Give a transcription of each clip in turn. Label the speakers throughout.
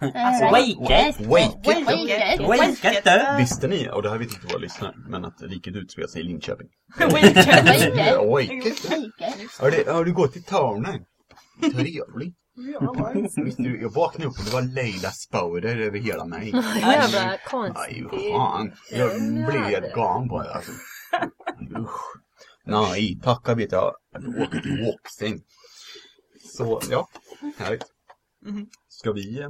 Speaker 1: Alltså,
Speaker 2: Wake it!
Speaker 3: Wake it!
Speaker 1: Wake it!
Speaker 2: Wake it
Speaker 4: Eh.
Speaker 2: du!
Speaker 3: Visste ni, och det här vet inte våra lyssnare, men att riket utspelar sig i Linköping?
Speaker 1: Wake it!
Speaker 3: Wake it!
Speaker 1: Wake it!
Speaker 3: Har du, har du gått i Tarnen? Trevligt. Visst, du, jag vaknade upp och det var Leila Spouder över hela mig.
Speaker 5: Jävla
Speaker 3: Aj,
Speaker 5: konstigt.
Speaker 3: fan. Jag blev helt galen på det. Alltså. Usch. Nej, tacka vet jag. Jag åker till Åksäng. Så, ja. Härligt.
Speaker 4: Mm-hmm.
Speaker 3: Ska vi eh,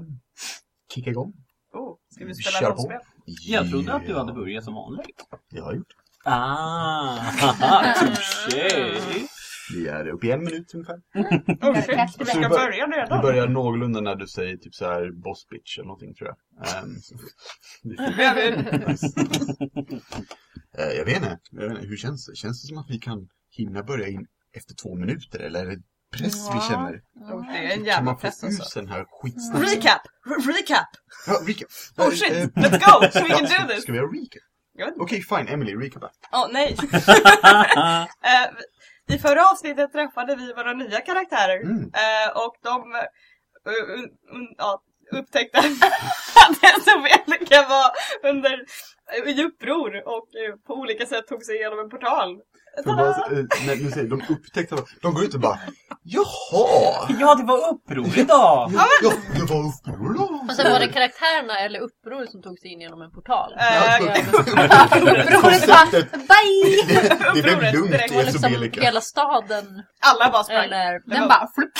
Speaker 3: kicka igång?
Speaker 4: Oh, ska vi
Speaker 3: Kör
Speaker 4: spela
Speaker 3: på.
Speaker 4: rollspel?
Speaker 2: Jag trodde att du hade börjat som vanligt.
Speaker 3: Det har jag gjort.
Speaker 2: Ah, haha, touché!
Speaker 3: Vi är uppe i en minut ungefär.
Speaker 4: Oh, shit.
Speaker 1: Jag tror
Speaker 4: Vi ska
Speaker 3: vi bör-
Speaker 4: börja
Speaker 3: Vi
Speaker 4: redan.
Speaker 3: börjar någorlunda när du säger typ så här boss bitch eller någonting tror jag. Ehm, så- Eh, jag, vet inte, jag vet inte, hur känns det? Känns det som att vi kan hinna börja in efter två minuter eller är det press vi
Speaker 4: Ja.
Speaker 3: känner?
Speaker 4: Det är en
Speaker 3: Kan
Speaker 4: jävla
Speaker 3: man få
Speaker 4: press alltså.
Speaker 3: ut den här skitsnacken?
Speaker 4: Recap! Re- Recap!
Speaker 3: Ja, recap!
Speaker 4: Oh
Speaker 3: Eh,
Speaker 4: shit,
Speaker 3: eh,
Speaker 4: let's go! So we can do
Speaker 3: ska-
Speaker 4: this!
Speaker 3: Ska vi göra recap?
Speaker 4: Ja.
Speaker 3: Okej, fine, Emily, recap.
Speaker 4: Åh nej! Eh, I förra avsnittet träffade vi våra nya karaktärer
Speaker 3: Mm.
Speaker 4: Eh, och de eh, un, un, ja, upptäckte att Helsingborg var under eh, i uppror och eh, på olika sätt tog sig igenom en portal.
Speaker 3: För bara, eh, nej, nu säger, de upptäckte de går ut och bara Jaha!
Speaker 2: Ja, det var uppror idag!
Speaker 3: Ja, ja, det var uppror då!
Speaker 5: Och sen var det karaktärerna eller upproret som tog sig in genom en portal.
Speaker 4: Eh,
Speaker 5: Ja,
Speaker 3: Konceptet.
Speaker 5: Upproret bara, bye!
Speaker 3: Det blev
Speaker 4: Upproret
Speaker 3: lugnt
Speaker 4: direkt.
Speaker 3: i
Speaker 5: Och liksom
Speaker 3: Esobelika.
Speaker 5: hela staden
Speaker 4: alla bara
Speaker 6: Eh,
Speaker 4: sprang.
Speaker 5: eller...
Speaker 1: Den bara flupp!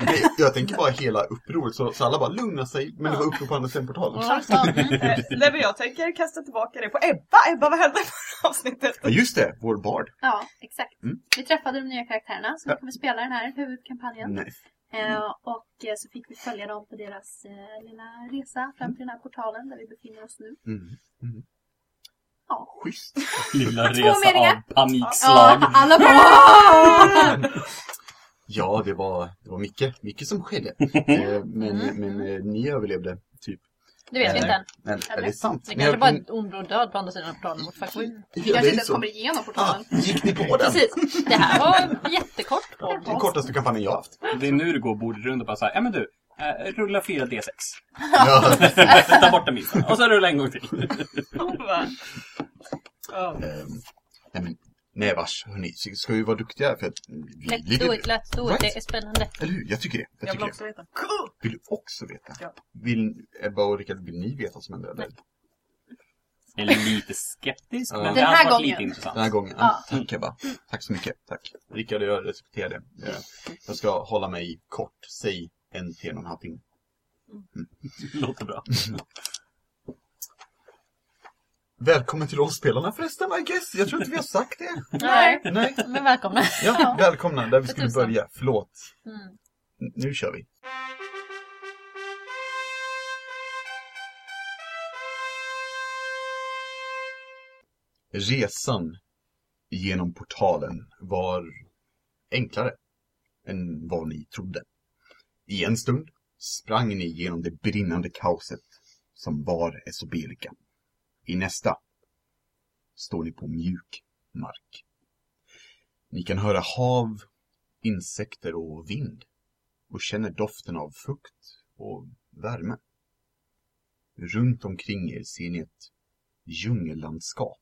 Speaker 3: Nej, Jag tänker bara hela upproret, så, så alla bara lugna sig, men det var uppror på andra sidan portalen.
Speaker 5: Ja, staden.
Speaker 4: Eh, nej men jag tänker kasta tillbaka det på Ebba. Ebba vad hände i förra avsnittet?
Speaker 3: Ja, just det, vår bard.
Speaker 7: Ja, exakt.
Speaker 3: Mm.
Speaker 7: Vi träffade de nya karaktärerna som
Speaker 3: Ja.
Speaker 7: kommer spela den här huvudkampanjen.
Speaker 3: Nej.
Speaker 7: Eh, och eh, så fick vi följa dem på deras eh, lilla resa fram till den här portalen där vi befinner oss nu.
Speaker 3: Mm. Mm.
Speaker 7: Ja.
Speaker 3: Schysst.
Speaker 2: Lilla resa
Speaker 7: meningar.
Speaker 2: av panikslag.
Speaker 7: alla bara
Speaker 3: Ja, det var, det var mycket, mycket som skedde. Eh, Men, men eh, ni överlevde, typ.
Speaker 5: Det vet vi inte än.
Speaker 3: Nej, är det sant?
Speaker 5: Det
Speaker 3: Ni
Speaker 5: kanske bara är
Speaker 3: överlevde-
Speaker 5: ett område död på andra sidan av portalen mot Fuckwood.
Speaker 7: Vi
Speaker 3: Ja, det
Speaker 7: kanske
Speaker 3: är
Speaker 7: inte
Speaker 3: så.
Speaker 7: kommer igenom
Speaker 3: Ah,
Speaker 7: portalen.
Speaker 3: gick ni på den?
Speaker 5: Precis. Det här var en jättekort podd.
Speaker 3: Den kortaste kampanjen jag haft.
Speaker 2: Det är nu det går bordrunda och bara såhär, ja men du, eh, rulla 4D6.
Speaker 3: Ja.
Speaker 2: Ta bort den biten. Och så rulla en gång till.
Speaker 4: Hon bara, "Ja."
Speaker 3: Ehm, Nej, men, nej vars, hörni, så ska vi vara duktiga för att...
Speaker 5: Let's do it, let's do it. Det är spännande.
Speaker 3: Eller hur? Jag tycker det. Jag
Speaker 4: Jag
Speaker 3: tycker
Speaker 4: vill
Speaker 3: det.
Speaker 4: också veta.
Speaker 3: Vill du också veta?
Speaker 4: Ja.
Speaker 3: Vill Ebba och Rickard, vill ni veta vad som hände? eller?
Speaker 2: Eller lite skeptisk,
Speaker 3: Ja.
Speaker 2: men det
Speaker 7: Den
Speaker 2: hade
Speaker 7: här
Speaker 2: varit lite
Speaker 7: gången.
Speaker 3: Den här
Speaker 2: intressant.
Speaker 3: gången.
Speaker 7: Ja.
Speaker 3: Tack Ebba. Tack så mycket. Tack. Rickard, jag respekterar det. Eh, Jag ska hålla mig kort. Säg en till en och en halv timme.
Speaker 2: Låter bra.
Speaker 3: Välkommen till rollspelarna förresten, I guess. Jag tror inte vi har sagt det.
Speaker 5: Nej,
Speaker 3: Nej.
Speaker 5: men välkomna.
Speaker 3: Ja, välkomna. Där vi
Speaker 5: För
Speaker 3: skulle
Speaker 5: tusan.
Speaker 3: börja. Förlåt.
Speaker 5: Mm.
Speaker 3: N- Nu kör vi. Resan genom portalen var enklare än vad ni trodde. I en stund sprang ni genom det brinnande kaoset som var Esobelika. I nästa står ni på mjuk mark. Ni kan höra hav, insekter och vind och känner doften av fukt och värme. Runt omkring er ser ni ett djungellandskap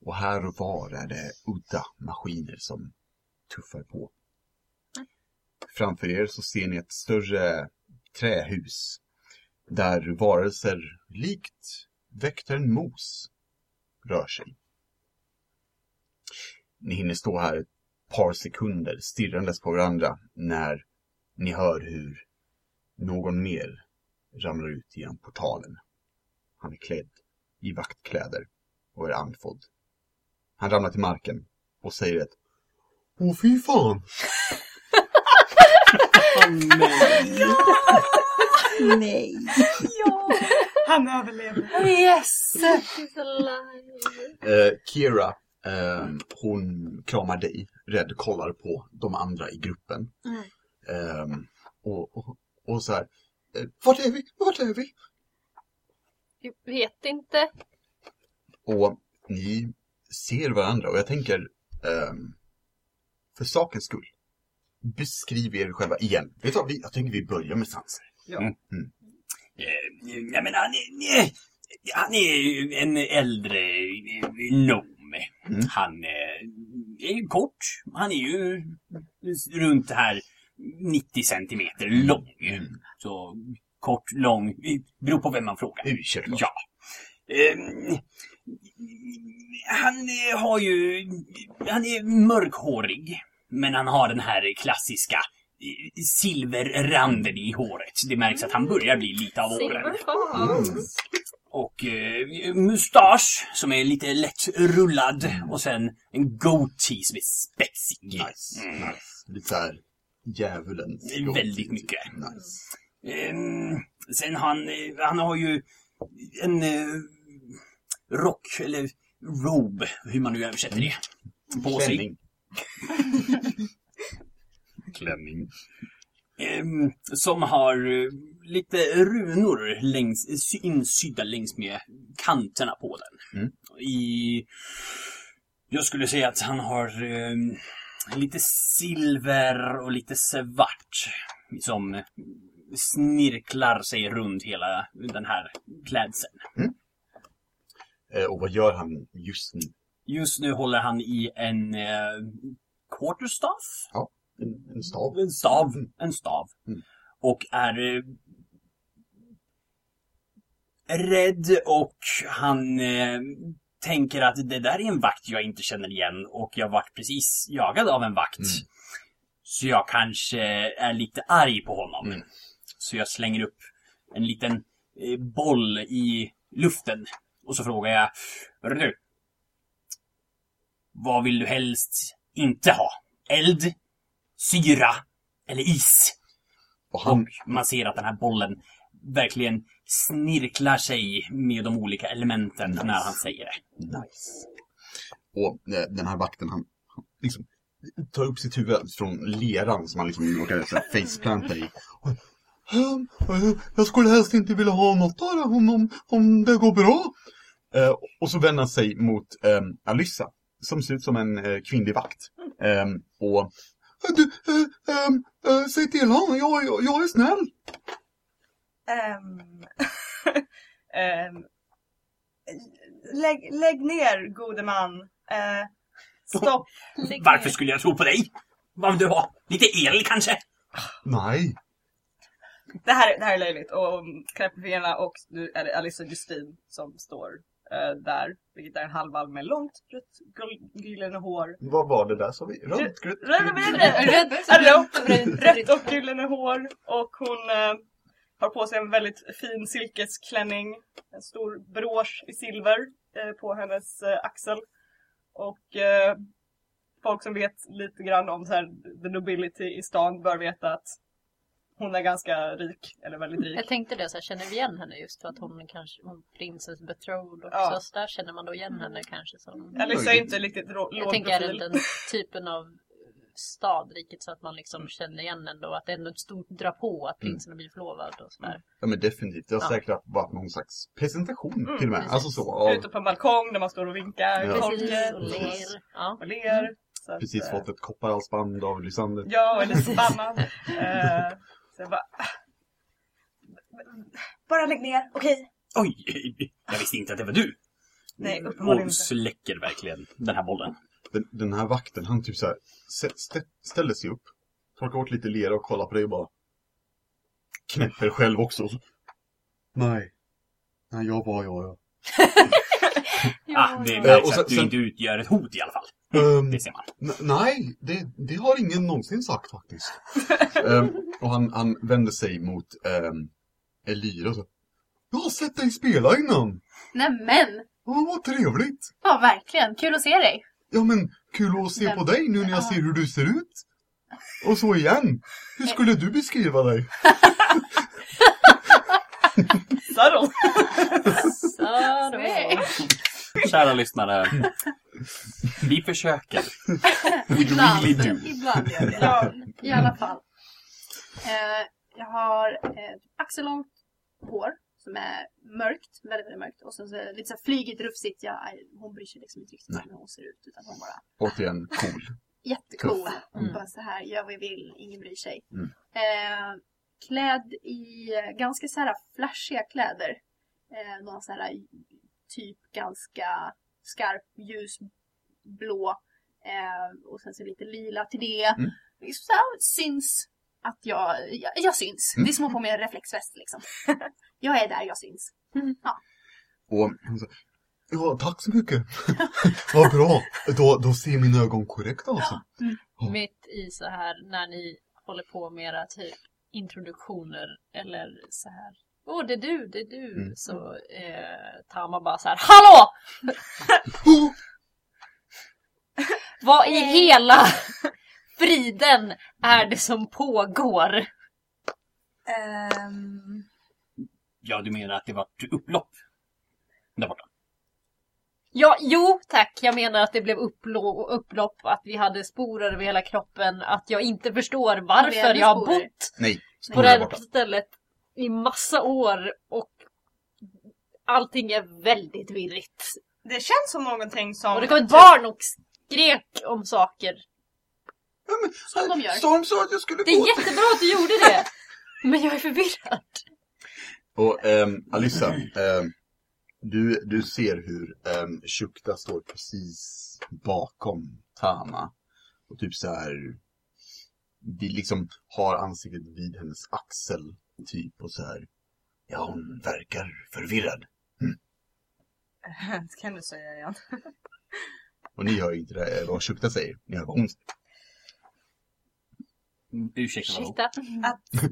Speaker 3: och här och var är det udda maskiner som tuffar på. Framför er så ser ni ett större trähus där varelser likt väktaren Mos rör sig. Ni hinner stå här ett par sekunder stirrandes på varandra när ni hör hur någon mer ramlar ut genom portalen. Han är klädd i vaktkläder och är andfådd. Han ramlar till marken och säger ett Åh fy fan!
Speaker 6: Nej.
Speaker 4: Han överlevde.
Speaker 7: Oh,
Speaker 5: Yes!
Speaker 3: Eh, Kira, ehm, hon kramar dig, rädd, kollar på de andra i gruppen.
Speaker 5: Mm.
Speaker 3: Ehm, och, och, och så här, eh, vart är vi? Vart är vi?
Speaker 5: Jag vet inte.
Speaker 3: Och ni ser varandra och jag tänker, ehm, för sakens skull, beskriv er själva igen. Vet du vad, vi, jag tänker vi börjar med Sanser.
Speaker 2: Ja. Nej men Eh, han är, nej, han är ju en äldre eh, gnom.
Speaker 3: Mm.
Speaker 2: Han eh, är kort. Han är ju runt här 90 centimeter lång. Så kort, lång, eh, beror på vem man frågar.
Speaker 3: Ursäkta.
Speaker 2: Ja. Ehm, han eh, har ju... Han är mörkhårig. Men han har den här klassiska eh, silverranden i håret. Det märks att han börjar bli lite av åren.
Speaker 3: Mm.
Speaker 2: Och eh, mustasch som är lite lätt rullad. Och sen en goatee som är spetsig.
Speaker 3: Nice.
Speaker 2: Mm.
Speaker 3: nice. Lite såhär djävulens. typ.
Speaker 2: Det är väldigt mycket.
Speaker 3: Nice.
Speaker 2: Ehm, sen han, eh, han har ju en eh, rock, eller robe, hur man nu översätter det, på sig.
Speaker 3: Mm. Klänning. Klänning.
Speaker 2: Ehm, som har eh, lite runor längs, sy- insydda längs med kanterna på den.
Speaker 3: Mm.
Speaker 2: I, jag skulle säga att han har ehm, lite silver och lite svart som snirklar sig runt hela den här klädseln.
Speaker 3: Eh, och vad gör han just nu?
Speaker 2: Just nu håller han i en eh, quarterstaff.
Speaker 3: En, en stav?
Speaker 2: En stav. En stav.
Speaker 3: Mm.
Speaker 2: Och är eh, rädd och han eh, tänker att det där är en vakt jag inte känner igen och jag vart precis jagad av en vakt.
Speaker 3: Mm.
Speaker 2: Så jag kanske är lite arg på honom.
Speaker 3: Mm.
Speaker 2: Så jag slänger upp en liten eh, boll i luften och så frågar jag Hörru du. Vad vill du helst inte ha? Eld? Syra? Eller is?
Speaker 3: Och han,
Speaker 2: Och man ser att den här bollen verkligen snirklar sig med de olika elementen
Speaker 3: Nice.
Speaker 2: när han säger det.
Speaker 3: Nice. Och eh, den här vakten, han, han liksom tar upp sitt huvud från leran som han liksom råkade så här faceplanta i. Och, "Ehm, eh, jag skulle helst inte vilja ha något av det om, om, om det går bra. Eh, och så vänder han sig mot eh, Alyssa, som ser ut som en eh, kvinnlig vakt. Ehm, och "Eh, du, eh, ehm, eh, säg till honom, jag, jag, jag är snäll.
Speaker 4: Ehm, ehm, lägg, lägg ner gode man. Eh, stopp.
Speaker 5: Lägg
Speaker 2: Varför
Speaker 5: ner.
Speaker 2: skulle jag tro på dig? Vad vill du ha? Lite el kanske?
Speaker 3: Nej,
Speaker 4: Det här, det här är löjligt. Och Knäppfingrarna och nu är det Alissa Justin som står eh, där. Vilket är en halvvalv med långt rött gul- gyllene hår.
Speaker 3: vad var det där sa vi? Rönt, grönt,
Speaker 4: Röda med
Speaker 5: Rätt,
Speaker 4: det!
Speaker 5: rätt,
Speaker 4: Hallå?
Speaker 5: rätt, rätt.
Speaker 4: Rött och gyllene hår. Och hon eh, har på sig en väldigt fin silkesklänning. En stor brosch i silver eh, på hennes eh, axel. Och eh, folk som vet lite grann om så här, the nobility i stan bör veta att hon är ganska rik, eller väldigt rik.
Speaker 5: Jag tänkte det, så här, känner vi igen henne just för att hon kanske, hon prinsens betrodd också,
Speaker 4: Ja.
Speaker 5: så där känner man då igen henne kanske som...
Speaker 4: Eller så är inte riktigt rå- låg
Speaker 5: Jag tänker är det
Speaker 4: profil.
Speaker 5: den typen av stad, riktigt så att man liksom känner igen ändå att det är ändå ett stort drapå att
Speaker 3: Mm.
Speaker 5: prinsen har blivit förlovad och sådär.
Speaker 3: Ja men definitivt. Jag har
Speaker 5: Ja.
Speaker 3: säkert haft- varit någon slags presentation
Speaker 4: Mm,
Speaker 3: till och med.
Speaker 5: precis.
Speaker 3: Alltså så. Av,
Speaker 4: Ute på en balkong där man står och vinkar
Speaker 3: Ja.
Speaker 4: till folket
Speaker 5: Precis, och
Speaker 3: Precis.
Speaker 5: ler. Ja.
Speaker 4: och ler. Så att,
Speaker 3: precis
Speaker 4: eh,
Speaker 3: fått ett kopparhalsband av liksom Lysander.
Speaker 4: Ja, eller spannad. Eh, så jag bara... Bara lägg ner, okej.
Speaker 2: Oj, jag visste inte att det var du.
Speaker 4: Nej, uppenbarligen
Speaker 2: Och
Speaker 4: inte.
Speaker 2: släcker verkligen den här bollen.
Speaker 3: Den, den här vakten, han typ så här, sä- stä- ställer sig upp, torkar bort lite lera och kollar på dig och bara knäpper själv också. Och så, Nej. Nej, jag var jag. jag.
Speaker 2: Ah, det
Speaker 3: ja. Eh,
Speaker 2: märks
Speaker 3: och sen-
Speaker 2: att du
Speaker 3: sen-
Speaker 2: inte utgör ett hot i alla fall.
Speaker 3: Ehm,
Speaker 2: Det ser man.
Speaker 3: n- nej, det, det har ingen någonsin sagt faktiskt. Ehm, och han, han vänder sig mot um, Elira och så. Jag har sett dig spela innan.
Speaker 7: Nämen!
Speaker 3: Ja, vad trevligt.
Speaker 7: Ja, verkligen. Kul att se dig.
Speaker 3: Ja men kul att se
Speaker 7: Men-
Speaker 3: på dig nu när jag
Speaker 7: ja.
Speaker 3: ser hur du ser ut. Och så igen. Hur skulle du beskriva dig?
Speaker 4: Subtle!
Speaker 5: Så då.
Speaker 7: Nej.
Speaker 2: Kära lyssnare. Vi försöker.
Speaker 7: Ibland.
Speaker 2: really do.
Speaker 7: Ibland gör vi
Speaker 4: Ja.
Speaker 7: det. I alla fall. Eh, jag har eh, axellångt hår som är mörkt, väldigt, väldigt mörkt. Och sen så är det lite så här flygigt, rufsigt. Jag, är- hon bryr sig liksom inte riktigt om hur hon ser ut utan hon bara
Speaker 3: Återigen, cool.
Speaker 7: jättecool.
Speaker 5: Mm.
Speaker 7: Bara så här, gör vad vi vill, ingen bryr sig.
Speaker 3: Mm.
Speaker 7: Eh, klädd i eh, ganska så här flashiga kläder. Eh, någon så här typ ganska skarp ljusblå eh, och sen så lite lila till det.
Speaker 3: Mm.
Speaker 7: Liksom så här, syns att jag, jag, jag syns.
Speaker 3: Mm.
Speaker 7: Det är som att ha på mig en reflexväst liksom. jag är där, jag syns.
Speaker 3: Och hon sa, ja tack så mycket. Vad bra. Då, då ser mina ögon korrekta alltså.
Speaker 6: Mitt i så här när ni håller på med era typ introduktioner eller så här. Åh, det är du, det är du.
Speaker 3: Mm.
Speaker 6: Så eh, Tama bara så här. Hallå! Vad i hela friden är det som pågår?
Speaker 8: Ehm,
Speaker 2: Ja, du menar att det var ett upplopp? Där borta.
Speaker 6: Ja, jo tack. Jag menar att det blev upplå- upplopp, att vi hade sporer över hela kroppen, att jag inte förstår
Speaker 7: Vi
Speaker 6: varför
Speaker 7: hade
Speaker 6: jag har
Speaker 7: sporer.
Speaker 6: bott
Speaker 3: Nej,
Speaker 6: på
Speaker 3: sporer
Speaker 6: det
Speaker 3: där
Speaker 6: här
Speaker 3: borta.
Speaker 6: stället i massa år och allting är väldigt virrigt.
Speaker 4: Det känns som någonting som...
Speaker 6: Och det kom ett barn och skrek om saker.
Speaker 7: Som de gör.
Speaker 3: Storm sa att jag skulle
Speaker 6: Det är
Speaker 3: gå.
Speaker 6: jättebra att du gjorde det! Men jag är förvirrad.
Speaker 3: Och ehm, Alissa, ehm, du, du ser hur um, Shukta står precis bakom Tama. Och typ så här, vi liksom har ansiktet vid hennes axel typ och så här. Ja, hon verkar förvirrad.
Speaker 4: Det kan du säga igen.
Speaker 3: Och ni hör ju inte det, vad Shukta säger, ni hör vad hon säger.
Speaker 2: Mm, Ursäkta, vadå?
Speaker 6: Ursäkta.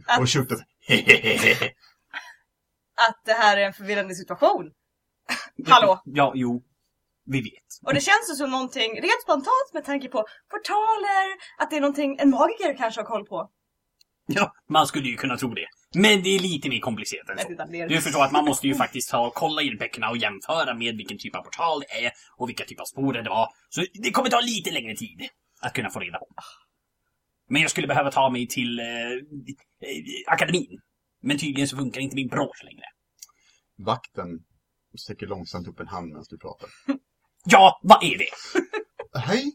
Speaker 4: Att-
Speaker 3: Och Shukta säger hehehehe.
Speaker 4: Att det här är en förvirrande situation. Hallå?
Speaker 2: Ja, jo. Vi vet.
Speaker 4: Och det känns ju som någonting, rent spontant med tanke på portaler, att det är någonting en magiker kanske har koll på.
Speaker 2: Ja, man skulle ju kunna tro det. Men det är lite mer komplicerat än
Speaker 4: Jag vet
Speaker 2: så.
Speaker 4: inte om det är-
Speaker 2: Du förstår att man måste ju faktiskt ha, kolla i böckerna och jämföra med vilken typ av portal det är och vilka typ av sporer det var. Så det kommer ta lite längre tid att kunna få reda på. Men jag skulle behöva ta mig till eh, eh, akademin. Men tydligen så funkar inte min brosch längre.
Speaker 3: Vakten sträcker långsamt upp en hand medan du pratar.
Speaker 2: Ja, vad är det?
Speaker 3: Hej!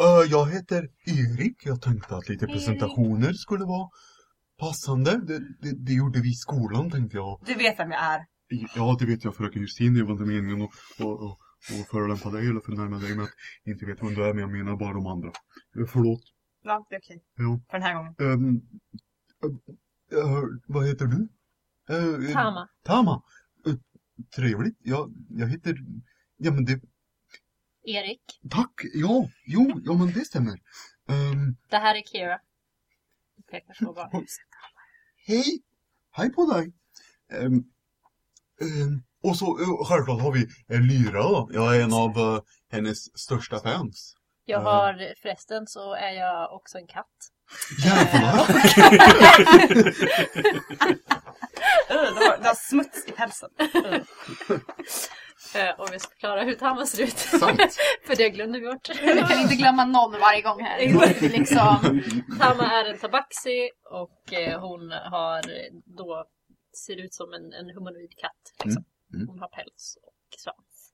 Speaker 3: Eh, jag heter Erik. Jag tänkte att lite presentationer skulle vara passande. Det, det, det gjorde vi i skolan tänkte jag.
Speaker 4: Du vet vem jag är.
Speaker 3: Ja, det vet jag fröken Justine. Jag var inte meningen att och, och, och förolämpa dig eller förnärma dig med att inte vet vem du är, men jag menar bara de andra. Eh, Förlåt.
Speaker 4: Ja, det är okej.
Speaker 3: Ja.
Speaker 4: För den här gången.
Speaker 3: Ehm, eh, eh, vad heter du? Eh, eh,
Speaker 6: Tama.
Speaker 3: Tama. Eh, trevligt. Jag, jag heter... Ja, men det...
Speaker 6: Erik.
Speaker 3: Tack! Ja, jo, ja men det stämmer. Ehm,
Speaker 6: Det här är Kira. Jag Pekar så bara.
Speaker 3: Hej! Hej på dig! Ehm, ehm, och så eh, självklart har vi eh, Lyra då. Jag är en av eh, hennes största fans.
Speaker 6: Jag har, förresten så är jag också en katt.
Speaker 3: Jävlar!
Speaker 4: Uh, det, har, det har smuts i pälsen. Uh.
Speaker 6: Eh, Om jag ska förklara hur Tama ser ut.
Speaker 3: Sant!
Speaker 6: För det glömde vi bort.
Speaker 7: Vi kan inte glömma någon varje gång här.
Speaker 6: Exakt.
Speaker 7: liksom.
Speaker 6: Tama är en tabaxi och eh, hon har då ser ut som en, en humanoid katt. Liksom.
Speaker 3: mm.
Speaker 6: Hon har päls och svans.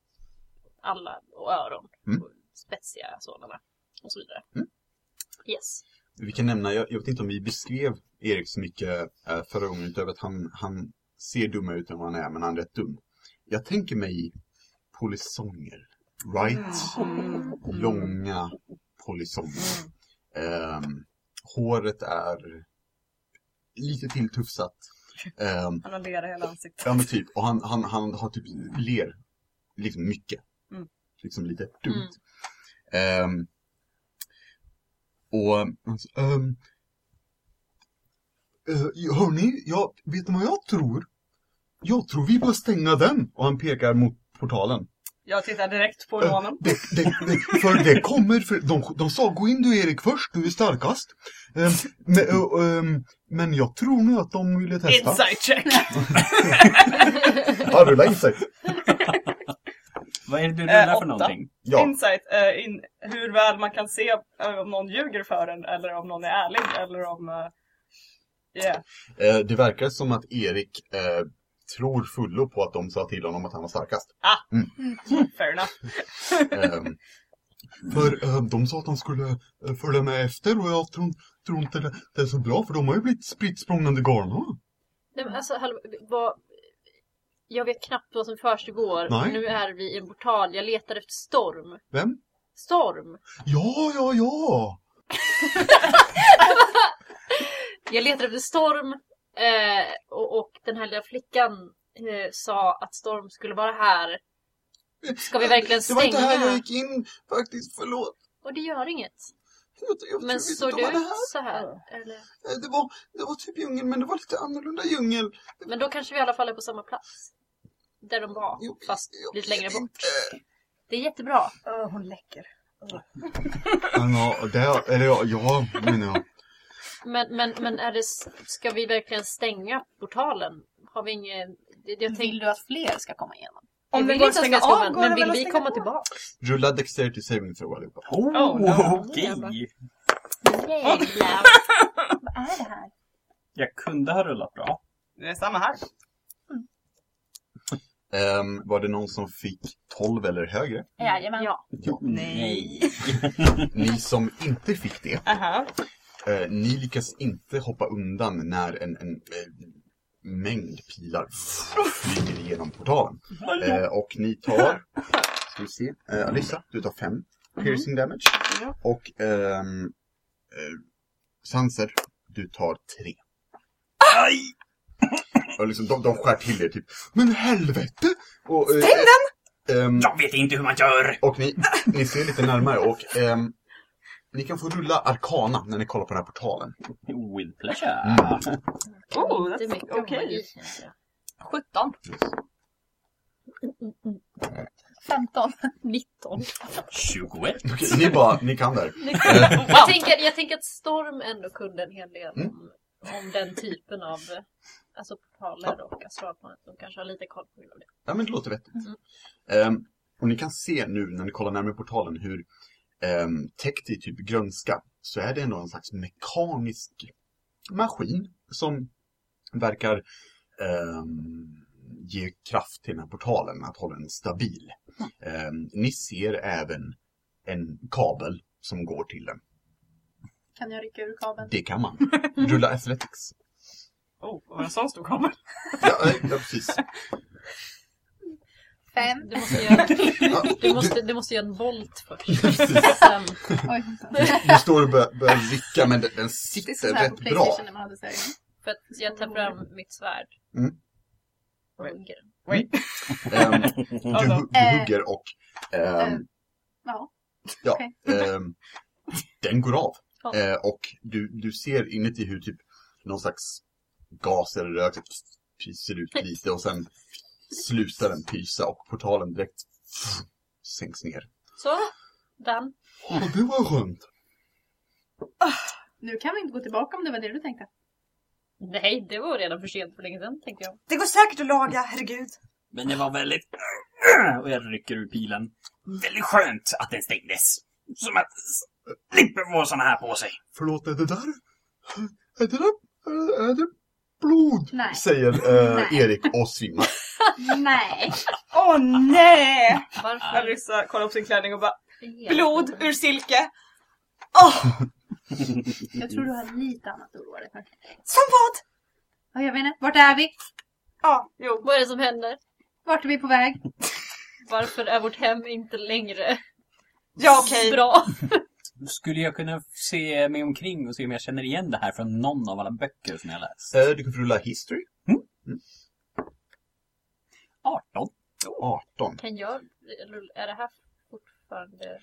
Speaker 6: Alla och öron.
Speaker 3: Mm.
Speaker 6: Och spetsiga sådana. Och så vidare.
Speaker 3: Mm.
Speaker 6: Yes.
Speaker 3: Vi kan nämna, jag, jag vet inte om vi beskrev Erik så mycket eh, förra gången utöver att han, han ser dummare ut än vad han är, men han är rätt dum. Jag tänker mig polisonger. Right?
Speaker 4: Mm.
Speaker 3: Långa polisonger. Ehm, håret är lite tilltufsat. Ehm,
Speaker 4: Han har lera i hela ansiktet.
Speaker 3: ja men typ, och han, han, han har typ ler liksom mycket.
Speaker 4: Mm.
Speaker 3: Liksom lite dumt. Ehm, och han sa, ehm, eh, hörni, jag, vet ni vad jag tror? Jag tror vi bör stänga den! Och han pekar mot portalen.
Speaker 4: Jag tittar direkt på
Speaker 3: Eh,
Speaker 4: lånen.
Speaker 3: Det, det, det, för det kommer, för de, de sa gå in du Erik först, du är starkast. Ehm, men, ö, öm, men jag tror nog att de ville testa.
Speaker 4: Inside check!
Speaker 3: Ja, rulla insight.
Speaker 2: Vad är det du
Speaker 4: Eh,
Speaker 2: rullar
Speaker 4: åtta.
Speaker 2: för någonting?
Speaker 3: Ja,
Speaker 4: Insight, eh, in, hur väl man kan se eh, om någon ljuger för en eller om någon är ärlig eller om... eh, yeah.
Speaker 3: eh, det verkar som att Erik eh, tror fullo på att de sa till honom att han var starkast.
Speaker 4: Fair enough.
Speaker 3: Ehm, För eh, de sa att han skulle eh, följa med efter och jag tror, tror inte det, det är så bra för de har ju blivit spritt språngande galna.
Speaker 6: Nej, men alltså, hallå, vad... Jag vet knappt vad som försiggår.
Speaker 3: Nej.
Speaker 6: Nu är vi i en portal. Jag letar efter storm.
Speaker 3: Vem?
Speaker 6: Storm!
Speaker 3: Ja, ja, ja!
Speaker 6: Jag letar efter storm. Eh, och, och den här lilla flickan eh, sa att storm skulle vara här. Ska vi verkligen
Speaker 3: Det var inte här jag
Speaker 6: stänga?
Speaker 3: gick in faktiskt, förlåt.
Speaker 6: Och det gör inget.
Speaker 3: Jag, jag,
Speaker 6: Men
Speaker 3: jag
Speaker 6: såg
Speaker 3: vet inte
Speaker 6: du
Speaker 3: om han är
Speaker 6: ut
Speaker 3: här.
Speaker 6: så här? Eller?
Speaker 3: Eh, Det var, det var typ djungel, men det var lite annorlunda djungel.
Speaker 6: Men då kanske vi i alla fall är på samma plats. Där de var,
Speaker 3: Jo,
Speaker 6: fast
Speaker 3: jag
Speaker 6: lite längre
Speaker 3: vet
Speaker 6: bort.
Speaker 3: inte.
Speaker 6: Det är jättebra.
Speaker 4: Åh, hon läcker.
Speaker 3: Men ja, det, eller ja, ja, menar jag.
Speaker 6: Men, men, men är det, ska vi verkligen stänga portalen? Har vi ingen... det- Jag
Speaker 7: Vill
Speaker 6: tänkte,
Speaker 7: du att fler ska komma igenom?
Speaker 6: jag
Speaker 4: Om det
Speaker 6: vill
Speaker 4: går
Speaker 6: inte att
Speaker 4: att
Speaker 6: vi
Speaker 4: stänga
Speaker 6: ska
Speaker 4: av
Speaker 6: stänga,
Speaker 4: går det
Speaker 6: men
Speaker 4: väl
Speaker 6: vill
Speaker 4: att
Speaker 6: vi
Speaker 4: stänga
Speaker 6: komma
Speaker 4: av?
Speaker 6: tillbaka?
Speaker 3: Rulla Dexterity Saving Throw allihopa.
Speaker 2: Oh,
Speaker 4: no.
Speaker 2: okej.
Speaker 6: Jävlar.
Speaker 7: Vad är det här?
Speaker 2: Jag kunde ha rullat bra.
Speaker 4: Det är samma här.
Speaker 3: Ehm, var det någon som fick 12 eller högre?
Speaker 7: Jajamän.
Speaker 6: Ja.
Speaker 3: Ja.
Speaker 2: Nej.
Speaker 3: Ni som inte fick det,
Speaker 4: Aha.
Speaker 3: eh, ni lyckas inte hoppa undan när en, en eh, mängd pilar flyger igenom portalen. Eh, och ni tar, ska vi se, eh, Alissa, du tar 5 piercing damage.
Speaker 4: Ja.
Speaker 3: Och ehm, eh, Sanser, du tar 3.
Speaker 2: Aj!
Speaker 3: Och liksom, de, de skär till er typ, men helvete! Och, eh,
Speaker 4: Stäng
Speaker 3: den!
Speaker 2: Jag vet inte hur man gör!
Speaker 3: Och ni, ni ser lite närmare och ehm, ni kan få rulla arkana när ni kollar på den här portalen.
Speaker 2: With pleasure.
Speaker 3: Mm.
Speaker 4: Oh,
Speaker 6: Inte
Speaker 4: that's
Speaker 6: mycket om
Speaker 4: okej.
Speaker 6: magi, känns det.
Speaker 7: 17. 15.
Speaker 6: 19.
Speaker 2: 21.
Speaker 3: Okej, ni bara, ni kan där.
Speaker 6: jag, tänker, jag tänker att Storm ändå kunde en hel del
Speaker 3: Mm.
Speaker 6: om, om den typen av eh, alltså portaler och astralplanet. De kanske har lite koll på grund av det.
Speaker 3: Ja men det låter vettigt.
Speaker 6: Mm.
Speaker 3: Ehm, och ni kan se nu när ni kollar närmare portalen hur um, täckt i typ grönska så är det ändå en slags mekanisk maskin som verkar ehm, ge kraft till den här portalen, att hålla den stabil. Ehm, ni ser även en kabel som går till den.
Speaker 7: Kan jag rycka ur kabeln?
Speaker 3: Det kan man. Rulla Athletics.
Speaker 4: Oh, vad var en sån stor kabel.
Speaker 3: Ja, eh, ja precis.
Speaker 7: 5.
Speaker 6: Du måste göra,
Speaker 3: Ja,
Speaker 6: du måste, du måste göra en volt först.
Speaker 3: precis.
Speaker 6: Sen,
Speaker 7: Oj,
Speaker 3: Nu står du och börjar, börjar rycka men den, den
Speaker 7: det är
Speaker 3: sitter
Speaker 7: som här på
Speaker 3: rätt bra.
Speaker 7: Playstation när man hade så här.
Speaker 6: för att jag tar fram mitt svärd.
Speaker 3: Mm.
Speaker 6: Och hugger.
Speaker 3: Ehm, du,
Speaker 4: Alltså,
Speaker 3: hu- du hugger och ehm,
Speaker 7: eh, Ja.
Speaker 3: ja,
Speaker 7: okej.
Speaker 3: ehm, den går av.
Speaker 6: Ja.
Speaker 3: Eh, och du, du ser inuti hur typ någon slags gas eller rök typ pyser ut lite och sen slutar den pysa och portalen direkt sänks ner.
Speaker 6: Så, den.
Speaker 3: Åh, det var skönt!
Speaker 7: Nu kan vi inte gå tillbaka om det var det du tänkte.
Speaker 6: Nej, det var redan för sent för länge sedan, tänker jag.
Speaker 4: Det går säkert att laga, herregud.
Speaker 2: Men det var väldigt... Och jag rycker ur pilen. Väldigt skönt att den stängdes. Som att slipper få såna här på sig.
Speaker 3: Förlåt, är det där? Är det där? Är, är det blod?
Speaker 7: Nej.
Speaker 3: Säger eh,
Speaker 7: Nej.
Speaker 3: Erik och svimmar.
Speaker 7: Nej.
Speaker 4: Åh nej!
Speaker 6: Varför?
Speaker 4: Alissa kollar på sin klänning och bara
Speaker 6: reagerar
Speaker 4: Blod
Speaker 6: du?
Speaker 4: ur silke!
Speaker 7: Jag tror du har lite annat att oroa dig för.
Speaker 4: Som vad?
Speaker 7: Ja, jag vet inte. Vart är vi?
Speaker 4: Ja, jo.
Speaker 6: Vad är det som händer?
Speaker 7: Vart är vi på väg?
Speaker 6: Varför är vårt hem inte längre
Speaker 4: Ja okej.
Speaker 6: bra?
Speaker 2: Skulle jag kunna se mig omkring och se om jag känner igen det här från någon av alla böcker som jag läst?
Speaker 3: Eh, du kan få rulla history.
Speaker 2: 18.
Speaker 3: 18.
Speaker 6: Kan jag rulla? Är det här fortfarande...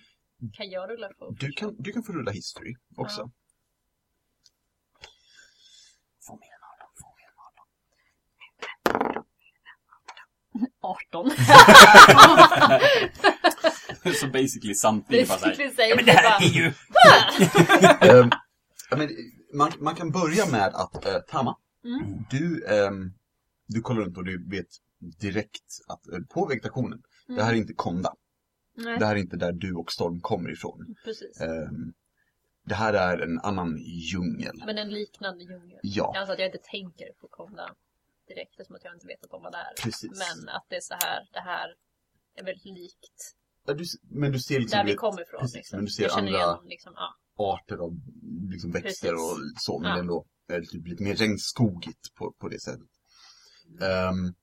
Speaker 6: Kan jag rulla på?
Speaker 3: Du kan, du kan få rulla history också.
Speaker 2: Få med en 18, få med en
Speaker 6: 18.
Speaker 2: 18. Så basically samtidigt bara såhär.
Speaker 6: Basically säger
Speaker 2: Ja men det
Speaker 6: vi
Speaker 2: här
Speaker 6: bara,
Speaker 2: är ju...
Speaker 3: Ehm, ja, men, man, man kan börja med att eh, Tama,
Speaker 6: Mm.
Speaker 3: du, ehm, du kollar runt och du vet direkt att eh, på vegetationen, det här är inte Konda.
Speaker 6: Nej,
Speaker 3: Det här är inte där du och Storm kommer ifrån.
Speaker 6: precis.
Speaker 3: Ehm, det här är en annan djungel.
Speaker 6: Men en liknande djungel.
Speaker 3: Ja,
Speaker 6: Alltså att jag inte tänker på Konda direkt eftersom att jag inte vet att de var där.
Speaker 3: precis.
Speaker 6: Men att det är så här, det här är väldigt likt
Speaker 3: Ja, du, s- men du ser liksom...
Speaker 5: där
Speaker 3: du
Speaker 5: vi
Speaker 3: vet,
Speaker 5: kommer ifrån.
Speaker 3: Precis,
Speaker 5: Liksom.
Speaker 3: men du ser
Speaker 5: Jag känner
Speaker 3: andra
Speaker 5: igen liksom, ja.
Speaker 3: arter av liksom växter
Speaker 5: Precis.
Speaker 3: och så, men
Speaker 5: Ja.
Speaker 3: det är ändå är typ lite mer regnskogigt på, på det sättet. Ehm,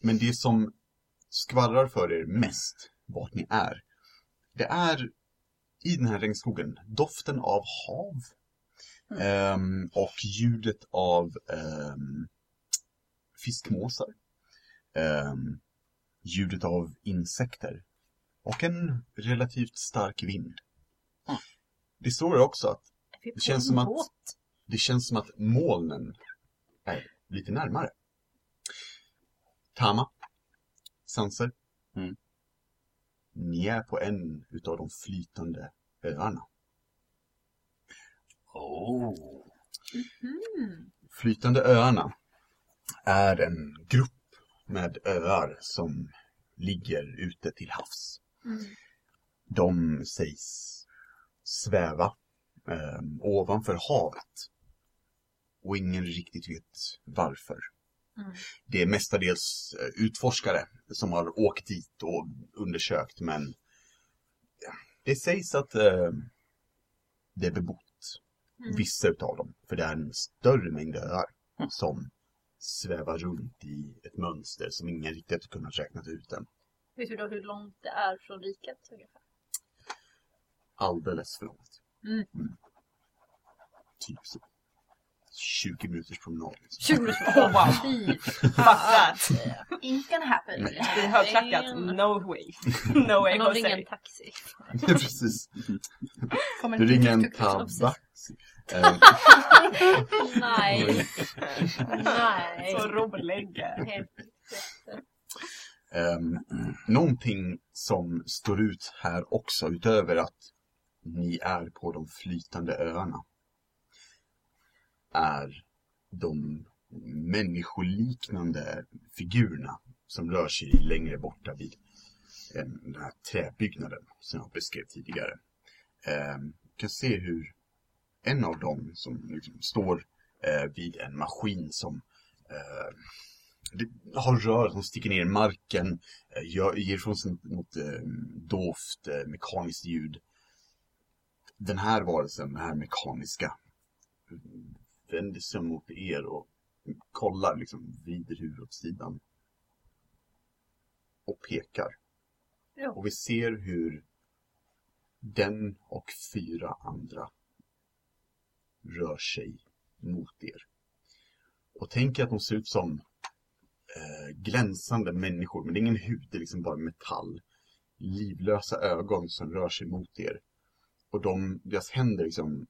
Speaker 3: men det som skvallrar för er mest vart ni är, det är i den här regnskogen doften av hav ehm, och ljudet av ehm, fiskmåsar, ehm, ljudet av insekter och en relativt stark vind. Det står det också att
Speaker 5: Är vi på
Speaker 3: det känns
Speaker 5: en
Speaker 3: som att,
Speaker 5: båt?
Speaker 3: det känns som att molnen är lite närmare. Tama, Sanser,
Speaker 2: Mm.
Speaker 3: ni är på en utav de flytande öarna.
Speaker 2: Oh.
Speaker 3: Flytande öarna är en grupp med öar som ligger ute till havs. De sägs sväva eh, ovanför havet. Och ingen riktigt vet varför.
Speaker 5: Mm.
Speaker 3: Det är mestadels eh, utforskare som har åkt dit och undersökt men ja, det sägs att eh, det är bebott.
Speaker 5: Mm.
Speaker 3: Vissa utav dem. För det är en större mängd öar som svävar runt i ett mönster som ingen riktigt har kunnat räkna ut än.
Speaker 5: Vet du då hur långt det är från riket ungefär?
Speaker 3: alldeles för långt.
Speaker 5: Mm.
Speaker 3: Typ så. 20 minuters promenad. Liksom.
Speaker 5: 20 minuter.
Speaker 4: Oh, wow.
Speaker 5: Fy
Speaker 4: Fuck that!
Speaker 7: It can happen.
Speaker 3: Nej.
Speaker 4: Det är högklackat. No way. No way,
Speaker 5: Han har
Speaker 4: Jose.
Speaker 5: ingen taxi.
Speaker 3: Precis.
Speaker 7: Kommer
Speaker 3: Du ringer en
Speaker 7: tuk-tuk också.
Speaker 3: tabaxi. Eh,
Speaker 5: Nej. Nej.
Speaker 4: Så rolig.
Speaker 3: ehm, någonting som står ut här också, utöver att ni är på de flytande öarna, är de människoliknande figurerna som rör sig längre borta vid eh, den här träbyggnaden som jag beskrev tidigare. Eh, du kan se hur en av dem som liksom står eh, vid en maskin som eh, det har rör som sticker ner i marken, eh, gör, ger ifrån sig något eh, dovt eh, mekaniskt ljud. Den här varelsen, den här mekaniska, eh, vänder sig mot er och kollar, liksom vrider huvudet åt sidan. Och pekar.
Speaker 5: Ja.
Speaker 3: Och vi ser hur den och fyra andra rör sig mot er. Och tänk er att de ser ut som eh, glänsande människor, men det är ingen hud, det är liksom bara metall. Livlösa ögon som rör sig mot er. Och de, deras händer liksom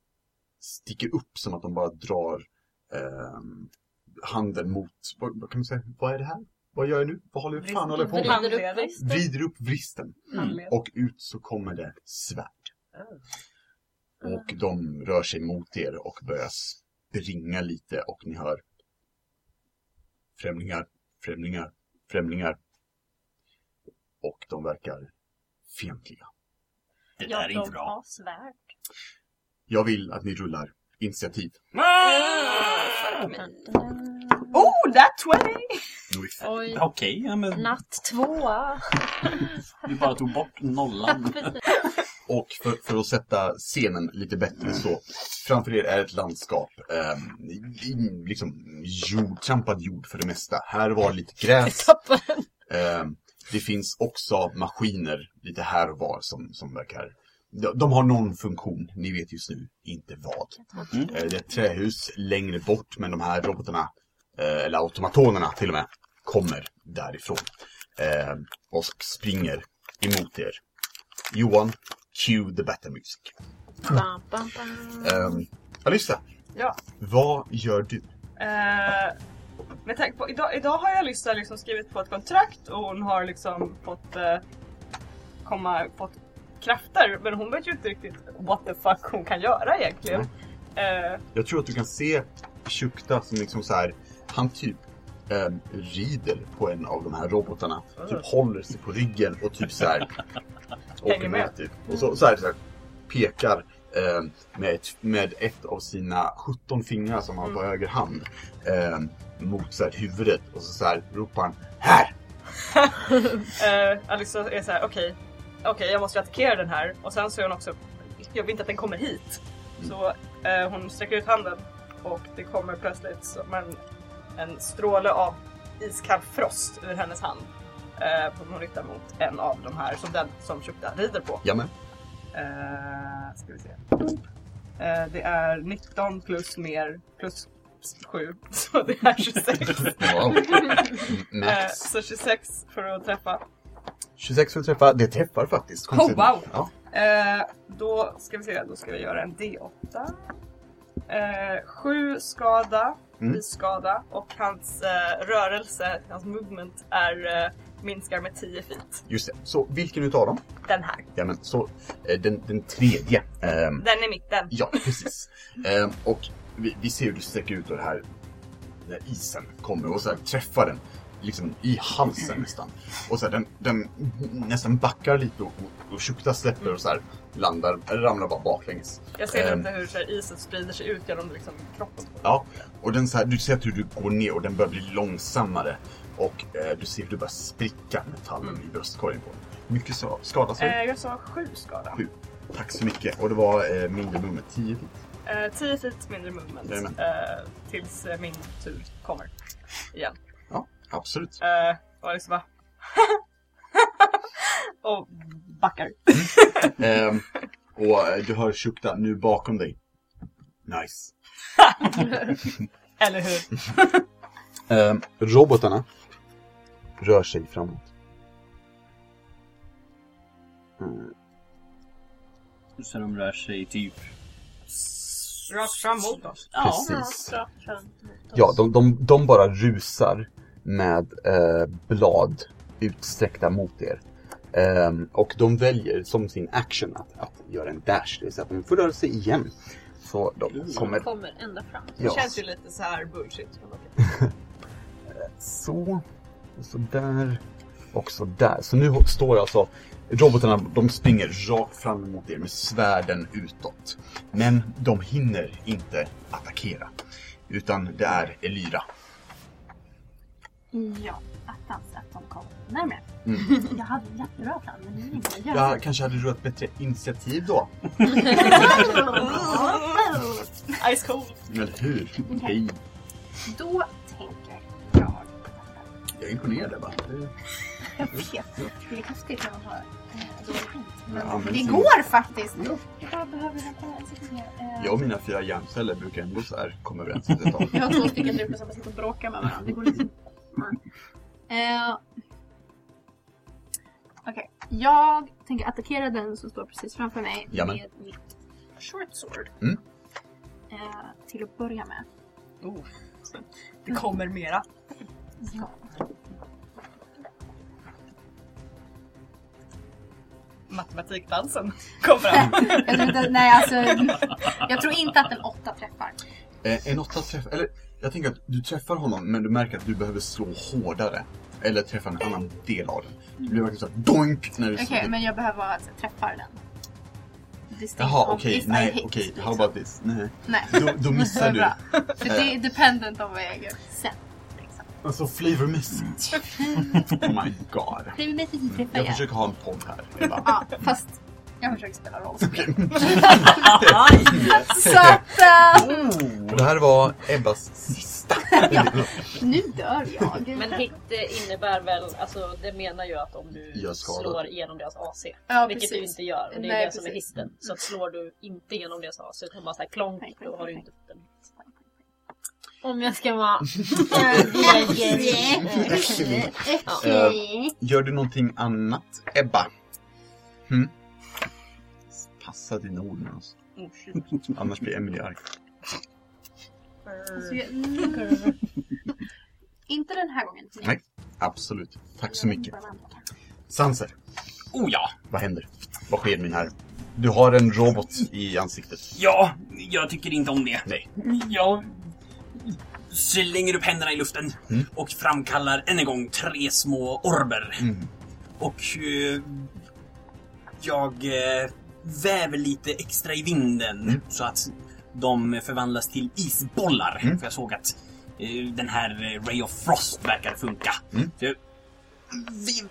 Speaker 3: sticker upp som att de bara drar eh, handen mot, vad, vad kan man säga, vad är det här? Vad gör jag nu? Vad håller jag fan håller jag på med?
Speaker 4: Vristen.
Speaker 5: Vrider upp västen.
Speaker 3: Vrider upp vristen. Och ut så kommer det svärd. Och de rör sig mot er och börjar springa lite och ni hör främlingar, främlingar, främlingar. Och de verkar fientliga.
Speaker 2: Det
Speaker 5: Ja,
Speaker 2: där är inte
Speaker 5: de
Speaker 2: bra.
Speaker 5: har svärd.
Speaker 3: Jag vill att ni rullar initiativ.
Speaker 2: Ah!
Speaker 4: Oh, that 20!
Speaker 3: Noif.
Speaker 5: Oj.
Speaker 2: Okej, ja, men
Speaker 5: Natt tvåa.
Speaker 2: du bara tog bort nollan.
Speaker 3: Och för, för att sätta scenen lite bättre så, framför er är ett landskap, eh, liksom jord, trampad jord för det mesta. Här var lite gräs,
Speaker 5: Tappar
Speaker 3: Eh, det finns också maskiner lite här och var som, som verkar... De, de har någon funktion, ni vet just nu inte vad.
Speaker 2: Mm.
Speaker 3: Eh, det är ett trähus längre bort, men de här robotarna, eh, eller automatonerna till och med, kommer därifrån. Eh, och springer emot er. Johan, cue the battle music.
Speaker 5: Bam, bam, bam.
Speaker 3: Eh, Alyssa,
Speaker 4: Ja.
Speaker 3: vad gör du?
Speaker 4: Eh, med tanke på, idag, idag har jag Lyssa liksom skrivit på ett kontrakt och hon har liksom fått eh, komma, fått krafter men hon vet ju inte riktigt what the fuck hon kan göra egentligen. Eh,
Speaker 3: Jag tror att du kan se Shukta som liksom så här, han typ eh, rider på en av de här robotarna. Typ håller sig på ryggen och typ så här åker
Speaker 4: Hänger med.
Speaker 3: med typ. Och så, så, här, så här pekar eh, med, ett, med ett av sina 17 fingrar som han har på höger hand eh, mot så här, huvudet och så, så här ropar han HÄR!
Speaker 4: eh, Alyssa är såhär okej, okej jag måste attackera den här. Och sen så är hon också, jag vill inte att den kommer hit. Så eh, hon sträcker ut handen och det kommer plötsligt som en, en stråle av iskall frost ur hennes hand. Eh, som hon riktar mot en av de här som den som Shukta rider på.
Speaker 3: Jamen.
Speaker 4: Eh, ska vi se. Eh, det är 19 plus mer plus 7. Så det är 26.
Speaker 3: Wow.
Speaker 4: eh,
Speaker 3: Max.
Speaker 4: så 26 för att träffa.
Speaker 3: 26 för att träffa. Det träffar faktiskt. Konstigt.
Speaker 5: wow.
Speaker 3: Ja.
Speaker 4: Eh, då ska vi se, då ska vi göra en D8. Eh, sju skada,
Speaker 3: Mm.
Speaker 4: lysskada och hans eh, rörelse, hans movement, är, eh, minskar med 10 feet.
Speaker 3: Just det. Så vilken utav dem?
Speaker 4: Den här.
Speaker 3: Jamen, så eh, den, den tredje. ehm,
Speaker 4: Den i mitten.
Speaker 3: Ja, precis. Ehm, och vi, vi ser hur du sträcker ut och det här den här isen kommer och så här träffar den liksom i halsen nästan. Och så här, den, den nästan backar lite och, och, och Shukta släpper och så här landar, ramlar bara baklänges.
Speaker 4: Jag ser
Speaker 3: Ehm.
Speaker 4: inte hur så här, isen sprider sig ut genom liksom, kroppen.
Speaker 3: Ja, och den så här, du ser att hur du går ner och den börjar bli långsammare. Och eh, du ser hur du börjar spricka metallen i bröstkorgen på den. Mycket så, skada så.
Speaker 4: Eh, jag sa sju skada.
Speaker 3: Sju. Tack så mycket. Och det var eh, mindre nummer 10 dit.
Speaker 4: Eh, 10 feet mindre movement
Speaker 3: Jajamän.
Speaker 4: eh, tills eh, min tur kommer.
Speaker 3: Absolut.
Speaker 4: Eh, och liksom bara... och backar.
Speaker 3: Ehm, och eh, du hör Shukta nu bakom dig. Nice.
Speaker 4: Eller hur?
Speaker 3: Ehm, robotarna rör sig framåt. Mm,
Speaker 2: Så de rör sig typ...
Speaker 4: Rakt fram mot oss.
Speaker 3: precis. Ja, de, de, de bara rusar med eh, blad utsträckta mot er. Ehm, och de väljer som sin action att, att göra en dash, det vill säga att de får röra sig igen. Så de kommer
Speaker 5: Kommer ända fram.
Speaker 4: Det
Speaker 3: Ja.
Speaker 4: känns ju lite så här bullshit. men okej.
Speaker 3: Så, och så där och så där. Så nu står alltså robotarna, de springer rakt fram emot er med svärden utåt. Men de hinner inte attackera. Utan det är Elira.
Speaker 7: Ja, attans att de kom närmare.
Speaker 3: Mm.
Speaker 7: Jag hade en jättebra plan, men det är inte jag.
Speaker 3: Jag kanske hade rört bättre initiativ då.
Speaker 4: Ice cold.
Speaker 3: Eller hur? Hej.
Speaker 7: Då tänker jag...
Speaker 3: Jag är imponerad Ebba. Det-
Speaker 7: Jag vet, det är häftigt när man har eh, dålig skit.
Speaker 3: Ja, men
Speaker 7: Men det
Speaker 3: sen-
Speaker 7: går faktiskt!
Speaker 3: Ja.
Speaker 7: Jag bara behöver vänta en sekund mer. Eh,
Speaker 3: Jag och mina fyra hjärnceller brukar ändå så här komma överens ett tag.
Speaker 7: Jag har två stycken drupper som bara sitter och bråkar med varandra. Det går liksom... Mm. Eh, Okej, jag tänker attackera den som står precis framför mig
Speaker 3: Jamen.
Speaker 7: med mitt short sword.
Speaker 3: Mm.
Speaker 7: Eh, till att börja med.
Speaker 4: Oh. Det kommer mera.
Speaker 7: Ja.
Speaker 4: Matematikdansen kom fram.
Speaker 7: Jag tror inte, nej, alltså, jag tror inte att en åtta träffar.
Speaker 3: Eh, En åtta träffar, eller jag tänker att du träffar honom men du märker att du behöver slå hårdare. Eller träffa en annan del av den. Det blir verkligen såhär doink när du
Speaker 7: Okej,
Speaker 3: slår till.
Speaker 7: men jag behöver att träffa den. Distinct
Speaker 3: Jaha
Speaker 7: on
Speaker 3: okej,
Speaker 7: if I
Speaker 3: nej
Speaker 7: hit,
Speaker 3: okej,
Speaker 7: liksom.
Speaker 3: how about this? Nej.
Speaker 7: Nej.
Speaker 3: Då, då
Speaker 7: Det
Speaker 3: missar du. Eh.
Speaker 7: var bra. För det är dependent on vad jag gör sen. Liksom.
Speaker 3: Alltså flavormässigt.
Speaker 7: Mm.
Speaker 3: Oh my god.
Speaker 7: Det är väl lite träffar
Speaker 3: Jag
Speaker 7: jag.
Speaker 3: försöker ha en podd här. Ebba.
Speaker 7: Ja, fast jag försöker spela rollspel.
Speaker 2: Aj!
Speaker 7: Så att, eh,
Speaker 3: Och Oh. det här var Ebbas sista.
Speaker 7: nu dör jag.
Speaker 5: Men hit eh, innebär väl, alltså det menar ju att om du
Speaker 3: Gör skada.
Speaker 5: slår igenom deras AC,
Speaker 7: ja,
Speaker 5: vilket du
Speaker 7: precis.
Speaker 5: inte gör, och det är
Speaker 7: Nej,
Speaker 5: det som är
Speaker 7: precis.
Speaker 5: hitten. Så att slår du inte igenom deras AC utan bara såhär klonk,
Speaker 7: Nej,
Speaker 5: då har du inte fått den.
Speaker 6: Om jag ska vara...
Speaker 7: Okej.
Speaker 3: Eh, Gör du någonting annat, Ebba? Mm? Passa dina ord nu alltså.
Speaker 4: Oh, shit.
Speaker 3: Annars blir Emily arg.
Speaker 7: Så jag- mm. Inte den här gången.
Speaker 3: Nej, Absolut. Tack så mycket. Sanser,
Speaker 2: Oh ja!
Speaker 3: vad händer? Vad sker min herre? Du har en robot i ansiktet.
Speaker 2: Ja, jag tycker inte om det.
Speaker 3: Nej.
Speaker 2: Jag slänger upp händerna i luften
Speaker 3: Mm.
Speaker 2: och framkallar än en gång tre små orber.
Speaker 3: Mm.
Speaker 2: Och eh, jag eh, väver lite extra i vinden
Speaker 3: Mm.
Speaker 2: så att de förvandlas till isbollar.
Speaker 3: Mm.
Speaker 2: För jag såg att eh, den här eh, Ray of Frost verkar funka.
Speaker 3: Mm.
Speaker 2: Så jag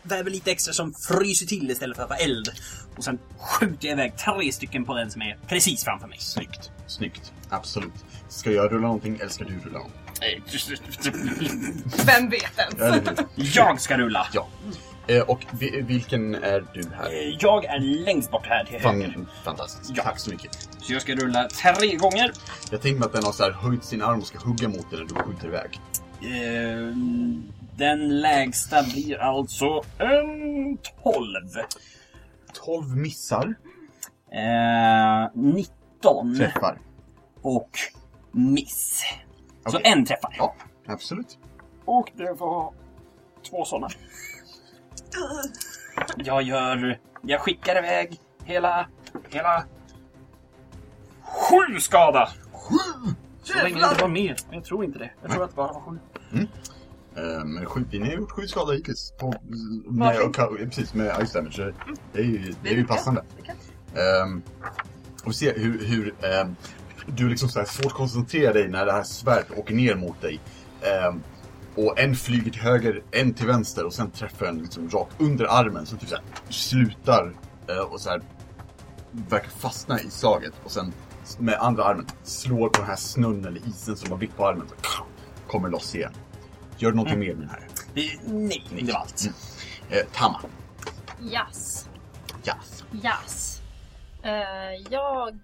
Speaker 2: väver lite extra som fryser till istället för att vara eld. Och sen skjuter jag iväg tre stycken på den som är precis framför mig.
Speaker 3: Snyggt, snyggt. Absolut. Ska jag rulla någonting eller ska du rulla? någonting?
Speaker 4: Vem vet ens?
Speaker 3: Ja, eller hur?
Speaker 2: Jag ska rulla!
Speaker 3: ja. Eh, och vi- vilken är du här?
Speaker 2: Eh, Jag är längst bort här till höger.
Speaker 3: Fan, fantastiskt.
Speaker 2: Ja.
Speaker 3: Tack så mycket.
Speaker 2: Så jag ska rulla tre gånger.
Speaker 3: Jag tänkte mig att den har så här höjt sin arm och ska hugga mot dig när du skjuter iväg.
Speaker 2: Eh, Den lägsta blir alltså en 12.
Speaker 3: 12 missar.
Speaker 2: Eh, 19
Speaker 3: Träffar.
Speaker 2: och miss. Så
Speaker 3: Okej.
Speaker 2: en träffar.
Speaker 3: Ja, absolut.
Speaker 2: Och du får ha två sådana. Jag gör... Jag skickar iväg hela... Hela... Sju skada! Sju! Så länge det inte var mer. Men Jag tror inte det. Jag tror att det bara var sju.
Speaker 3: Eh, Men sju, ni har gjort sju skador hittills. På, med, och, precis, med ice damage. Det är ju, Mm. det är ju passande. Ehm, och vi ser hur, hur ehm, du liksom så här svårt koncentrerar dig när det här svärdet åker ner mot dig. Ehm, och en flyger till höger, en till vänster och sen träffar en liksom rakt under armen som typ så här slutar eh, och så här verkar fastna i slaget och sen med andra armen slår på den här snön eller isen som har blivit på armen. Så, kommer loss igen. Gör du någonting mer med den här?
Speaker 2: Eh, Nej, det var allt.
Speaker 3: Eh, Tama.
Speaker 6: Yes.
Speaker 3: Ja.
Speaker 6: Yes. Eh, jag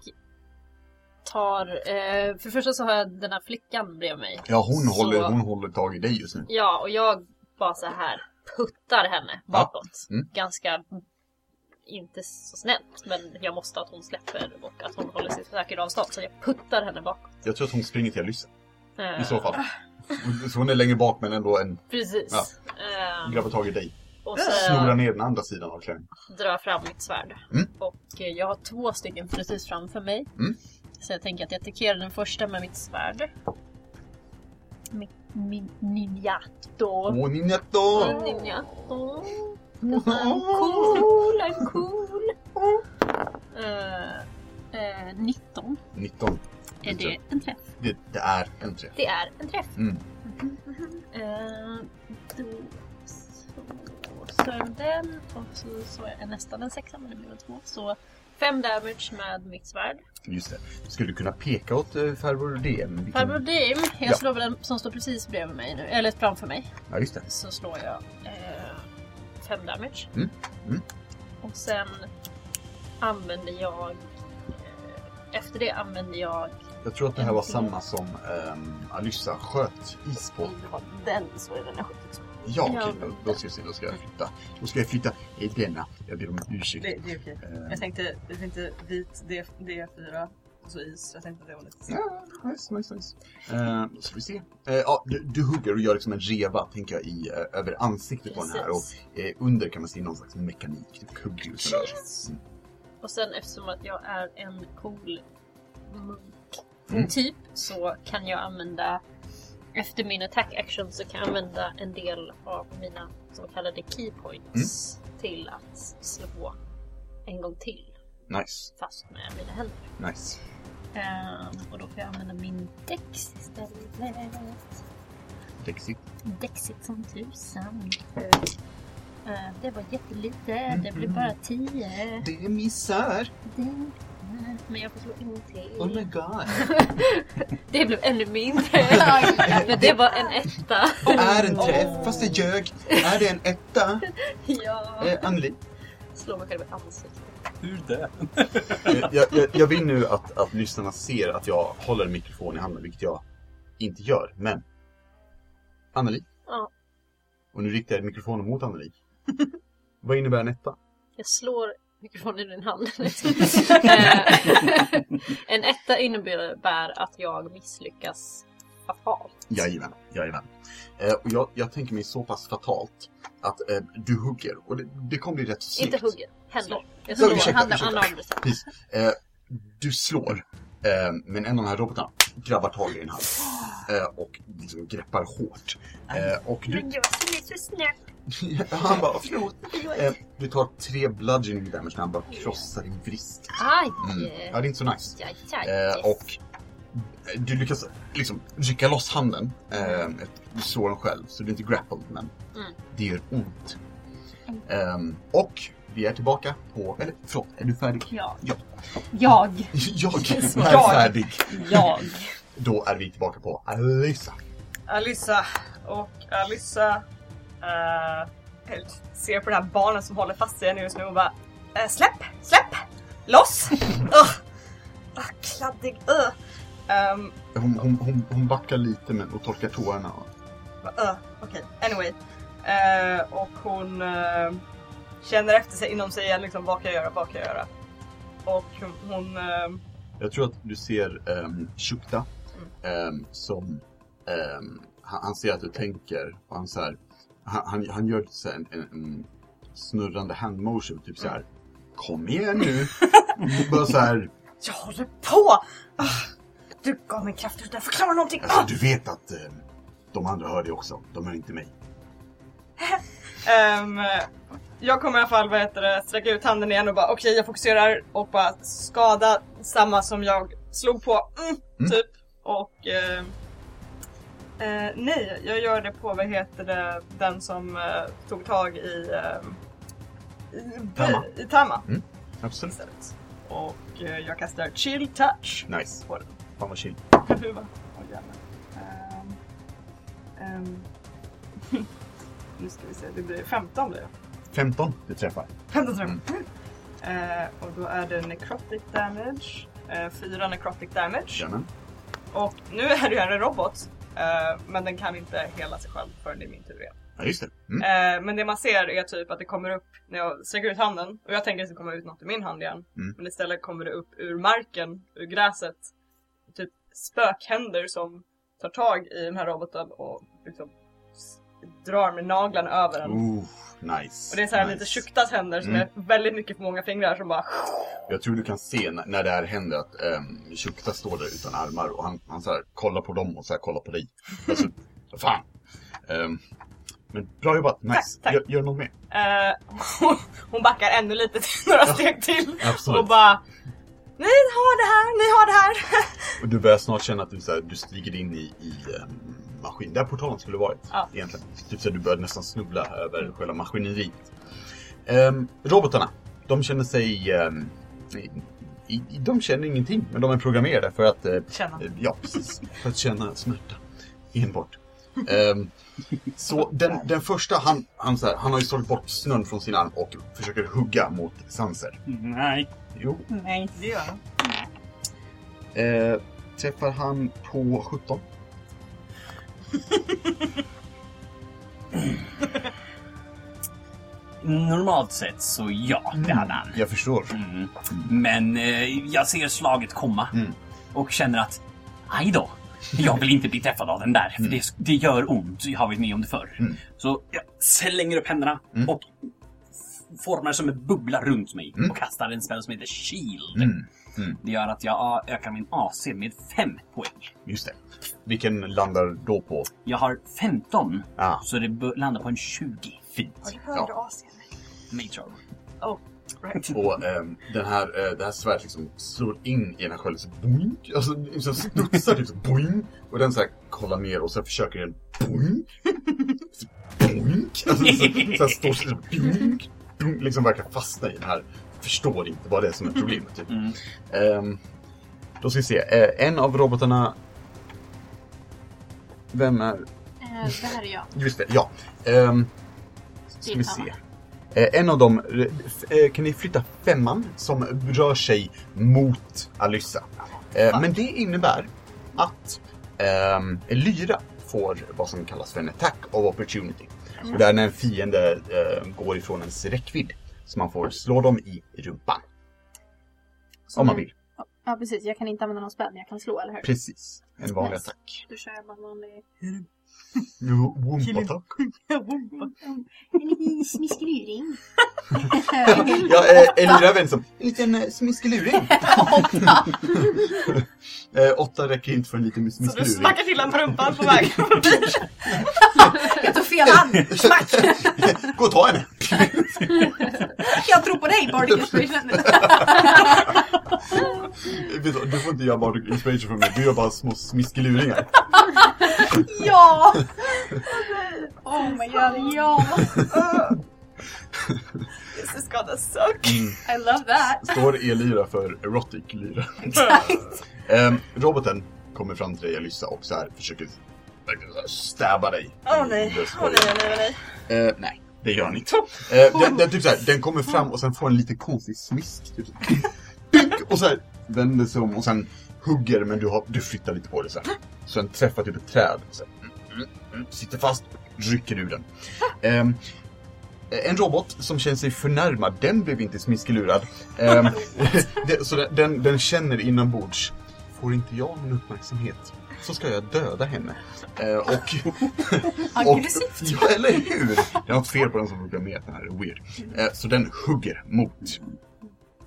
Speaker 6: tar... eh, för det första så har jag den här flickan bredvid mig.
Speaker 3: Ja, hon
Speaker 6: Så-
Speaker 3: håller, hon håller tag i dig just nu.
Speaker 6: Ja, och jag bara så här puttar henne
Speaker 3: Ja.
Speaker 6: bakåt.
Speaker 3: Mm.
Speaker 6: Ganska... Inte så snällt, men jag måste att hon släpper och att hon håller sig säkert avstånd. Så jag puttar henne bakåt.
Speaker 3: Jag tror att hon springer till Alyssa.
Speaker 6: Eh,
Speaker 3: I så fall. Så hon är längre bak men ändå en
Speaker 6: Precis.
Speaker 3: Ja.
Speaker 6: Eh,
Speaker 3: grabbar tag i dig.
Speaker 6: och så
Speaker 3: Snorar ner den andra sidan av klänningen.
Speaker 6: drar jag fram mitt svärd.
Speaker 3: Mm.
Speaker 6: Och eh, jag har två stycken precis framför mig.
Speaker 3: Mm.
Speaker 6: Så jag tänker att jag attackerar den första med mitt svärd. Mitt min, ninjato.
Speaker 3: Åh, Ninjato!
Speaker 6: Min Ninjato. En cool, en cool. Eh, eh, 19.
Speaker 3: 19.
Speaker 6: Är det en träff?
Speaker 3: Det, det är en träff.
Speaker 6: Det är en träff.
Speaker 3: Mm.
Speaker 6: Eh, då så är den och så såg jag nästan en sexa men det blev en två. Så fem damage med mitt svärd.
Speaker 3: Just det. Skulle du kunna peka åt eh, farbror DM? Vilken-
Speaker 6: Farbror Dim, jag
Speaker 3: Mm. Ja.
Speaker 6: slår väl den som står precis bredvid mig nu, eller framför mig.
Speaker 3: Ja, just det.
Speaker 6: Så slår jag eh, fem damage.
Speaker 3: Mm, mm.
Speaker 6: Och sen använder jag... Eh, efter det använder jag...
Speaker 3: Jag tror att det här var samma som ehm, Alyssa sköt is på.
Speaker 6: Det var den så är den jag skjutit.
Speaker 3: Ja, okej.
Speaker 6: Ja.
Speaker 3: då, då ska vi se. Då ska jag flytta. Då ska jag flytta i denna. Jag ber om ursäkt.
Speaker 4: Det, det är okej.
Speaker 3: Ehm,
Speaker 4: Jag tänkte, jag tänkte vit D, D4 och så is. Jag tänkte att det var lite...
Speaker 3: Ja, nice, nice, nice. Eh, då ska vi se. Eh, ja, du, du hugger och gör liksom en reva, tänker jag, i, eh, över ansiktet på den här. Och eh, under kan man se någon slags mekanik. Typ hugger och sådär. Mm.
Speaker 6: Och sen eftersom att jag är en cool munk
Speaker 3: Mm.
Speaker 6: typ så kan jag använda efter min attack action så kan jag använda en del av mina så kallade key points till att slå en gång till
Speaker 3: Nice,
Speaker 6: fast med mina händer.
Speaker 3: nice.
Speaker 6: Ehm, och då får jag använda min dex istället.
Speaker 3: Dexigt.
Speaker 6: Dexigt som tusan. Ehm, det var jättelite, det blev
Speaker 3: Mhm.
Speaker 6: bara 10.
Speaker 3: Det missar!
Speaker 6: Det- Men jag får slå en till.
Speaker 3: Oh my god!
Speaker 6: Det blev ännu mindre. Men det var en etta.
Speaker 3: Det är en träff, fast det ljög. Är det en etta?
Speaker 6: Ja.
Speaker 3: Eh, Anneli?
Speaker 6: Slå mig själv i ansiktet.
Speaker 2: Hur det?
Speaker 3: Eh, jag, jag, jag vill nu att, att lyssnarna ser att jag håller en mikrofon i handen, vilket jag inte gör, men... Anneli?
Speaker 6: Ja.
Speaker 3: Och nu riktar jag mikrofonen mot Anneli. Vad innebär en etta?
Speaker 6: Jag slår mikrofonen i din hand. Eh, en etta innebär att jag misslyckas fatalt.
Speaker 3: Jajamän, jajamän. Eh, och jag, jag tänker mig så pass fatalt att eh, du hugger, och det, det kommer bli rätt så snyggt.
Speaker 6: Inte hugger, händer. Jag
Speaker 3: Ja,
Speaker 6: slår
Speaker 3: ursäkta,
Speaker 6: handen,
Speaker 3: ursäkta.
Speaker 6: handen andra sidan.
Speaker 3: Precis. Eh, du slår, eh, men en av de här robotarna grabbar tag i din hand eh, och liksom greppar hårt. Eh, och du,
Speaker 6: jag som är så snäll.
Speaker 3: han bara, förlåt. Eh, du tar tre bludgeoning damage när han bara krossar din vrist.
Speaker 6: Aj!
Speaker 3: Mm. Ja, det är inte så nice.
Speaker 6: Aj, aj,
Speaker 3: Eh,
Speaker 6: yes.
Speaker 3: och Du lyckas liksom rycka loss handen. Eh, ett- du slår den själv, så du är inte grappled, men
Speaker 6: Mm.
Speaker 3: det gör ont. Ehm, och vi är tillbaka på... Eller förlåt, är du färdig?
Speaker 7: Ja.
Speaker 3: Ja.
Speaker 1: Jag.
Speaker 3: Jag
Speaker 1: Yes,
Speaker 3: är
Speaker 1: jag.
Speaker 3: färdig.
Speaker 1: Jag.
Speaker 3: Då är vi tillbaka på Alisa.
Speaker 4: Alissa och Alissa eh, ser på det här barnet som håller fast i henne just nu och bara eh, Släpp! Släpp! Loss! Ugh! Ah, kladdig! Uh. Um,
Speaker 3: Hon, hon, hon, hon backar lite men, och torkar tårarna.
Speaker 4: uh, Okej, anyway. Eh, och hon eh, känner efter sig inom sig igen liksom, vad kan jag göra, vad kan jag göra? Och hon, hon eh,
Speaker 3: Jag tror att du ser um, Shukta ehm, som... ehm, han, han ser att du tänker och han så här, han, han, han gör så här en, en, en snurrande handmotion, typ så här. Kom igen nu! Och bara så här,
Speaker 4: Jag håller på! Ah, du gav mig kraft utan att förklara någonting!
Speaker 3: alltså, du vet att ehm, de andra hör det också, de hör inte mig.
Speaker 4: Ehm, jag kommer i alla fall vad heter det, sträcka ut handen igen och bara okej jag fokuserar och bara skada samma som jag slog på. Mm,
Speaker 3: Mm.
Speaker 4: Typ. Och ehm, eh, nej, jag gör det på vad heter det, den som eh, tog tag i, ehm, i,
Speaker 3: Tama.
Speaker 4: i Tama
Speaker 3: Absolut.
Speaker 4: istället. Och eh, jag kastar chill touch
Speaker 3: Nice.
Speaker 4: på den.
Speaker 3: Fan vad chill.
Speaker 4: Kahuva. Åh jävlar. Ehm, ehm, nu ska vi se, det blir 15 blir det.
Speaker 3: 15, du träffar.
Speaker 4: 15 träffar. Eh, och då är det necrotic damage. Eh, fyra necrotic damage.
Speaker 3: Jajamän.
Speaker 4: Och nu är det ju en robot. eh, men den kan inte hela sig själv förrän det är min tur igen.
Speaker 3: Ja, just det. Mm.
Speaker 4: Eh, men det man ser är typ att det kommer upp när jag sträcker ut handen. Och jag tänker att det ska komma ut något ur min hand igen.
Speaker 3: Mm.
Speaker 4: Men istället kommer det upp ur marken, ur gräset. Typ spökhänder som tar tag i den här roboten och liksom s- drar med naglarna över den.
Speaker 3: Ooh, Mm. nice.
Speaker 4: Och det är så här
Speaker 3: Oh, nice.
Speaker 4: lite tjuktas händer som
Speaker 3: Mm.
Speaker 4: är väldigt mycket för många fingrar som bara
Speaker 3: Jag tror du kan se när, när det här händer att um, Shukta står där utan armar och han, han så här, kollar på dem och så här, kollar på dig. Alltså, fan! Ehm, men bra jobbat, nice.
Speaker 4: tack.
Speaker 3: Gör, gör något mer.
Speaker 4: Eh, hon- hon backar ännu lite till några steg till och
Speaker 3: Absolut.
Speaker 4: bara Ni har det här, ni har det här!
Speaker 3: Och du börjar snart känna att du, så här, du stiger in i, i ehm, maskin, där portalen skulle varit.
Speaker 4: Ja.
Speaker 3: Egentligen. Typ så här, du börjar nästan snubbla över själva maskineriet. Ehm, robotarna, de känner sig... ehm, i- i, de känner ingenting, men de är programmerade för att eh,
Speaker 4: Känna.
Speaker 3: Eh, Ja, precis. För att känna smärta. Enbart. Ehm, så den, den första, han, han, så här, han har ju slagit bort snön från sin arm och försöker hugga mot Sanser.
Speaker 2: Nej.
Speaker 3: Jo.
Speaker 1: Nej.
Speaker 4: Det gör han.
Speaker 3: Eh, träffar han på 17?
Speaker 2: Normalt sett så ja, det hade han.
Speaker 3: Jag förstår.
Speaker 2: Mm. Men eh, jag ser slaget komma
Speaker 3: Mm.
Speaker 2: och känner att aj då. Jag vill inte bli träffad av den där, för det, det gör ont. Jag har varit med om det förr.
Speaker 3: Mm.
Speaker 2: Så jag slänger upp händerna
Speaker 3: Mm.
Speaker 2: och f- formar som en bubbla runt mig
Speaker 3: Mm.
Speaker 2: och kastar en spel som heter Shield.
Speaker 3: Mm,
Speaker 2: Det gör att jag ah, ökar min AC med 5 poäng.
Speaker 3: just det. Vilken landar då på?
Speaker 2: Jag har 15,
Speaker 3: Ah,
Speaker 2: så det bör- landar på en 20.
Speaker 3: fint. Ja.
Speaker 4: Hörde AC.
Speaker 2: Mage armor.
Speaker 4: Oh,
Speaker 3: Och ehm, den här, eh, det här svärdet liksom slår in i den här skölden så boink, alltså liksom studsar typ så boink, och den så här kollar ner och så försöker den boink, så boink, alltså så, så här står så här boink, boink, liksom verkar fastna i den här, förstår inte vad det är som är problemet typ.
Speaker 2: Mm.
Speaker 3: Ehm, då ska vi se, eh, en av robotarna vem är?
Speaker 7: Eh, det här är jag.
Speaker 3: Just det, ja. Ehm, ska vi se. Eh, en av dem, eh, f- eh, kan ni flytta femman som rör sig mot Alyssa? Eh, men det innebär att ehm, Lyra får vad som kallas för en attack of opportunity. Och det är när en fiende eh, går ifrån ens räckvidd. Så man får slå dem i rumpan. Om man vill.
Speaker 7: Ja precis, jag kan inte använda någon spel men jag kan slå, eller hur?
Speaker 3: Precis. En vanlig
Speaker 7: Nice.
Speaker 3: attack.
Speaker 7: Då kör jag bara en vanlig...
Speaker 3: Jo, Womp attack.
Speaker 7: En smiskluring.
Speaker 3: Ja, eh, Elvira vänder som en liten eh, smiskeluring. eh, åtta räcker inte för en liten
Speaker 4: Så du
Speaker 3: smiskeluring.
Speaker 4: smackar till honom på rumpan på vägen förbi.
Speaker 1: Jag tog fel hand.
Speaker 3: Gå och ta henne!
Speaker 1: Jag tror på dig, Bardic Inspiration.
Speaker 3: vet du, du får inte göra bardic inspiration för mig, du gör bara små smiskeluringar.
Speaker 1: Ja!
Speaker 7: Oh my god.
Speaker 1: ja!
Speaker 4: This is gonna suck.
Speaker 7: I love that.
Speaker 3: Står e-lyra för erotic lyra. Ehm, roboten kommer fram till dig Alyssa och så här försöker verkligen så här stäba dig.
Speaker 4: Åh
Speaker 3: i
Speaker 4: nej,
Speaker 3: bröstkorgen.
Speaker 4: åh nej, åh nej, åh nej.
Speaker 3: Eh, nej, det gör han inte. Eh, den, den, typ så här, den kommer fram och sen får en lite konstig smisk. Typ. så här. Pink! Och så här, vänder sig om och sen hugger men du, har, du flyttar lite på det så här. Så den träffar typ ett träd. Så här, mm, mm, mm, sitter fast, rycker ur den. Ehm, en robot som känner sig förnärmad, den blev inte smiskelurad. Ehm, det, så den- den, den känner inombords, får inte jag någon uppmärksamhet så ska jag döda henne. Eh, och
Speaker 1: Aggressivt.
Speaker 3: och, ja, eller hur? Det är något fel på den som programmerat den här, det är weird. Eh, så den hugger mot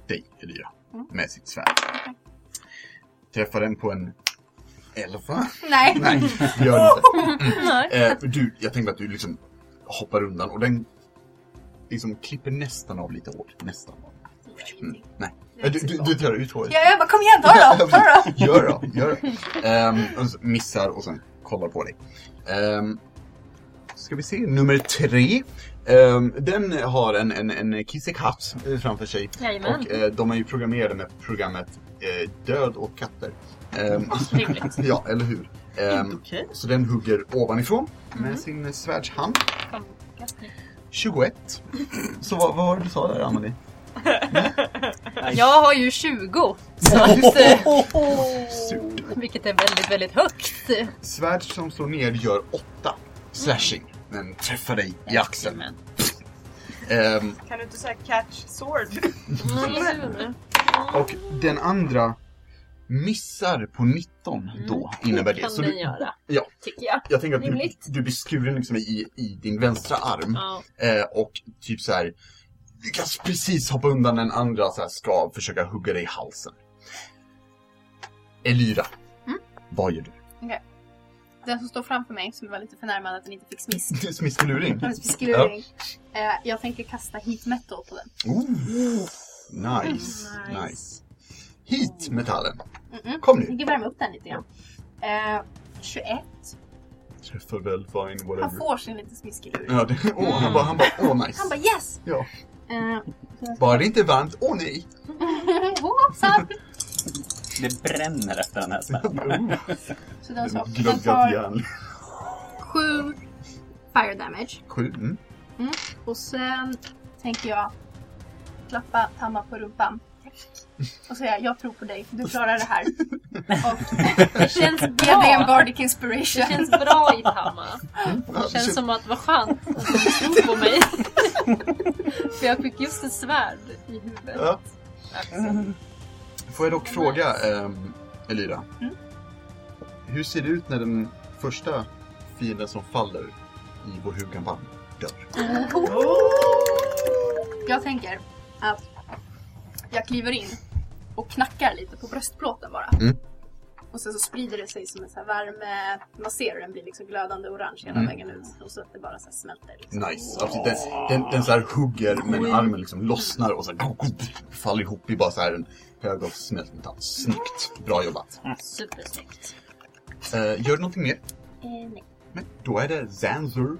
Speaker 3: dig, Elira, med sitt svärd. Träffar den på en elva?
Speaker 1: Nej.
Speaker 3: Nej, det gör den inte. Mm. Eh, du, jag tänkte att du liksom hoppar undan och den liksom klipper nästan av lite hårt. Nästan. Mm. Nej. Eh, Du, du, du drar ut håret.
Speaker 1: Ja, jag bara kom igen, ta då! Ta då!
Speaker 3: Gör då, gör då. Ehm, och så missar och sen kollar på dig. Um, ska vi se, nummer tre. Ehm, den har en, en, en kissekatt eh, framför sig.
Speaker 6: Jajamän.
Speaker 3: Och eh, de är ju programmerade med programmet eh, Död och katter. Ehm,
Speaker 6: Rimligt.
Speaker 3: ja, eller hur? Ehm,
Speaker 4: Okej.
Speaker 3: så den hugger ovanifrån
Speaker 6: Mm.
Speaker 3: med sin svärdshand. 21. Så vad, vad var det du sa där, Amelie?
Speaker 6: Jag har ju 20,
Speaker 3: Surt.
Speaker 6: vilket är väldigt, väldigt högt.
Speaker 3: Svärd som slår ner gör 8 slashing, men träffar dig i axeln. Ehm,
Speaker 4: Kan du inte säga catch sword?
Speaker 3: och den andra missar på 19 då, innebär det.
Speaker 6: Mm. Kan
Speaker 3: Så
Speaker 6: den
Speaker 3: du,
Speaker 6: göra,
Speaker 3: ja,
Speaker 6: tycker jag.
Speaker 3: jag tänker att du,
Speaker 6: Rimligt.
Speaker 3: du blir skuren liksom i, i din vänstra arm
Speaker 6: Ja.
Speaker 3: eh, och typ så här. Du kan precis hoppa undan den andra så här, ska försöka hugga dig i halsen. Elyra,
Speaker 7: Mm.
Speaker 3: vad gör du?
Speaker 7: Den som står framför mig som var lite förnärmad att den inte fick smisk.
Speaker 3: Du är Smiskeluring?
Speaker 7: Hennes beskrivning. Eh, jag tänker kasta heat metal på den.
Speaker 3: Oh, nice, nice. Hit metallen. Kom
Speaker 7: Jag
Speaker 3: nu.
Speaker 7: tänker värma upp den lite grann. Eh, 21.
Speaker 3: Träffar väl, fine,
Speaker 7: Han
Speaker 3: whatever.
Speaker 7: får sin liten smiskelur.
Speaker 3: Ja, det, åh, han bara, han bara, åh nice.
Speaker 7: Han bara yes!
Speaker 3: Ja.
Speaker 7: Eh,
Speaker 3: Bara det inte är varmt, åh nej.
Speaker 7: hoppsan!
Speaker 2: Det bränner efter den här smällen.
Speaker 7: Så den, så, den
Speaker 3: Gluggat
Speaker 7: tar
Speaker 3: järn.
Speaker 7: 7 fire damage.
Speaker 3: Sju, mm.
Speaker 7: Och sen tänker jag klappa Tamma på rumpan. Och säga jag tror på dig, du klarar det här. Och det känns bra. Ge en bardic inspiration.
Speaker 6: Det känns bra i Tama.
Speaker 3: Ja,
Speaker 6: Det känns
Speaker 3: shit.
Speaker 6: som att det var skönt att de tror på mig. För jag fick just ett svärd i huvudet.
Speaker 3: Ja.
Speaker 6: Axel.
Speaker 3: Får jag dock fråga,
Speaker 4: Mm.
Speaker 3: ehm, Elira? Hur ser det ut när den första fienden som faller i vår huvudkampanj dör?
Speaker 7: Jag tänker att jag kliver in och knackar lite på bröstplåten bara.
Speaker 3: Mm.
Speaker 7: Och sen så sprider det sig som en så här värme. Man ser hur den blir liksom glödande orange hela
Speaker 3: Mm.
Speaker 7: vägen ut. Och så att det bara så här smälter. Liksom.
Speaker 3: Nice. Alltså, den, den, den så här hugger
Speaker 4: Mm.
Speaker 3: men armen liksom lossnar och så här, faller ihop i bara så här en hög av smält metall. Snyggt! Bra jobbat.
Speaker 6: Supersnyggt.
Speaker 3: Eh, gör du någonting mer?
Speaker 7: Eh, nej.
Speaker 3: Men då är det Zanzur.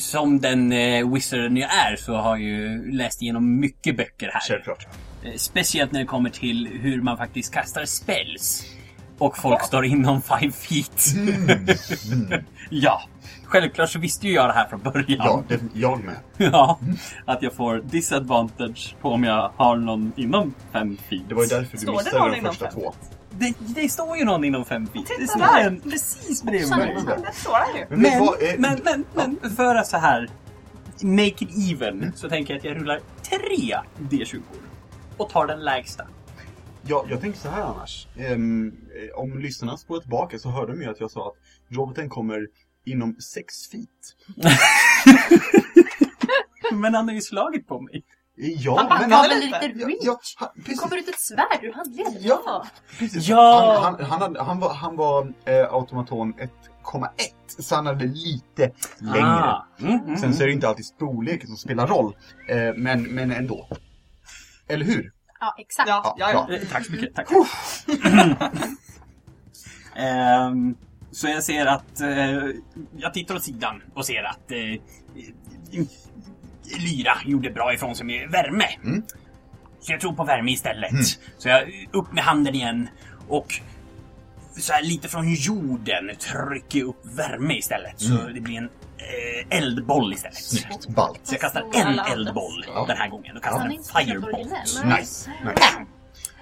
Speaker 2: Som den eh, wizarden jag är så har jag ju läst igenom mycket böcker här.
Speaker 3: Självklart.
Speaker 2: Eh, Speciellt när det kommer till hur man faktiskt kastar spells. Och folk står inom five feet.
Speaker 3: Mm. Mm.
Speaker 2: Ja, självklart så visste ju jag det här från
Speaker 3: Ja,
Speaker 2: början.
Speaker 3: det, jag med.
Speaker 2: Ja, att jag får disadvantage på om jag har någon inom fem feet.
Speaker 3: Det var ju därför du
Speaker 4: Står det
Speaker 3: missade
Speaker 4: någon
Speaker 3: de
Speaker 4: inom
Speaker 3: första
Speaker 4: fem?
Speaker 3: två.
Speaker 2: det, det står ju någon inom fem feet.
Speaker 4: Titta
Speaker 2: det står
Speaker 4: där!
Speaker 2: en precis bredvid mig.
Speaker 3: Men,
Speaker 4: Där står han ju.
Speaker 3: men,
Speaker 2: Men,
Speaker 3: vad Eh, är...
Speaker 2: men, men, men för att så här make it
Speaker 3: Mm.
Speaker 2: even så tänker jag att jag rullar tre D20 och tar den lägsta.
Speaker 3: Ja, jag tänker så här annars. Ehm, eh, om lyssnarna spårar tillbaka så hörde de ju att jag sa att roboten kommer inom sex feet.
Speaker 2: Men han har ju slagit på mig.
Speaker 3: Eh, Ja,
Speaker 4: Han
Speaker 3: men
Speaker 4: backar
Speaker 3: han...
Speaker 4: väl
Speaker 7: lite
Speaker 3: Ja,
Speaker 7: reach?
Speaker 3: ja, han, precis,
Speaker 7: kommer ut ett svärd ur handleden.
Speaker 3: Ja. precis.
Speaker 2: Ja.
Speaker 3: Han, han, han, hade- han var, han var eh, automaton 1,1 så han hade lite längre.
Speaker 2: Ah. Mm, mm,
Speaker 3: Sen så är det inte alltid storleken som spelar roll, eh, men, men ändå. Eller hur?
Speaker 7: Ja, exakt.
Speaker 4: Ja, ja, ja.
Speaker 3: bra.
Speaker 2: Eh, Tack så mycket. Tack. Ehm, så jag ser att... Eh, jag tittar åt sidan och ser att eh, Lyra gjorde bra ifrån sig med värme.
Speaker 3: Mm.
Speaker 2: Så jag tror på värme istället.
Speaker 3: Mm.
Speaker 2: Så jag upp med handen igen och så här lite från jorden trycker upp värme istället. Så
Speaker 3: Mm.
Speaker 2: det blir en eh, eldboll istället.
Speaker 3: Snyggt. Ballt.
Speaker 2: Så jag kastar
Speaker 5: Alla
Speaker 2: en
Speaker 5: andra.
Speaker 2: eldboll
Speaker 3: Ja.
Speaker 2: den här gången. Jag kastar
Speaker 7: Han är
Speaker 2: en
Speaker 7: inte så jävla
Speaker 2: fireball.
Speaker 7: originell.
Speaker 3: Nice. nice.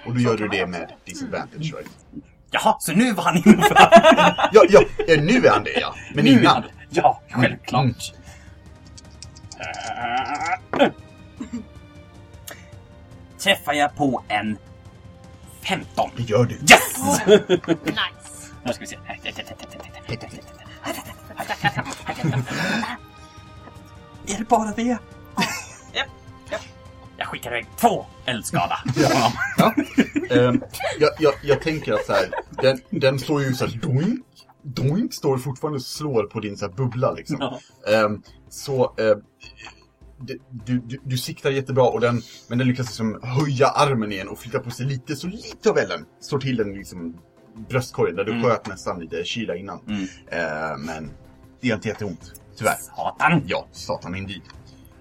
Speaker 3: Och då gör du det med disadvantage, right?
Speaker 2: Jaha, så nu var han inför.
Speaker 3: Ja, ja, eh, nu är han det ja. Men Mm,
Speaker 2: Nu
Speaker 3: innan.
Speaker 2: hade- Ja, självklart. Äh. Träffar jag på en 15.
Speaker 3: Det gör du.
Speaker 2: Yes!
Speaker 6: Nice.
Speaker 2: Nu ska vi se. Är det bara det?
Speaker 4: Japp, japp.
Speaker 2: Jag skickar iväg två eldskada.
Speaker 3: Ja. Ja. Ehm, jag, jag, jag tänker att så här, den, den slår ju så här doink. Doink står fortfarande och slår på din så här bubbla liksom.
Speaker 2: Ja.
Speaker 3: Ehm, så ehm, det- du, du, du siktar jättebra och den, men den lyckas liksom höja armen igen och flytta på sig lite, så lite av elden slår till den liksom bröstkorgen där du
Speaker 2: Mm.
Speaker 3: sköt nästan lite kyla innan.
Speaker 2: Mm.
Speaker 3: Ehm, men det gör inte jätteont, tyvärr.
Speaker 2: Satan!
Speaker 3: Ja, satan indeed.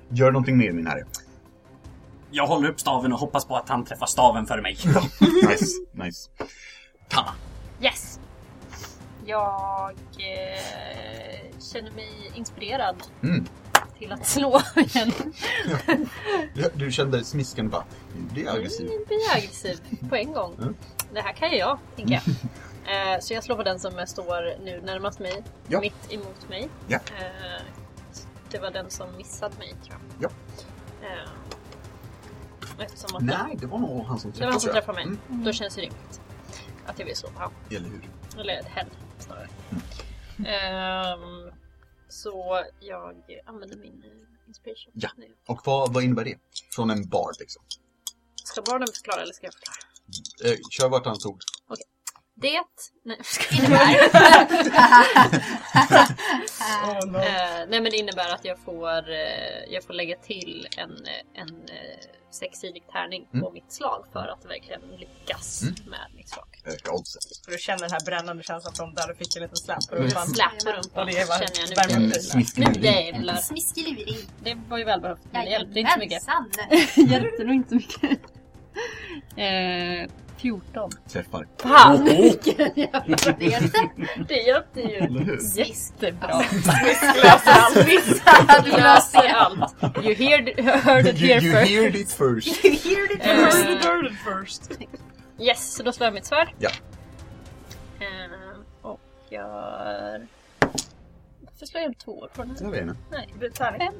Speaker 3: Gör någonting mer min herre.
Speaker 2: Jag håller upp staven och hoppas på att han träffar staven för mig.
Speaker 3: Nice, nice.
Speaker 2: Tanna.
Speaker 6: Yes. Jag eh, känner mig inspirerad
Speaker 3: Mm.
Speaker 6: till att slå igen.
Speaker 3: Du, du kände smisken och bara, det är aggressivt.
Speaker 6: Mm, Bli aggressiv på en gång.
Speaker 3: Mm.
Speaker 6: Det här kan ju jag, tänker jag. Eh, så jag slår på den som står nu närmast mig.
Speaker 3: Ja.
Speaker 6: Mitt emot mig.
Speaker 3: Ja.
Speaker 6: Eh, det var den som missade mig, tror jag. Eh, eftersom att
Speaker 3: Nej, det var nog han som
Speaker 6: det var han som
Speaker 3: tror jag.
Speaker 6: träffade mig.
Speaker 3: Mm,
Speaker 6: Då känns det rimligt att jag vill slå på honom.
Speaker 3: eller hur?
Speaker 6: Eller hen, snarare.
Speaker 3: Mm.
Speaker 6: Ehm, så jag använder min eh, inspiration.
Speaker 3: Ja.
Speaker 6: nu.
Speaker 3: Och vad, vad innebär det? Från en bar liksom.
Speaker 6: Ska barnen förklara eller ska jag förklara?
Speaker 3: Eh, kör vartannat ord.
Speaker 6: Det nej, jag skojar.
Speaker 4: Åh, no.
Speaker 6: Eh, nej men det innebär att jag får, eh, jag får lägga till en, eh, en eh, sexsidig tärning på
Speaker 3: Mm.
Speaker 6: mitt slag för att verkligen lyckas
Speaker 3: Mm.
Speaker 6: med mitt slag.
Speaker 3: Öka eh, oddset.
Speaker 4: För du känner den här brännande känslan från där du fick en liten släp på
Speaker 6: Mm.
Speaker 4: rumpan.
Speaker 6: Släpp på rumpan
Speaker 4: Och det var
Speaker 6: känner jag nu.
Speaker 4: värmen.
Speaker 3: Mm,
Speaker 6: jävlar. Nu
Speaker 3: smiskning.
Speaker 6: jävlar.
Speaker 7: Smiskeliring.
Speaker 6: Det var ju välbehövt men det hjälpte inte så mycket.
Speaker 7: Jajamensan.
Speaker 6: hjälpte
Speaker 7: Mm.
Speaker 6: nog inte mycket. Eh, 14.
Speaker 3: Träffar.
Speaker 6: Fan!
Speaker 2: Oho.
Speaker 6: vilken jävla-
Speaker 7: Det hjälpte.
Speaker 6: Det hjälpte ju
Speaker 3: Mm. Eller hur?
Speaker 6: jättebra.
Speaker 7: Missade
Speaker 6: Du löser allt. You heard, heard it
Speaker 3: You,
Speaker 6: here
Speaker 3: you
Speaker 6: first.
Speaker 3: heard it first.
Speaker 7: You heard it
Speaker 6: Eh,
Speaker 7: first.
Speaker 4: Birded first.
Speaker 6: Yes, så då slår jag mitt svärd.
Speaker 3: Ja.
Speaker 6: Ehm, och gör... Varför slår jag två på den här?
Speaker 3: Jag vet inte.
Speaker 6: Nej.
Speaker 4: Det är tärning.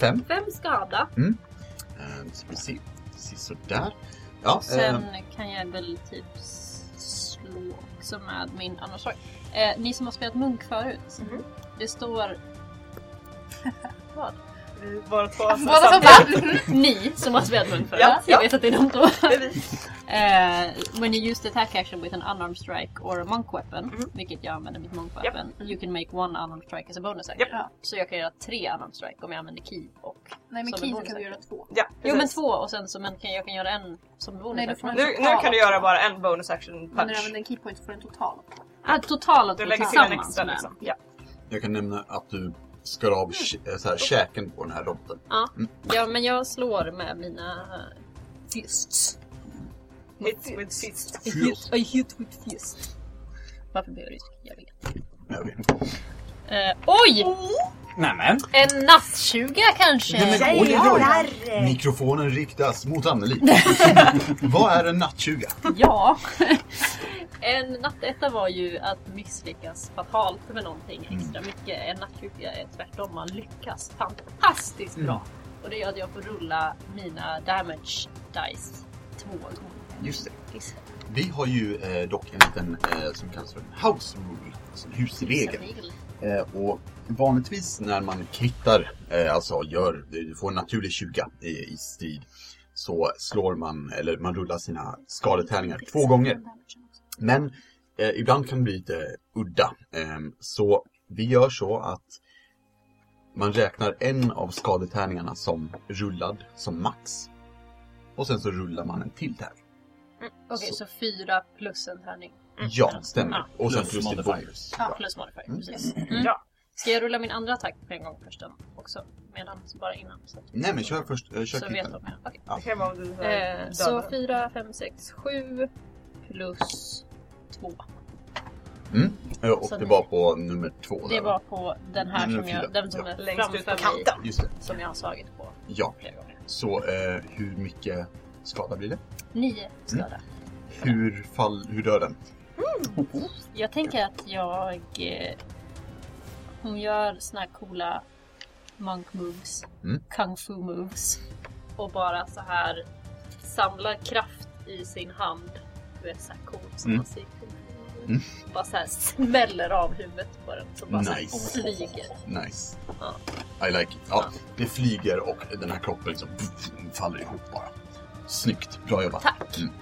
Speaker 3: Fem.
Speaker 6: Fem skada.
Speaker 3: Eh, ska vi se. se. Sådär. Ja,
Speaker 6: Sen
Speaker 3: eh,
Speaker 6: kan jag väl typ slå också med min annars eh, Ni som har spelat munk förut.
Speaker 4: Mhm.
Speaker 6: Det står... Vad?
Speaker 4: Vi bara två har
Speaker 7: Båda som
Speaker 4: samma-
Speaker 7: bara...
Speaker 6: Ni som har spelat munk förut.
Speaker 4: Ja,
Speaker 6: Jag
Speaker 4: ja.
Speaker 6: vet att det är de två.
Speaker 4: Det är vi.
Speaker 6: Eh, when you use the attack action with an unarmed strike or a monk weapon,
Speaker 4: Mhm.
Speaker 6: vilket jag använder mitt monk weapon, you can make one unarmed strike as a bonus action.
Speaker 7: Japp.
Speaker 6: Så jag kan göra tre unarmed strike om jag använder key och...
Speaker 7: Nej men
Speaker 6: Som
Speaker 7: Kim
Speaker 6: en
Speaker 7: kan du
Speaker 6: bonus.
Speaker 7: göra två.
Speaker 4: Ja,
Speaker 6: Jo men
Speaker 4: precis.
Speaker 6: två och sen så men kan, jag kan göra en som bonus
Speaker 7: Nej, då
Speaker 6: action.
Speaker 7: får man-
Speaker 4: nu, nu kan du göra bara en bonus action
Speaker 7: Men när du
Speaker 4: punch.
Speaker 7: använder en keypoint får du en total.
Speaker 6: Ah, totalt
Speaker 4: Du
Speaker 6: och
Speaker 4: lägger till en
Speaker 6: tillsammans
Speaker 4: extra
Speaker 6: med.
Speaker 4: liksom. Ja.
Speaker 3: jag kan nämna att du skar av kä- eh, så här, käken på den här roboten.
Speaker 6: Ja men jag slår med mina... eh, Fists.
Speaker 4: Hits with fist.
Speaker 6: I hit, I hit with fist. Varför blir jag rysk? Jag vet.
Speaker 3: Jag vet.
Speaker 6: Eh, oj!
Speaker 2: Nämen.
Speaker 6: En nattsuga kanske?
Speaker 3: Nej, men oj, oj, oj. Mikrofonen riktas mot Anneli. Vad är en nattjuga?
Speaker 6: Ja. En nattetta var ju att misslyckas fatalt med någonting
Speaker 3: Mm.
Speaker 6: extra mycket. En nattjuga är tvärtom, man lyckas fantastiskt bra.
Speaker 3: Mm.
Speaker 6: Och det gör att jag får rulla mina damage dice två gånger.
Speaker 3: Just det.
Speaker 6: Just det.
Speaker 3: Vi har ju eh, dock en liten eh, som kallas för en house rule, alltså en husregel. Eh, och vanligtvis när man krittar, eh, alltså gör, du får en naturlig 20 i, i strid, så slår man, eller man rullar sina skadetärningar två gånger. Men eh, ibland kan det bli lite udda. Eh, så vi gör så att man räknar en av skadetärningarna som rullad som max. Och sen så rullar man en till tärning.
Speaker 6: Okej,
Speaker 3: Så.
Speaker 6: så. fyra plus en tärning.
Speaker 3: Ja, stämmer.
Speaker 6: Mm. Ja.
Speaker 3: Och sen
Speaker 2: Plus
Speaker 3: plus ditt
Speaker 2: modifier.
Speaker 3: bonus.
Speaker 6: Ja. Plus modifier,
Speaker 3: Mm.
Speaker 6: precis. Mm.
Speaker 4: Ja.
Speaker 6: Ska jag rulla min andra attack på en gång först då? också? Medan, så bara innan. Så, att-
Speaker 3: Nej men kör först, eh, kör
Speaker 6: så vet
Speaker 3: kniven.
Speaker 6: de. ja. Okej.
Speaker 4: Det kan vara om du så här
Speaker 6: Eh,
Speaker 4: dödar
Speaker 6: så
Speaker 4: den.
Speaker 6: fyra, fem, sex, sju plus två.
Speaker 3: Eh, Och
Speaker 6: Så
Speaker 3: det
Speaker 6: ni-
Speaker 3: var på nummer två.
Speaker 6: Det
Speaker 3: där,
Speaker 6: var på den här
Speaker 3: Mm,
Speaker 6: som jag,
Speaker 3: fyra.
Speaker 6: den som
Speaker 3: Ja.
Speaker 6: är
Speaker 4: Längst ut på
Speaker 6: framför mig.
Speaker 3: va? Just det.
Speaker 6: Som jag har slagit på
Speaker 3: Ja.
Speaker 6: flera gånger.
Speaker 3: Så eh, hur mycket skada blir det?
Speaker 6: Nio skada.
Speaker 3: Hur, fall, hur dör den?
Speaker 6: Jag tänker att jag... eh, Hon gör såna här coola monk moves,
Speaker 3: Mm.
Speaker 6: kung fu moves. Och bara så här samlar kraft i sin hand. Du vet såhär cool som
Speaker 3: Mm.
Speaker 6: man ser.
Speaker 3: Mm.
Speaker 6: Bara såhär smäller av huvudet på den. Så bara såhär
Speaker 3: Nice.
Speaker 6: flyger.
Speaker 3: Nice.
Speaker 6: Ja.
Speaker 3: I like it. Ja, det flyger och den här kroppen liksom faller ihop bara. Snyggt. Bra jobbat.
Speaker 6: Tack.
Speaker 3: Mm.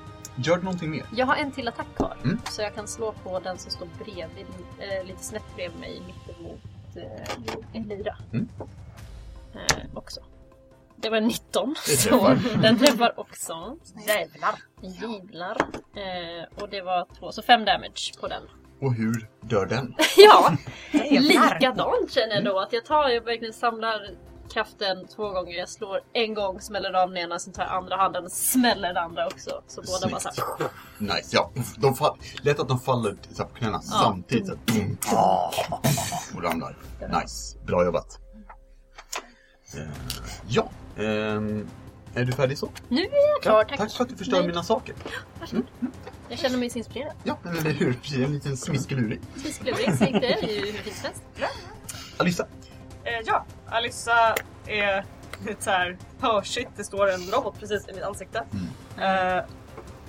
Speaker 3: Gör du någonting mer?
Speaker 6: Jag har en till attack kvar.
Speaker 3: Mm.
Speaker 6: Så jag kan slå på den som står bredvid, eh, lite snett bredvid mig, mittemot eh, Elira.
Speaker 3: Mm.
Speaker 6: Eh, också. Det var 19.
Speaker 3: Det
Speaker 6: Så
Speaker 3: träffar.
Speaker 6: den träffar också. Jävlar. Jävlar. Eh, och det var två, så fem damage på den.
Speaker 3: Och hur dör den?
Speaker 6: Ja,
Speaker 3: Mm.
Speaker 6: likadant känner jag då. Att jag tar, jag verkligen samlar kraften två gånger. Jag slår en gång, smäller av den ena, sen tar jag andra handen och smäller den andra också. Så båda bara såhär...
Speaker 3: Nice, ja. De fall, lätt att de faller så här på knäna
Speaker 6: Ja.
Speaker 3: samtidigt. Så här, boom, och ramlar. Nice. Bra jobbat. Eh, Ja. ehm, är du färdig så?
Speaker 6: Nu är jag klar, tack.
Speaker 3: Tack för att du förstör
Speaker 6: Nej.
Speaker 3: mina saker.
Speaker 6: Jag känner mig så inspirerad.
Speaker 3: Ja, men eller hur? Precis, En liten smiskeluring.
Speaker 6: Fiskluring, så gick det ju hur fint som helst.
Speaker 3: Alissa,
Speaker 4: Eh, ja, Alyssa är lite såhär, oh shit det står en robot precis i mitt ansikte.
Speaker 3: Mm.
Speaker 4: Eh,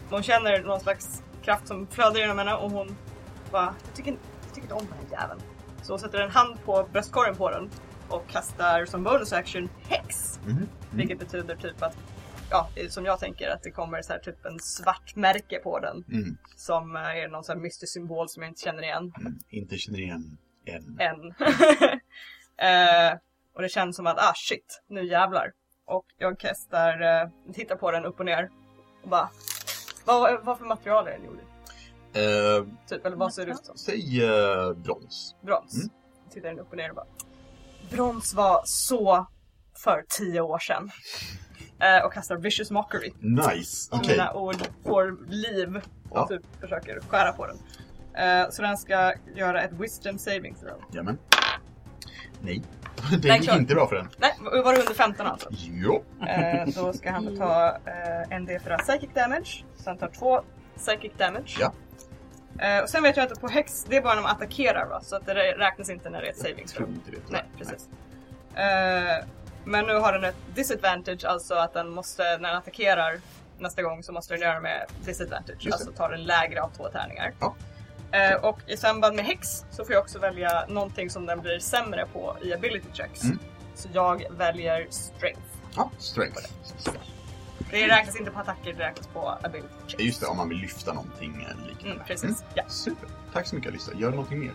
Speaker 4: hon känner någon slags kraft som flödar genom henne och hon bara, jag tycker, jag tycker inte om den här jäveln. Så hon sätter en hand på bröstkorgen på den och kastar som bonus action häx.
Speaker 3: Mhm. Mm.
Speaker 4: Vilket betyder typ att, ja det är som jag tänker att det kommer så här typ en svart märke på den.
Speaker 3: Mm.
Speaker 4: Som eh, är någon sån här mystisk symbol som jag inte känner igen
Speaker 3: Mm, inte känner igen en.
Speaker 4: än. Eh, och det känns som att ah shit, nu jävlar. Och jag kastar, eh, tittar på den upp och ner och bara vad, vad för material är den gjord i?
Speaker 3: Eh,
Speaker 4: Typ, eller vad ser det ut som?
Speaker 3: säg eh, brons.
Speaker 4: Brons.
Speaker 3: Mm.
Speaker 4: Tittar den upp och ner och bara Brons var så för tio år sedan. Eh, och kastar vicious mockery.
Speaker 3: Nice,
Speaker 4: Och
Speaker 3: okej.
Speaker 4: Mina ord får liv och
Speaker 3: Ja.
Speaker 4: typ försöker skära på den. Eh, så den ska göra ett wisdom saving throw.
Speaker 3: Jajamän. Nej, det
Speaker 4: Nej,
Speaker 3: gick
Speaker 4: kör.
Speaker 3: inte bra för den.
Speaker 4: Nej, var det under 15 alltså?
Speaker 3: Jo.
Speaker 4: Eh, då ska han få ta eh, en D4 psychic damage. Så han tar två psychic damage.
Speaker 3: Ja.
Speaker 4: Eh, och sen vet jag att på hex, det är bara när man attackerar va? Så att det rä- räknas inte när det är ett saving
Speaker 3: Jag tror
Speaker 4: throw.
Speaker 3: inte det.
Speaker 4: Nej, precis. Eh, men nu har den ett disadvantage, alltså att den måste, när den attackerar nästa gång så måste den göra med disadvantage.
Speaker 3: det.
Speaker 4: Alltså ta den lägre av två tärningar.
Speaker 3: Ja.
Speaker 4: Eh, och i samband med hex så får jag också välja någonting som den blir sämre på i ability checks.
Speaker 3: Mm.
Speaker 4: Så jag väljer strength.
Speaker 3: Ja, strength.
Speaker 4: Det räknas inte på attacker, det räknas på ability
Speaker 3: Ja,
Speaker 4: check.
Speaker 3: Just det, om man vill lyfta någonting eh, liknande.
Speaker 4: Mm, precis. Ja.
Speaker 3: Super. Tack så mycket Alissa. Gör du någonting mer?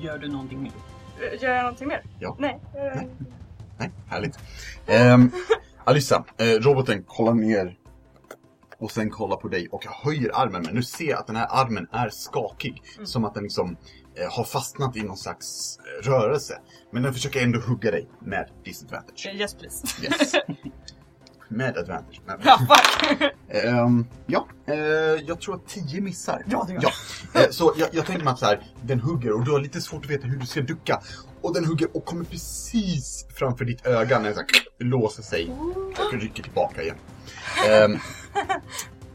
Speaker 2: Gör du någonting mer?
Speaker 4: Ö, Gör jag någonting mer?
Speaker 3: Ja.
Speaker 4: Nej. ö,
Speaker 3: Nej, härligt. Ehm, Alissa, eh, roboten kollar ner och sen kollar på dig och höjer armen. Men du ser att den här armen är skakig.
Speaker 4: Mm.
Speaker 3: Som att den liksom eh, har fastnat i någon slags eh, rörelse. Men den försöker ändå hugga dig med disadvantage.
Speaker 4: Eh, Yes please.
Speaker 3: Yes. med advantage. Men,
Speaker 4: Ja, fuck!
Speaker 3: Ehm, ja, eh, jag tror att 10 missar.
Speaker 4: Ja, det gör
Speaker 3: ja. Eh, Så jag, jag tänker mig att så här, den hugger och du har lite svårt att veta hur du ska ducka. Och den hugger och kommer precis framför ditt öga när den så här, låser sig och rycker tillbaka igen. Ehm,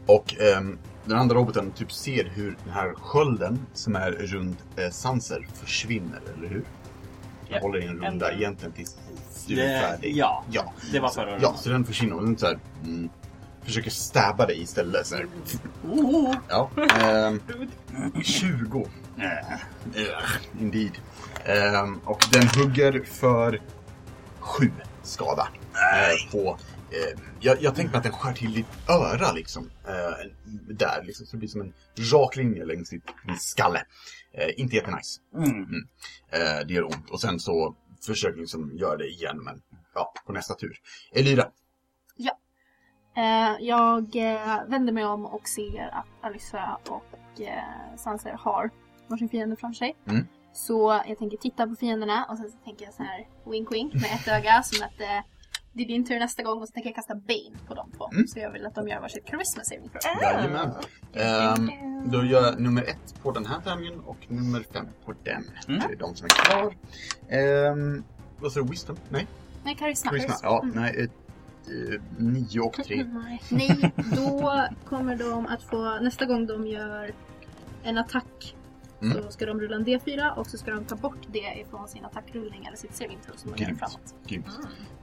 Speaker 3: och ehm, den andra roboten typ ser hur den här skölden som är runt eh, Sanser försvinner, eller hur? Jag
Speaker 4: Ja.
Speaker 3: håller i en runda
Speaker 4: En-
Speaker 3: egentligen tills du är
Speaker 2: Det-
Speaker 3: färdig.
Speaker 2: ja.
Speaker 3: ja.
Speaker 2: Det var förra
Speaker 3: Ja, så den försvinner och den så här, mm, försöker stäba dig istället. Så här. Ja, ehm, 20. Eh, Indeed. Ehm, och den hugger för 7 skada. Eh, på, eh, jag, jag tänkte mig att den skär till ditt öra liksom. Eh, där liksom, så det blir som en rak linje längs ditt, din skalle. Eh, inte jättenice.
Speaker 2: Mm.
Speaker 3: Eh, det gör ont. Och sen så försöker liksom göra det igen, men ja, på nästa tur. Elira,
Speaker 7: Eh, jag eh, vänder mig om och ser att Alyssa och eh, Sanser har varsin fiende framför sig.
Speaker 3: Mm.
Speaker 7: Så jag tänker titta på fienderna och sen så tänker jag så här wink wink med ett öga som att eh, det är din tur nästa gång och så tänker jag kasta Bane på de två.
Speaker 3: Mm.
Speaker 7: Så jag vill att de gör varsitt Charisma Saving Throw.
Speaker 4: Ah.
Speaker 3: jajamän. Ehm, då gör jag nummer ett på den här tärningen och nummer fem på den.
Speaker 2: Mm.
Speaker 3: Det är de som är kvar. Ehm, vad sa du, wisdom? Nej,
Speaker 7: Nej, Charisma. Mm.
Speaker 3: charisma. Ja, nej, ett, eh, nio och tre.
Speaker 7: Nej. Nej, då kommer de att få, nästa gång de gör en attack
Speaker 3: Mm.
Speaker 7: så ska de rulla en D4 och så ska de ta bort det ifrån sin attackrullning eller sitt saving throw som de gör
Speaker 3: Grymt.
Speaker 7: framåt.
Speaker 3: Grymt.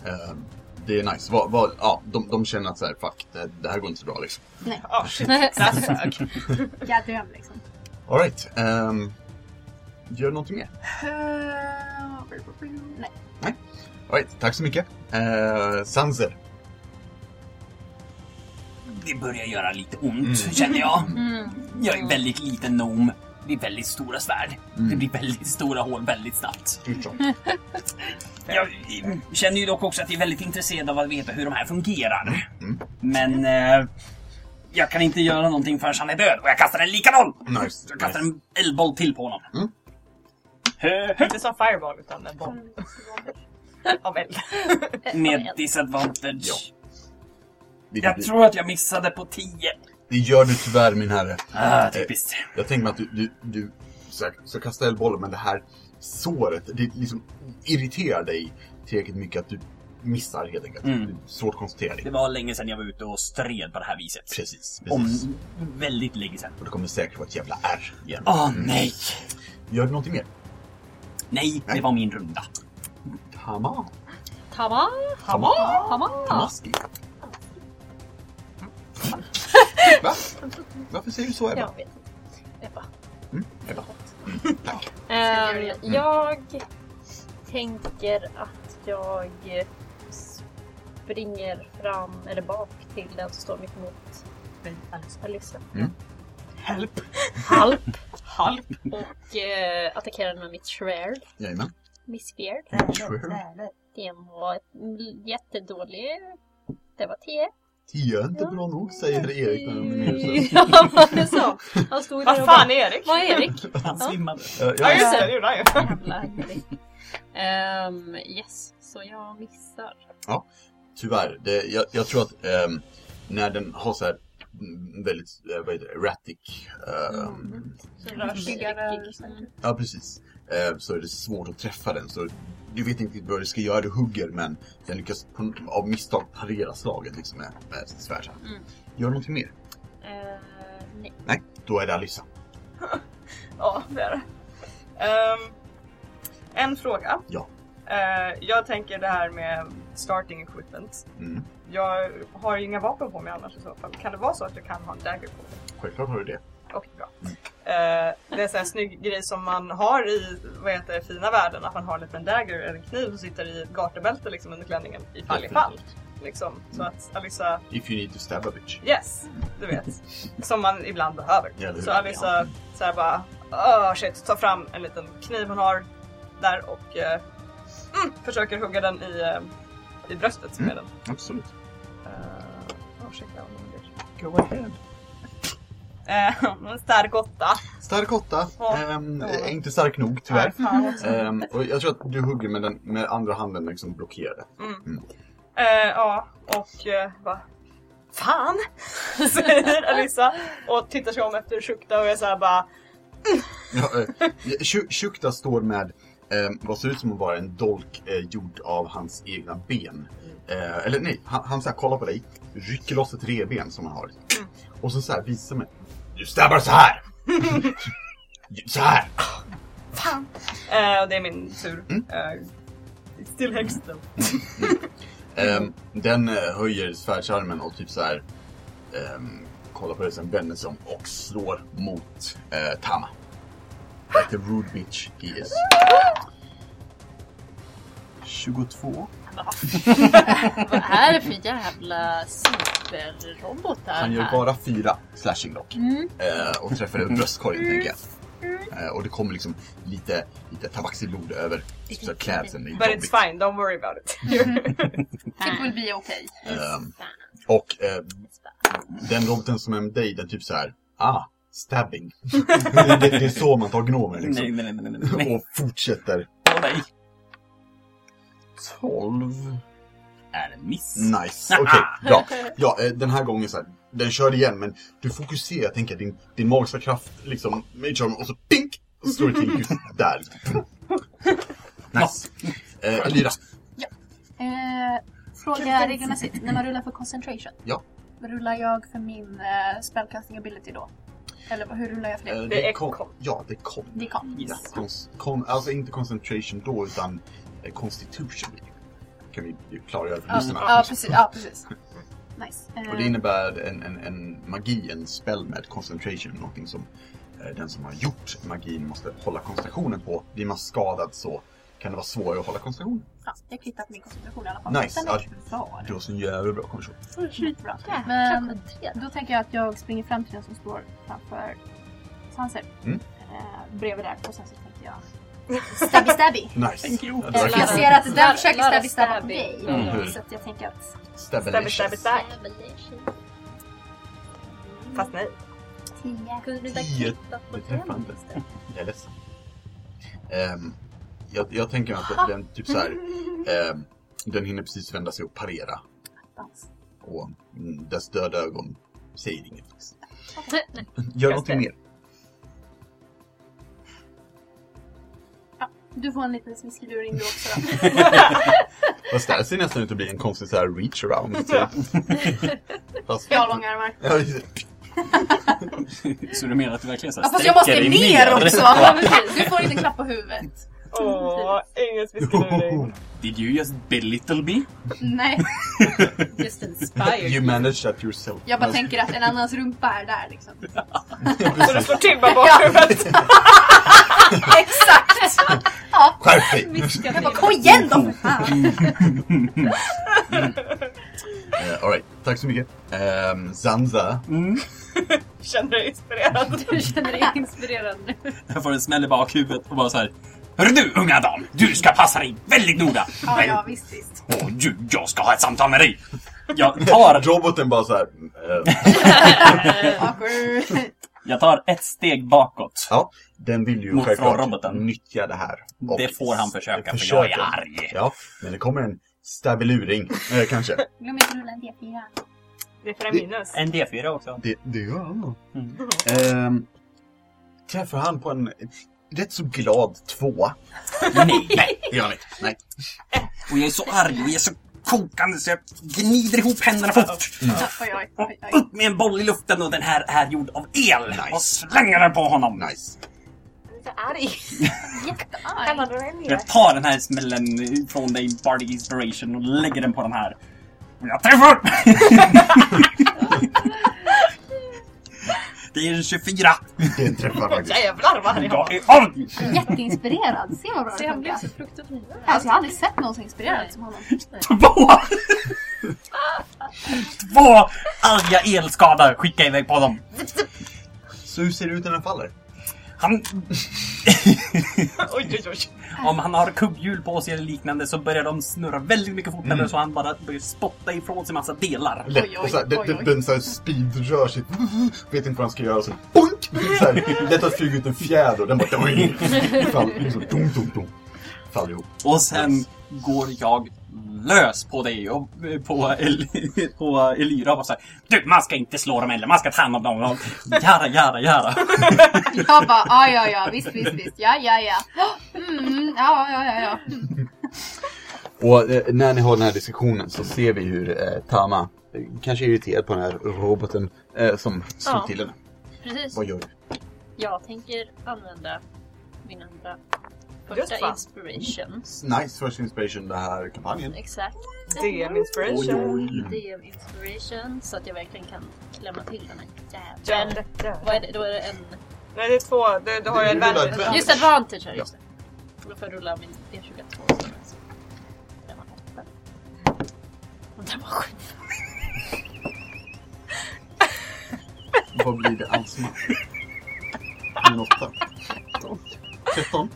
Speaker 3: Ehm, det är nice. Vad- vad- ja, de, de känner att så här, fuck, det, det här går inte så bra liksom.
Speaker 4: Ja, Ah, shit. That suck.
Speaker 7: Goddamn liksom.
Speaker 3: Alright. Um, gör någonting mer?
Speaker 7: Eh, Nej.
Speaker 3: Alright, tack så mycket. Eh, Sanser.
Speaker 2: Det börjar göra lite ont,
Speaker 3: Mm.
Speaker 2: känner jag. Jag är väldigt liten nom. Det är väldigt stora svärd.
Speaker 3: Mm.
Speaker 2: Det blir väldigt stora hål väldigt snabbt.
Speaker 3: Utom.
Speaker 2: Jag eh, känner ju dock också att jag är väldigt intresserad av att veta hur de här fungerar.
Speaker 3: Mm.
Speaker 2: Men eh, jag kan inte göra någonting förrän han är död. Och jag kastar en likadan!
Speaker 3: Nice.
Speaker 2: Jag kastar
Speaker 3: nice.
Speaker 2: en eldboll till på honom.
Speaker 3: Mm.
Speaker 2: Hö, hö.
Speaker 4: Inte som fireball utan en bomb av eld.
Speaker 2: Med disadvantage.
Speaker 3: Ja. Det,
Speaker 2: Jag
Speaker 3: det-
Speaker 2: tror att jag missade på 10.
Speaker 3: det gör du tyvärr min herre. Eh,
Speaker 2: Ah, typiskt.
Speaker 3: Jag tänker mig att du, du, du så här, ska kasta eldbollen men det här såret, det liksom irriterar dig tillräckligt mycket att du missar helt enkelt.
Speaker 2: Mm.
Speaker 3: Du är svårt koncentrerad.
Speaker 2: Det var länge sedan jag var ute och stred på det här viset.
Speaker 3: Precis,
Speaker 2: Om
Speaker 3: precis.
Speaker 2: väldigt länge sedan.
Speaker 3: Och det kommer säkert vara ett jävla R igen.
Speaker 2: Åh nej!
Speaker 3: Gör du någonting mer?
Speaker 2: Nej, det var min runda.
Speaker 3: Tama.
Speaker 5: Tama,
Speaker 3: Tama.
Speaker 5: tama.
Speaker 3: Tamaski. Va? Varför säger du så Ebba?
Speaker 5: Jag vet inte. Ebba.
Speaker 3: Mm, Ebba.
Speaker 5: Ehm,
Speaker 7: jag
Speaker 3: Mm.
Speaker 5: jag tänker att jag springer fram eller bak till den som står mitt emot Alyssa.
Speaker 4: Help!
Speaker 5: Halp
Speaker 4: Halp!
Speaker 5: och eh, attackerar den med mitt shred,
Speaker 3: Jajamän.
Speaker 5: missbeard.
Speaker 3: Sure.
Speaker 5: Det var ett jättedålig. Det var 10.
Speaker 3: Tio är inte bra nog säger Erik när han är med i huset.
Speaker 5: Mm. Ja, var det så? Han stod där
Speaker 4: Vad
Speaker 5: och bara,
Speaker 4: fan Erik?
Speaker 5: vad är Erik?
Speaker 2: Han
Speaker 5: Ja.
Speaker 2: svimmade.
Speaker 3: Eh,
Speaker 4: Ja
Speaker 3: ja,
Speaker 4: just det, det gjorde han ju.
Speaker 5: Jävla Erik. Ehm, yes, så jag missar.
Speaker 3: Tyvärr, det, jag, jag tror att ehm, när den har så här mm, väldigt, eh, vad heter det, erratic. ehm,
Speaker 5: Så det var
Speaker 7: Skyddar-
Speaker 5: Mm.
Speaker 3: Ja, precis. Eh, så är det svårt att träffa den. Så du vet inte riktigt vad du ska göra, du hugger men den lyckas på, av misstag parera slaget liksom med, med sitt svärd. så här.
Speaker 5: Mm.
Speaker 3: Gör någonting mer?
Speaker 5: Eh, nej.
Speaker 3: Då är det Alyssa.
Speaker 4: Ja, det är det. Ehm, en fråga.
Speaker 3: Ja.
Speaker 4: Eh, jag tänker det här med starting equipment.
Speaker 3: Mm.
Speaker 4: Jag har ju inga vapen på mig annars i så fall. Kan det vara så att jag kan ha en dagger på mig?
Speaker 3: Självklart har du det.
Speaker 4: Okej, bra. Eh, det är en sån här snygg grej som man har i vad heter det, fina världen. Att man har en liten dagger eller en kniv som sitter i ett gartebälte liksom, under klänningen. Ifall ifall. Liksom. Så att Alyssa
Speaker 3: If you need to stab a bitch.
Speaker 4: Yes, du vet. Som man ibland behöver.
Speaker 3: Ja, det
Speaker 4: så
Speaker 3: är det.
Speaker 4: Alissa så här bara, oh shit, tar fram en liten kniv hon har där och eh, mm, försöker hugga den i, eh, i bröstet med
Speaker 3: Mm.
Speaker 4: den.
Speaker 3: Absolut.
Speaker 4: Uh, oh shit, jag
Speaker 3: Go ahead.
Speaker 4: har En stark åtta.
Speaker 3: Stark åtta.
Speaker 4: Ja.
Speaker 3: Ehm,
Speaker 4: Ja.
Speaker 3: är inte stark nog tyvärr.
Speaker 4: Nej, fan också.
Speaker 3: Ehm, och jag tror att du hugger med, den, med andra handen liksom blockerade.
Speaker 4: Eh, Ja, och eh, bara Fan! Säger Alissa och tittar sig om efter Shukta och är såhär bara
Speaker 3: Ja, eh, Shu- Shukta står med ehm, vad ser ut som att vara en dolk eh, gjord av hans egna ben. Eh, eller nej, han, han så här kollar på dig, rycker loss ett revben som han har. Och så, så här visar mig. Du stabbar så här! så här!
Speaker 4: Fan! Eh, och det är min tur.
Speaker 3: Mm.
Speaker 4: Eh, still högsten.
Speaker 3: Ehm, den eh, höjer svärdsarmen och typ så här ehm, kollar på det sen vänder sig om och slår mot eh, Tama. Like the rude bitch he is. 22.
Speaker 5: Vad är det för jävla superrobotar
Speaker 3: Han gör
Speaker 5: här?
Speaker 3: bara fyra slashing dock. Eh, och träffar dig i bröstkorgen tänker jag. Eh, och det kommer liksom lite, lite tabaksblod över typ så klädseln. Det är
Speaker 4: But
Speaker 3: jobbigt.
Speaker 4: it's fine, don't worry about it.
Speaker 5: Typ
Speaker 7: It will be okay.
Speaker 3: Ehm, och eh, den roboten som är med dig, den typ så här, ah, stabbing. det, det är så man tar gnomer liksom.
Speaker 2: Nej, nej, nej, nej, nej.
Speaker 3: Och fortsätter.
Speaker 2: Åh, nej.
Speaker 3: 12.
Speaker 2: Är en miss.
Speaker 3: Nice, okej, bra. Ja, eh, den här gången så här, den kör igen men du fokuserar, jag tänker din, din magiska kraft liksom, mage arm, och så pink! Och slår det till just där. Nice. Eh, Elira,
Speaker 7: Eh, fråga reglerna sitt. När man rullar för concentration.
Speaker 3: Ja.
Speaker 7: Rullar jag för min eh, spellcasting ability då? Eller vad- hur rullar jag för
Speaker 3: eh,
Speaker 7: det?
Speaker 4: Det är
Speaker 3: kom.
Speaker 4: kom.
Speaker 3: Ja, det kom.
Speaker 7: Det kan.
Speaker 3: Ja, Cons, kon, alltså inte concentration då utan eh, constitution. Kan vi ju klargöra för
Speaker 7: Ja,
Speaker 3: lyssnarna.
Speaker 7: ja, precis. Ja, precis. Nice.
Speaker 3: Och det innebär en, en, en magi, en spell med concentration, någonting som eh, den som har gjort magin måste hålla koncentrationen på. Blir man skadad så kan det vara svårare att hålla koncentrationen.
Speaker 7: Ja, jag klittar på min koncentration i alla fall.
Speaker 3: Nice.
Speaker 7: Den är kvar.
Speaker 3: Du har sån jävla bra koncentration.
Speaker 7: Skitbra.
Speaker 5: Jäkla
Speaker 7: Men
Speaker 5: koncentrerat.
Speaker 7: då tänker jag att jag springer fram till den som står framför Sanser.
Speaker 3: Mm.
Speaker 7: Eh, bredvid där. Och sen så tänker jag stabby stabby.
Speaker 3: Nice! Ja, det
Speaker 7: Jag
Speaker 3: verkar-
Speaker 7: ser att den
Speaker 5: Lara-
Speaker 7: försöker
Speaker 5: Lara
Speaker 7: stabby stabby på
Speaker 5: stabby.
Speaker 7: mig.
Speaker 3: Mm.
Speaker 7: Så att jag tänker att
Speaker 4: Stabby,
Speaker 3: Stabilicious.
Speaker 4: stabby, stabby. Fast nej.
Speaker 7: 10.
Speaker 5: Kunde du inte ha
Speaker 3: Tio.
Speaker 5: klippat på
Speaker 3: Det träffar
Speaker 5: den?
Speaker 3: inte. Jag är ledsen. Ehm, jag, jag tänker att den typ så här, ehm, den hinner precis vända sig och parera.
Speaker 7: Dans.
Speaker 3: Och mm, dess döda ögon säger inget. Gör någonting mer.
Speaker 7: Du får en liten smiskeluring då också.
Speaker 3: Fast det här ser nästan ut att bli en konstig så här reach around. Så. Fast,
Speaker 7: Jag har långa armar.
Speaker 3: Ja, just det.
Speaker 2: Så du menar att du verkligen så här
Speaker 1: Ja, fast jag måste
Speaker 2: sträcker dig
Speaker 1: ner också!
Speaker 7: Ja, precis. Du får en liten klapp på huvudet.
Speaker 4: Åh, ingen smiskluring.
Speaker 2: Did you just belittle me?
Speaker 7: Nej,
Speaker 5: Just inspired.
Speaker 3: You managed that yourself.
Speaker 7: jag bara
Speaker 3: Men-
Speaker 7: tänker att en annans rumpa är där liksom.
Speaker 4: Så du slår till bara bakhuvudet.
Speaker 7: Exakt!
Speaker 3: Skärp dig!
Speaker 7: Jag bara kom igen då för fan!
Speaker 3: Eh, all right. Tack så mycket. Ehm, Zanza.
Speaker 4: Känner dig inspirerad.
Speaker 5: Du känner dig inspirerad nu.
Speaker 2: Jag får en smäll i bakhuvudet och bara så här. Hör du unga dam, du ska passa dig väldigt noga.
Speaker 7: Ja, ja visst visst.
Speaker 2: Åh du, jag ska ha ett samtal med dig. Jag tar,
Speaker 3: Roboten bara så här. eh,
Speaker 7: Awkward.
Speaker 2: jag tar ett steg bakåt.
Speaker 3: ja, den vill ju
Speaker 2: Mot
Speaker 3: självklart
Speaker 2: roboten.
Speaker 3: nyttja det här. Och
Speaker 2: Det får han försöka, för
Speaker 3: försöker.
Speaker 2: jag är arg.
Speaker 3: Ja, men det kommer en stabiluring eh, kanske.
Speaker 7: Glöm inte att rulla en D4.
Speaker 4: Det är för en minus.
Speaker 2: En D4 också.
Speaker 3: Det, det gör han.
Speaker 2: Mm.
Speaker 3: Ehm, träffar han på en rätt så glad tvåa.
Speaker 2: Nej!
Speaker 3: Det gör han inte. Nej.
Speaker 2: Och jag är så arg och jag är så kokande så jag gnider ihop händerna fort.
Speaker 7: Oj, oj, oj, oj.
Speaker 2: Upp med en boll i luften och den här är gjord av el. Och slänger den på honom.
Speaker 3: Nice.
Speaker 5: Så arg.
Speaker 7: Jättearg.
Speaker 2: Jag tar den här smällen från dig, Bardic Inspiration, och lägger den på den här. Och jag träffar! Det är en 24.
Speaker 3: Det träffar faktiskt.
Speaker 4: Jävlar vad arg han var.
Speaker 2: Jag är arg!
Speaker 7: Jätteinspirerad. Se vad bra
Speaker 5: Se,
Speaker 7: det
Speaker 5: han blev
Speaker 7: funkar.
Speaker 5: så fruktansvärt
Speaker 7: Alltså jag har aldrig sett någon så inspirerad som honom.
Speaker 2: Två! Två arga elskadar skickar jag iväg på dem.
Speaker 3: Så hur ser det ut när den faller?
Speaker 2: Han,
Speaker 4: Oj, oj, oj.
Speaker 2: om han har kugghjul på sig eller liknande så börjar de snurra väldigt mycket fortare
Speaker 3: Mm.
Speaker 2: så han bara börjar spotta ifrån sig massa delar.
Speaker 3: Lätt.
Speaker 7: Oj, oj,
Speaker 3: och så här, den-
Speaker 7: oj,
Speaker 3: den-
Speaker 7: oj.
Speaker 3: Den såhär speedrör sig. Vet inte vad han ska göra. Så boink! Så här, lätt att flyga ut en fjäder och den bara... Doing, fall, liksom, dum, dum, dum, faller ihop.
Speaker 2: Och sen går jag lös på dig och på, El, på Elira och säger Du, man ska inte slå dem heller, man ska ta hand om dem. Jära, jära, jära.
Speaker 7: Jag bara ja, ja, ja, visst, visst, visst. Ja, ja, ja. Mm, ja, ja, ja, ja.
Speaker 3: Och eh, när ni har den här diskussionen så ser vi hur eh, Tama eh, kanske är irriterad på den här roboten eh, som slog
Speaker 5: Ja.
Speaker 3: till henne.
Speaker 5: Precis.
Speaker 3: Vad gör du?
Speaker 5: Jag tänker använda min andra
Speaker 4: Just
Speaker 5: första
Speaker 4: va.
Speaker 5: inspiration.
Speaker 3: Nice first inspiration den här kampanjen.
Speaker 5: Exakt.
Speaker 4: DM inspiration.
Speaker 5: DM inspiration. Så att jag verkligen kan klämma till den här
Speaker 4: Ja,
Speaker 5: jäveln.
Speaker 4: det- det-
Speaker 5: Vad är det? Då är det en...
Speaker 4: Nej, det är två. Du, du har ju
Speaker 3: Du
Speaker 4: en
Speaker 3: rullar
Speaker 4: vän.
Speaker 3: ett
Speaker 5: Just advantage här,
Speaker 3: Ja.
Speaker 5: just det. Då får jag rulla min E D22 som är så. Den var åtta. Och den var sju.
Speaker 3: Vad blir det alls med? en åtta. Så, 13.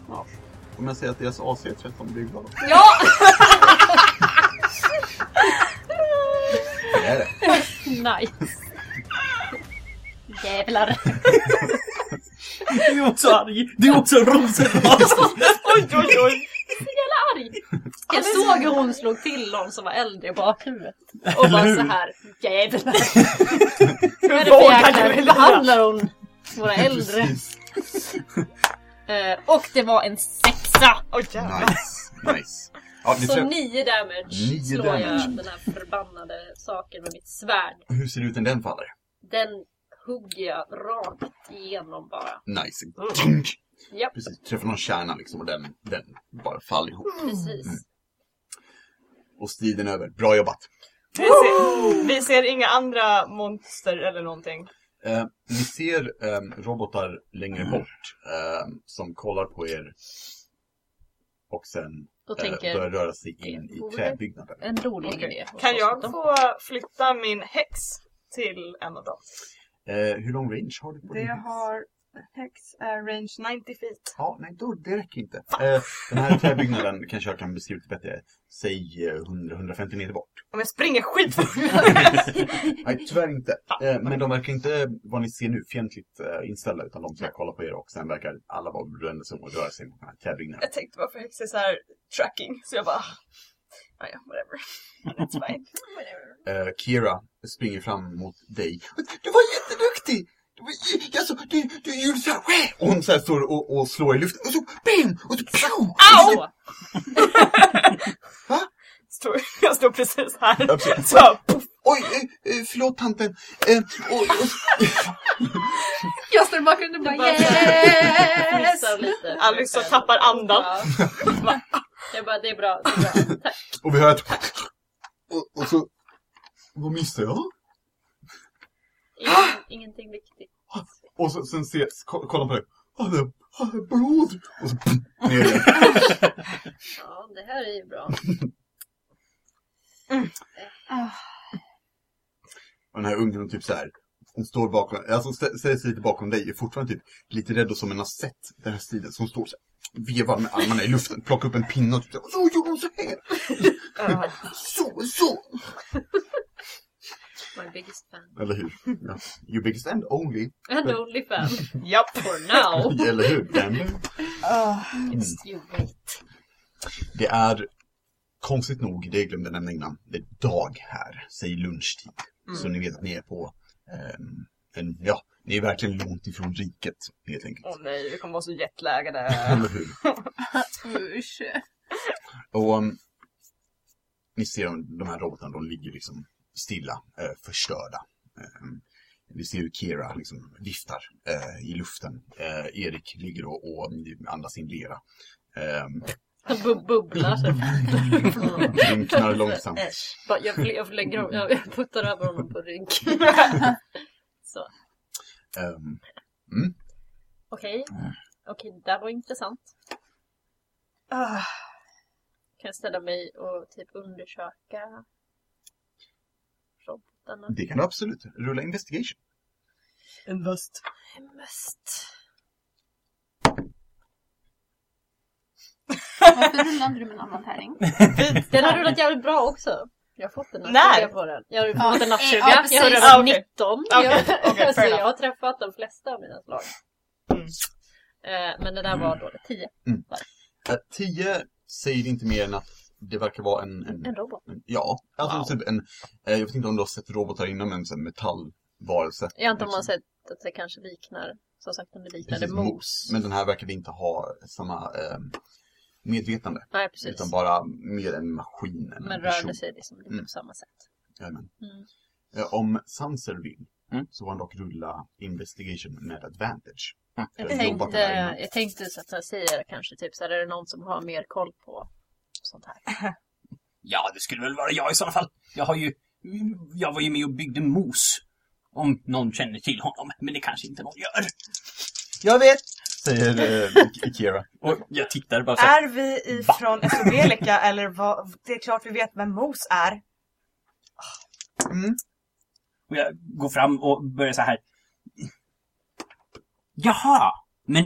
Speaker 3: Om jag säger att deras AC är 13 blir jag glad.
Speaker 6: Ja!
Speaker 3: Det är det.
Speaker 6: Nice. Jävlar.
Speaker 2: Du är också arg. Du är också rosenras.
Speaker 4: Oj, oj, oj!
Speaker 6: Arg. Jag såg hur hon slog till någon som var äldre i bakhuvudet. Och var så här. Jävlar. Vad är det för jäkla... Hur behandlar hon våra äldre?
Speaker 3: Precis.
Speaker 6: Eh, och det var en sexa.
Speaker 4: Oj, jävlar.
Speaker 3: Nice, nice. Ja, ni
Speaker 6: Så
Speaker 3: träff-
Speaker 6: Alltså, nio damage
Speaker 3: Nio
Speaker 6: slår
Speaker 3: damage.
Speaker 6: jag den här förbannade saken med mitt svärd.
Speaker 3: Hur ser det ut när den faller?
Speaker 6: Den hugger jag rakt igenom bara.
Speaker 3: Nice. Tink!
Speaker 6: Japp.
Speaker 3: Precis, träffar någon kärna liksom och den, den bara faller ihop.
Speaker 6: Precis.
Speaker 3: Mm. Och striden är över. Bra jobbat!
Speaker 4: Vi ser, vi ser inga andra monster eller någonting.
Speaker 3: Eh, ni ser ehm, robotar längre bort ehm, som kollar på er och sen
Speaker 6: Och
Speaker 3: eh,
Speaker 6: tänker-
Speaker 3: börjar röra sig in
Speaker 6: Det vore-
Speaker 3: i träbyggnaden.
Speaker 6: En rolig
Speaker 4: Okej.
Speaker 6: idé.
Speaker 4: Kan jag få flytta min häx till en av dem?
Speaker 3: Eh, hur lång range har du på din häst?
Speaker 4: Häx är range 90 feet.
Speaker 3: Ja, nej, då, det räcker inte. Eh, den här träbyggnaden kanske jag kan beskriva lite bättre. Säg eh, 100-150 meter bort.
Speaker 4: Om jag springer skitfort!
Speaker 3: Nej, tyvärr inte. Eh, men de verkar inte, vad ni ser nu, fientligt eh, inställda utan de ska kolla på er och sen verkar alla vara brända sig om och röra sig mot den här träbyggnaden.
Speaker 4: jag tänkte bara för häx är så här tracking, så jag bara... Ah, ja, whatever. That's fine.
Speaker 3: Eh, Kira springer fram mot dig. Du var jätteduktig! Du var, j- alltså, du, du gjorde så här, "Wah!" och hon så här står och, och slår i luften och så bam! Och så pju!
Speaker 6: Au!
Speaker 4: Står, jag står precis här.
Speaker 3: Ja, precis.
Speaker 4: Så, puff,
Speaker 3: Oj, eh, eh, förlåt tanten! Eh, och, och,
Speaker 7: Jag står i bakgrunden och bara
Speaker 6: bara-
Speaker 7: yes!
Speaker 6: Missar lite.
Speaker 4: Alice så tappar andan.
Speaker 6: Ja. Jag bara, det är bra. Det är bra. Tack.
Speaker 3: och vi hör ett... Och, och så... Vad missade jag?
Speaker 6: Ingen, ingenting viktigt.
Speaker 3: Och så, sen se, ko- kolla på dig. Han är, han är blod! Och så pff, ner igen.
Speaker 6: Ja, det här är ju bra.
Speaker 3: Och den här ungen hon typ så här. Hon står bakom, alltså stä- ställer sig lite bakom dig, är fortfarande typ lite rädd och som en har sett den här striden. Så hon står så här, vevar med armarna i luften, plockar upp en pinne och typ så, här, så gör hon så här!
Speaker 4: ah,
Speaker 3: Så, så!
Speaker 6: My biggest fan.
Speaker 3: Eller hur? Ja. You biggest and only.
Speaker 6: And only fan.
Speaker 4: japp.
Speaker 6: For now.
Speaker 3: Eller hur? And
Speaker 6: It's you wait.
Speaker 3: Det är, konstigt nog, det jag glömde nämna innan, det är dag här, säg lunchtid. Så ni vet att ni är på, ehm, en, ja, ni är verkligen långt ifrån riket helt enkelt.
Speaker 4: Åh nej, vi kommer vara så jetlaggade.
Speaker 3: Eller hur?
Speaker 7: Usch.
Speaker 3: Och um, ni ser de, de här robotarna, de ligger liksom stilla, eh, förstörda. Eh, vi ser hur Kira liksom viftar eh, i luften. Eh, Erik ligger och, och andas in lera. Eh,
Speaker 6: Bu- bubblar så.
Speaker 3: drunknar långsamt.
Speaker 6: Bara, Jag, fl- jag, lägger, om- jag jag puttar över honom på rygg. Så.
Speaker 3: Eh,
Speaker 6: Okej. Okej, det där var intressant.
Speaker 4: Ah,
Speaker 6: Kan jag ställa mig och typ undersöka robotarna?
Speaker 3: det kan du absolut. Rulla investigation.
Speaker 4: en bust.
Speaker 6: Mest.
Speaker 7: Varför rullar inte du med en annan tärning?
Speaker 6: Den har rullat jävligt bra också. Jag har fått en
Speaker 4: När?
Speaker 6: nattsuga på den. Jag har fått en nattsuga.
Speaker 7: Ja, precis.
Speaker 6: jag har rullat
Speaker 4: Ah, okej.
Speaker 6: 19.
Speaker 4: Okej,
Speaker 6: Jag-
Speaker 4: okej,
Speaker 6: så
Speaker 4: fair
Speaker 6: jag har träffat de flesta av mina slag.
Speaker 4: Mm.
Speaker 6: Eh, Men det där var dåligt. 10.
Speaker 3: Eh, tio säger inte mer än att det verkar vara en... en,
Speaker 6: En robot.
Speaker 3: en ja, alltså typ en... Eh, jag vet inte om du har sett robotar innan, men en sån här metallvarelse.
Speaker 6: Jag antar man har sett att det kanske liknar, som sagt, om det liknade
Speaker 3: Liksom. Precis,
Speaker 6: mos.
Speaker 3: Men den här verkade inte ha samma eh, medvetande.
Speaker 6: Nej, precis.
Speaker 3: Utan bara mer en maskin än
Speaker 6: Men
Speaker 3: en person.
Speaker 6: rörde sig liksom lite
Speaker 3: Mm.
Speaker 6: på samma sätt.
Speaker 3: Jajamän.
Speaker 6: Mm.
Speaker 3: Eh, om Sanser vill
Speaker 2: Mm.
Speaker 3: så får han dock rulla Investigation med advantage.
Speaker 2: Mm.
Speaker 3: För
Speaker 6: Jag
Speaker 3: att jobba på
Speaker 6: tänkte,
Speaker 3: det här innan.
Speaker 6: jag tänkte så att jag säger kanske typ så här, är det någon som har mer koll på sånt här?
Speaker 2: Ja, det skulle väl vara jag i sådana fall. Jag har ju... Jag var ju med och byggde mos. Om någon känner till honom, men det kanske inte någon gör.
Speaker 3: Jag vet! Säger eh, Kira.
Speaker 2: Och jag tittar bara så här.
Speaker 4: Är vi ifrån Esodelica eller vad? Det är klart vi vet vem Mos är.
Speaker 3: Mm.
Speaker 2: Och jag går fram och börjar så här. Jaha, Men...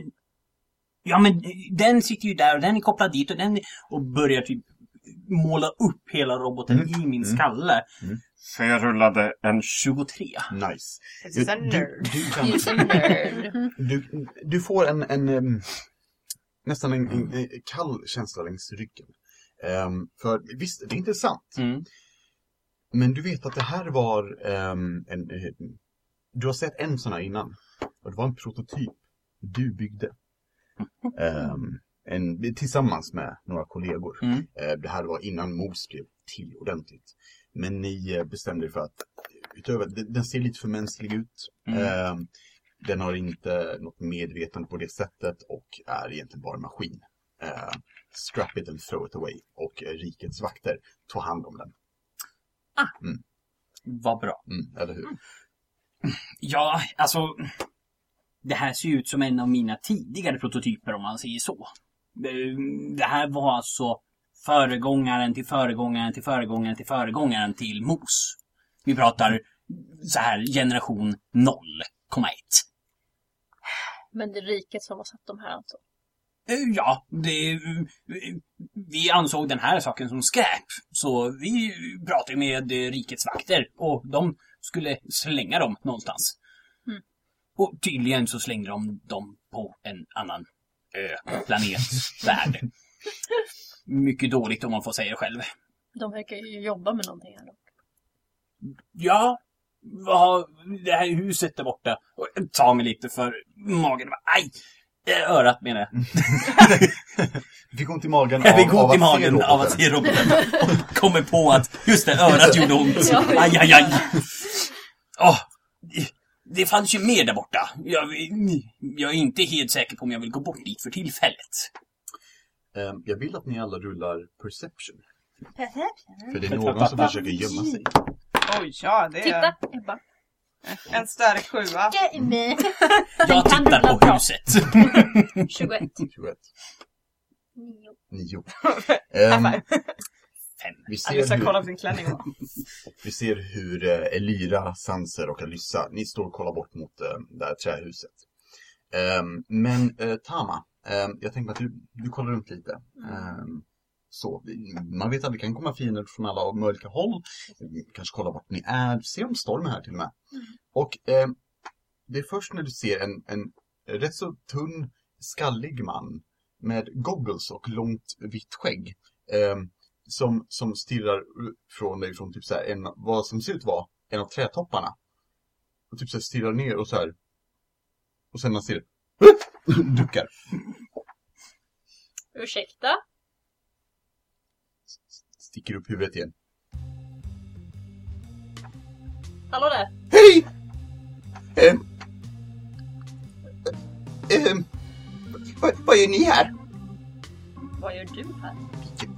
Speaker 2: Ja men den sitter ju där och den är kopplad dit och den... Och börjar typ måla upp hela roboten
Speaker 3: Mm.
Speaker 2: i min
Speaker 3: Mm.
Speaker 2: skalle.
Speaker 3: Mm.
Speaker 2: Så jag rullade en 23.
Speaker 3: Nice.
Speaker 1: Precis, en
Speaker 3: du,
Speaker 1: nerd.
Speaker 3: du, kan,
Speaker 6: He's a nerd.
Speaker 3: du, du får en, en ehm, nästan en, en, en kall känsla längs ryggen. Ehm, för visst, det är intressant.
Speaker 2: Mm.
Speaker 3: Men du vet att det här var ehm, en... eh, Du har sett en sån här innan. Och det var en prototyp du byggde. Ehm, en, tillsammans med några kollegor.
Speaker 2: Mm.
Speaker 3: Eh, det här var innan MOS blev till ordentligt. Men ni eh, bestämde er för att utöver, den, den ser lite för mänsklig ut.
Speaker 2: Mm.
Speaker 3: Ehm, den har inte något medvetande på det sättet och är egentligen bara en maskin. Eh, scrap it and throw it away. Och eh, rikets vakter tar hand om den.
Speaker 2: Vad bra.
Speaker 3: Mm, eller hur?
Speaker 2: Ja, alltså... Det här ser ju ut som en av mina tidigare prototyper om man säger så. Ehm, Det här var alltså föregångaren till föregångaren till föregångaren till föregångaren till MOS. Vi pratar så här generation 0,1.
Speaker 6: Men det är riket som har satt de här alltså.
Speaker 2: Ehm, Ja, det, vi ansåg den här saken som skräp. Så vi pratade med eh, rikets vakter och de skulle slänga dem någonstans.
Speaker 6: Mm.
Speaker 2: Och tydligen så slängde de dem på en annan ö, planet, värld. Mycket dåligt om man får säga det själv.
Speaker 6: De verkar ju jobba med någonting här då.
Speaker 2: Ja, vad, det här huset där borta. Och eh, Ta mig lite för magen. Aj! Eh, Örat menar jag.
Speaker 3: Vi fick ont i magen
Speaker 2: Jag
Speaker 3: av,
Speaker 2: fick
Speaker 3: av
Speaker 2: ont
Speaker 3: att
Speaker 2: i
Speaker 3: se
Speaker 2: magen av att
Speaker 3: roboten.
Speaker 2: se roboten och kommer på att just det, örat gjorde ont.
Speaker 6: Ja.
Speaker 2: Aj, aj, aj. Åh, det- det fanns ju mer där borta. Jag, jag är inte helt säker på om jag vill gå bort dit för tillfället.
Speaker 3: Ehm, Jag vill att ni alla rullar perception. För det är
Speaker 2: Jag
Speaker 3: någon
Speaker 2: tappar
Speaker 3: som
Speaker 2: papper.
Speaker 3: försöker gömma sig.
Speaker 4: Oj, ja det är
Speaker 6: Titta Ebba!
Speaker 4: en stark sjua.
Speaker 2: Jag
Speaker 6: kan
Speaker 2: tittar
Speaker 6: rulla
Speaker 2: på
Speaker 6: bra.
Speaker 2: huset.
Speaker 6: 21.
Speaker 3: 21.
Speaker 7: Nio.
Speaker 3: Typ, Nio.
Speaker 4: High
Speaker 3: Ehm,
Speaker 4: five.
Speaker 3: vi,
Speaker 4: Alice
Speaker 3: ser
Speaker 4: har kollat
Speaker 3: hur,
Speaker 4: på sin klänning.
Speaker 3: vi ser hur eh, Elira, Sanser och Alyssa, ni står och kollar bort mot eh, det här trähuset. Ehm, Men eh, Tama, ehm, jag tänker att du, du kollar runt lite. Ehm, Så, man vet att det kan komma fiender från alla möjliga håll. Kanske kolla vart ni är, se om storm är här till och med. Och ehm, det är först när du ser en, en rätt så tunn, skallig man med goggles och långt vitt skägg ehm, som, som stirrar från dig från typ så här en, vad som ser ut att vara en av trädtopparna. Och typ så här stirrar ner och så här. Och sen man ser duckar.
Speaker 6: Ursäkta?
Speaker 3: Sticker upp huvudet igen.
Speaker 6: Hallå där!
Speaker 3: Hej! Ehm... Ehm... Vad, vad gör ni här?
Speaker 6: Vad gör du här?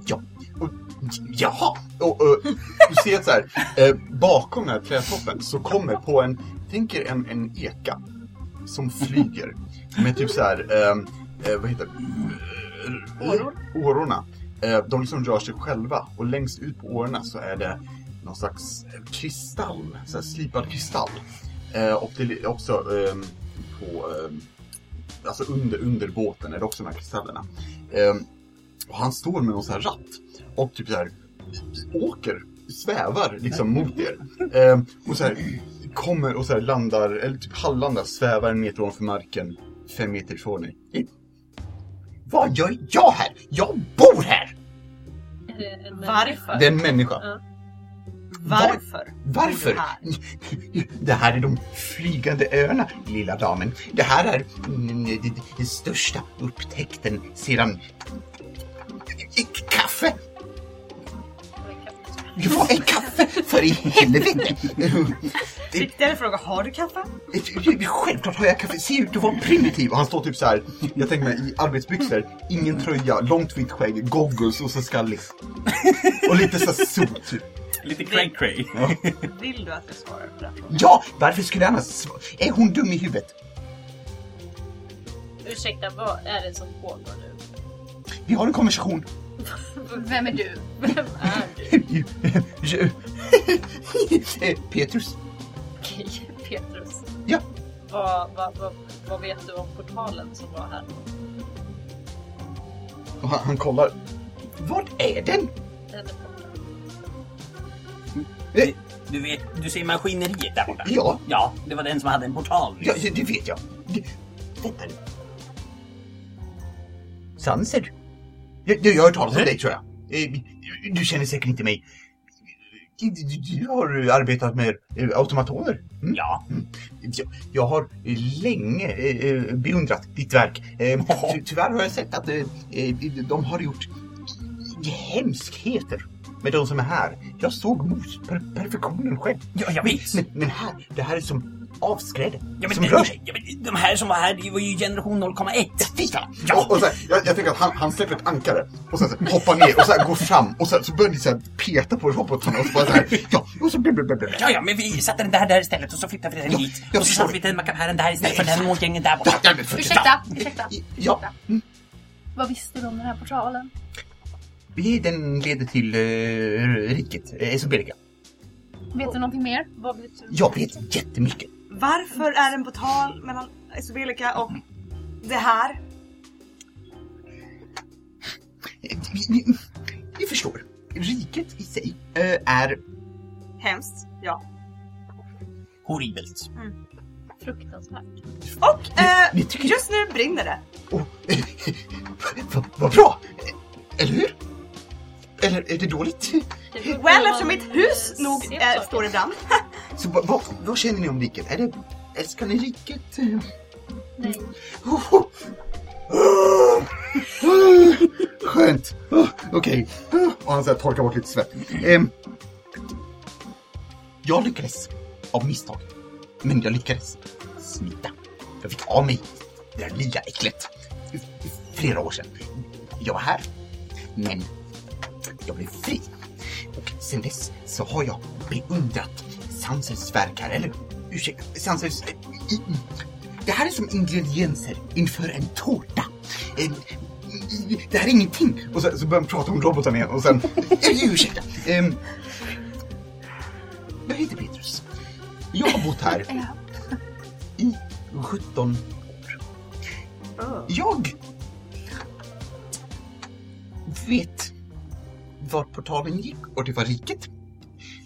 Speaker 3: Ja. Och, jaha! Och, och, du ser så här, eh, bakom den här trädtoppen så kommer på en, tänk er en, en eka som flyger med typ så här, ehm, eh, vad heter det? Åror? Årorna. Eh, de liksom rör sig själva och längst ut på årorna så är det någon slags kristall, så här slipad kristall. Eh, och det är också ehm, på, ehm, alltså under, under båten är det också de här kristallerna. Ehm, och han står med någon sån här ratt och typ så här åker, svävar liksom mot er. Ehm, och så här kommer och så här landar, eller typ halvlandar, svävar en meter ovanför marken, fem meter ifrån er. Vad gör jag här? Jag bor här!
Speaker 6: Är det en-
Speaker 4: Varför?
Speaker 3: Det är en människa.
Speaker 4: Varför?
Speaker 3: Varför?
Speaker 4: Bor du här?
Speaker 3: Det här är de flygande öarna, lilla damen. Det här är mm, det- det- den största upptäckten sedan kaffe. Ja, en kaffe! För i helvete!
Speaker 4: Viktigare fråga, har du kaffe?
Speaker 3: Självklart har jag kaffe. Se ut att vara primitiv! Och han står typ så här. jag tänker mig i arbetsbyxor, ingen tröja, långt vitt skägg, goggles och så skallig. Och lite så här sol, typ.
Speaker 2: Lite cray cray.
Speaker 4: Vill du att jag svarar på den frågan?
Speaker 3: Ja, varför skulle jag annars... sv- Är hon dum i huvudet?
Speaker 6: Ursäkta, vad är det som pågår nu?
Speaker 3: Vi har en konversation.
Speaker 7: Vem är du?
Speaker 6: Vem är du?
Speaker 3: Petrus.
Speaker 6: Okej, Petrus.
Speaker 3: Ja.
Speaker 6: Vad, vad, vad, vad vet du om portalen som var här?
Speaker 3: Och han, han kollar. Vart är den?
Speaker 6: Den är borta.
Speaker 2: Du vet, du ser maskineriet där borta.
Speaker 3: Ja,
Speaker 2: Ja, det var den som hade en portal.
Speaker 3: ja det vet jag. Det- Vänta nu. Sanser? Jag, jag har hört talas om dig tror jag. Eh, Du känner säkert inte mig. Du- Du har arbetat med eh, automatoner. Mm.
Speaker 2: Ja,
Speaker 3: Jag, jag har länge eh, eh, beundrat ditt verk. Eh, ty, tyvärr har jag sett att eh, eh, de har gjort hemskheter med de som är här. Jag såg mos per, perfektionen själv.
Speaker 2: ja jag vet.
Speaker 3: Men, men här, det här är som avskräde.
Speaker 2: Ja, men,
Speaker 3: som rör sig.
Speaker 2: ja, men de här som var här, det var ju generation 0,1.
Speaker 3: Fy fan!
Speaker 2: Ja.
Speaker 9: Och, och så här, jag, jag tänker att han, han släpper ett ankare och sen så hoppar ner och så här går fram och sen så börjar ni så här peta på robotarna och så bara så här, ja, och så blablabla.
Speaker 2: Ja, ja, men vi satte den där där istället och så flyttade vi den
Speaker 3: Ja,
Speaker 2: dit.
Speaker 3: jag
Speaker 2: Och så
Speaker 3: förstår
Speaker 2: satte vi den makapären där istället för den motgängen där borta.
Speaker 9: Ja, men för-
Speaker 7: Ursäkta, ursäkta.
Speaker 3: Ja,
Speaker 7: Vad visste du om den här portalen?
Speaker 3: vi- den leder till eh, riket, eh, Esobelica.
Speaker 7: Vet du någonting mer? Vad vet du?
Speaker 3: Jag vet jättemycket.
Speaker 4: Varför är det en portal mellan Isobelica och det här?
Speaker 3: Eh, Ni, ni, ni förstår. Riket i sig eh, är
Speaker 4: Hemskt, ja.
Speaker 2: Horribelt.
Speaker 6: Fruktansvärt.
Speaker 4: Och eh,
Speaker 3: Ni tycker-
Speaker 4: just nu brinner det.
Speaker 3: Oh, vad, vad bra! Eller hur? Eller är det dåligt?
Speaker 6: Det beror på
Speaker 4: Well,
Speaker 6: hur
Speaker 4: eftersom
Speaker 6: man,
Speaker 4: mitt hus
Speaker 6: eh,
Speaker 4: nog
Speaker 6: ser på
Speaker 4: eh,
Speaker 6: saker.
Speaker 4: står i brand.
Speaker 3: Så vad, vad, vad känner ni om riket? Är det, älskar ni riket? Nej. Oh, oh.
Speaker 9: Ah, Skönt! Ah, Okej. Ah, Och han så här torkar bort lite svett.
Speaker 3: Ehm, jag lyckades av misstag. Men jag lyckades smita. Jag fick av mig det där lilla äcklet. f- Flera år sedan. Jag var här. Men jag blev fri. Och sen dess så har jag beundrat Sansers verk här, eller ursäkta, Sansers... eh, i- Det här är som ingredienser inför en tårta. Eh, i- Det här är ingenting.
Speaker 9: Och så, så börjar han prata om roboten igen och sen...
Speaker 3: Eh, Ursäkta. Ehm, jag heter Petrus. Jag har bott här i 17 år. Jag vet vart portalen gick och det var riket.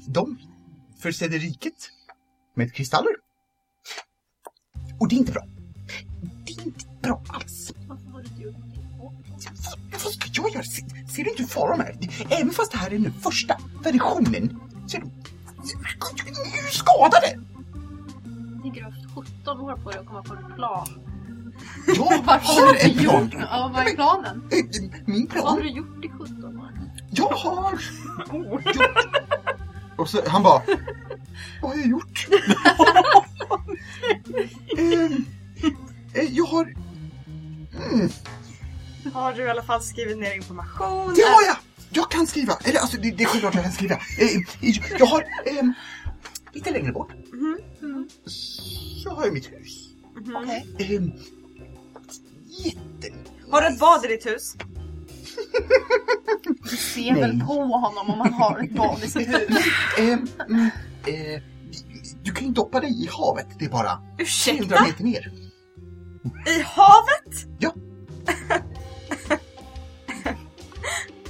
Speaker 3: De försedde riket med kristaller. Och det är inte bra. Det är inte bra alls.
Speaker 6: Varför har du inte gjort någonting åt det?
Speaker 3: Vad ska jag göra? Ser, ser du inte hur farorna är? Även fast det här är den första versionen så är de de är ju skadade!
Speaker 6: Jag tänker du har haft 17 år på dig att komma på en plan.
Speaker 3: Jag
Speaker 7: Vad
Speaker 3: har
Speaker 7: har
Speaker 3: en
Speaker 7: du
Speaker 3: plan.
Speaker 7: gjort? Ja, vad är planen?
Speaker 3: Min
Speaker 6: Vad har
Speaker 3: plan?
Speaker 6: du gjort i 17 år?
Speaker 3: Jag har...
Speaker 9: Och så, han bara... Vad har jag gjort?
Speaker 3: ehm, eh, jag har...
Speaker 4: Har du i alla fall skrivit ner information?
Speaker 9: Det har jag! Jag kan skriva! Eller alltså det, det är självklart jag kan skriva. Eh, Jag har...
Speaker 3: Ehm, lite längre bort
Speaker 4: Mhm.
Speaker 3: så har jag mitt hus.
Speaker 4: Mhm.
Speaker 7: Okej.
Speaker 3: Ehm, jätte...
Speaker 4: Mhm. Har du ett bad i ditt hus?
Speaker 7: Du ser väl på honom om han har ett barn i sitt huvud.
Speaker 3: Ehm, mm, eh, du kan ju doppa dig i havet, det är bara
Speaker 4: Ursäkta?
Speaker 3: 300 meter ner.
Speaker 4: I havet?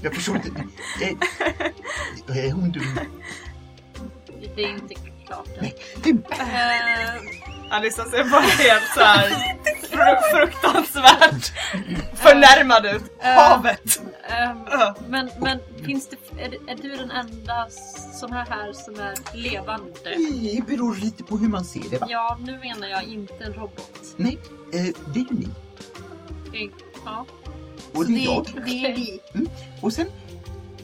Speaker 3: Jag förstår inte. Eh, Är hon dum?
Speaker 6: Det är inte klart än.
Speaker 4: Eh, Alissa ser bara helt såhär fru- fruktansvärt Eh. förnärmad ut. Havet!
Speaker 6: Ehm,
Speaker 4: Ö.
Speaker 6: men men finns det, är, är du den enda som är här som är levande?
Speaker 3: Det beror lite på hur man ser det va?
Speaker 6: Ja, nu menar jag inte en robot.
Speaker 3: Nej, eh, det är ju ni.
Speaker 6: Ja.
Speaker 3: Och det är jag.
Speaker 7: Det, det är vi.
Speaker 3: Och sen,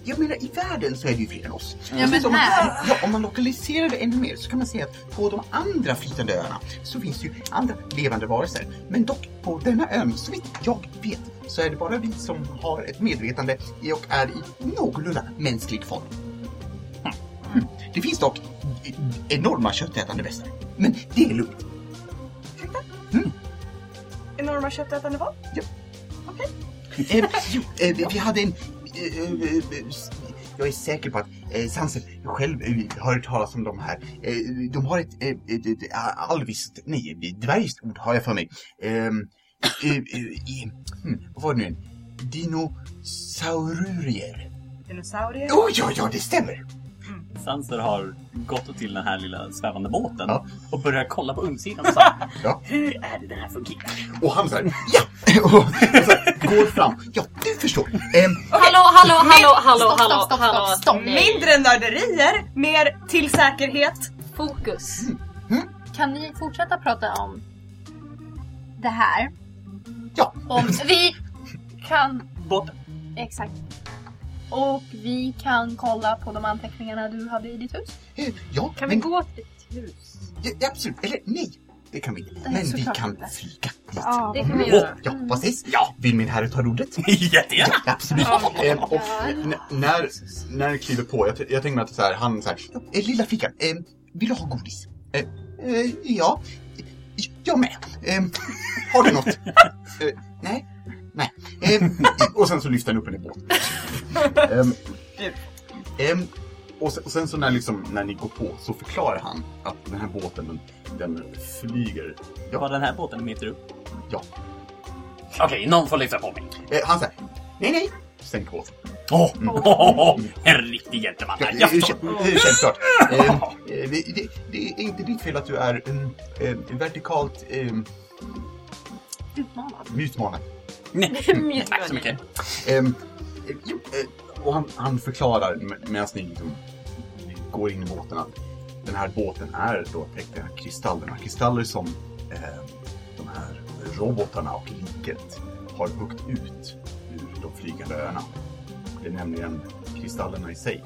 Speaker 3: jag menar i världen så är det ju fler än oss.
Speaker 7: Ja,
Speaker 3: Så
Speaker 7: men
Speaker 3: om, man,
Speaker 7: här.
Speaker 3: ja, om man lokaliserar det ännu mer så kan man säga att på de andra flytande öarna så finns det ju andra levande varelser. Men dock, på denna ön, så vitt jag vet, så är det bara vi som har ett medvetande i och är i någorlunda mänsklig form. Mm. Det finns dock e- enorma köttätande västar. Men det är lugnt.
Speaker 4: Enorma köttätande vad?
Speaker 3: Eh, jo, eh, vi hade en... Eh, eh, eh, s- jag är säker på att eh, Sanser själv eh, har hört talas om de här. Eh, de har ett, eh, ett, ett eh, alviskt, nej, dvärgiskt ord har jag för mig. Ehm, eh, eh, eh, hmm, vad var det nu? igen? Dinosaurier.
Speaker 4: Dinosaurier?
Speaker 3: Oh, ja, ja, det stämmer!
Speaker 2: Sanser har gått till den här lilla svävande båten
Speaker 3: Ja.
Speaker 2: och börjar kolla på ungsidan och säger
Speaker 3: Ja.
Speaker 2: Hur är det den här fungerar?
Speaker 3: Och han såhär, ja! Och, och så här, går fram. Ja, du förstår. Ehm,
Speaker 5: Hallå, hallå, hallå, hallå,
Speaker 7: Stopp,
Speaker 5: hallå,
Speaker 7: stopp, stopp,
Speaker 5: hallå.
Speaker 7: stopp, stopp.
Speaker 5: Nej.
Speaker 4: Oh, Mindre nörderier, mer till säkerhet.
Speaker 5: Fokus.
Speaker 7: Kan ni fortsätta prata om det här?
Speaker 3: Ja.
Speaker 7: Om vi kan...
Speaker 2: Båten.
Speaker 7: Exakt. Och vi kan kolla på de anteckningarna du hade i ditt hus.
Speaker 3: eh, ja,
Speaker 6: Kan vi
Speaker 3: men,
Speaker 6: gå till ett hus?
Speaker 3: ja, ja, absolut. Eller nej, det kan vi inte.
Speaker 7: Nej,
Speaker 3: Men vi
Speaker 7: såklart
Speaker 3: kan
Speaker 7: inte.
Speaker 3: flyga dit.
Speaker 7: Ja,
Speaker 6: Det kan vi
Speaker 3: Och,
Speaker 6: göra.
Speaker 3: Mm. ja, precis.
Speaker 2: Ja.
Speaker 3: Vill min herre ta ordet?
Speaker 2: Jättegärna!
Speaker 3: Absolut. Ehm, och n- när, när det kliver på, jag, t- jag tänker mig att så här, han så här, eh, lilla flickan, eh, vill du ha godis? Eh, eh, ja, Eh, jag med. Ehm, har du något? Eh, nej, nej. Ehm, och sen så lyfter han upp henne i båten. Ehm, ehm, och, sen, och sen så när, liksom, när ni går på så förklarar han att den här båten, den, den flyger.
Speaker 2: Var den här båten en meter upp?
Speaker 3: Ja.
Speaker 2: Okej, någon får lyfta på mig.
Speaker 3: Eh, han säger, nej, nej, sänk båten.
Speaker 2: Åh, åh, en riktig hjälteman.
Speaker 3: Ja,
Speaker 2: här.
Speaker 3: ja,
Speaker 2: Jag
Speaker 3: ursäk-
Speaker 2: står-
Speaker 3: eh, Självklart. Eh, eh, vi- det, det är inte ditt fel att du är em, em, vertikalt ehm, em,
Speaker 7: Utmanad.
Speaker 3: utmanad.
Speaker 2: Nej, Tack så mycket.
Speaker 3: Em, eh, jo, eh, och han, han förklarar med- medan ni liksom går in i båten att den här båten är då täckt av kristallerna. Kristaller som em, de här robotarna och riket har huggt ut ur de flygande öarna. Det är nämligen kristallerna i sig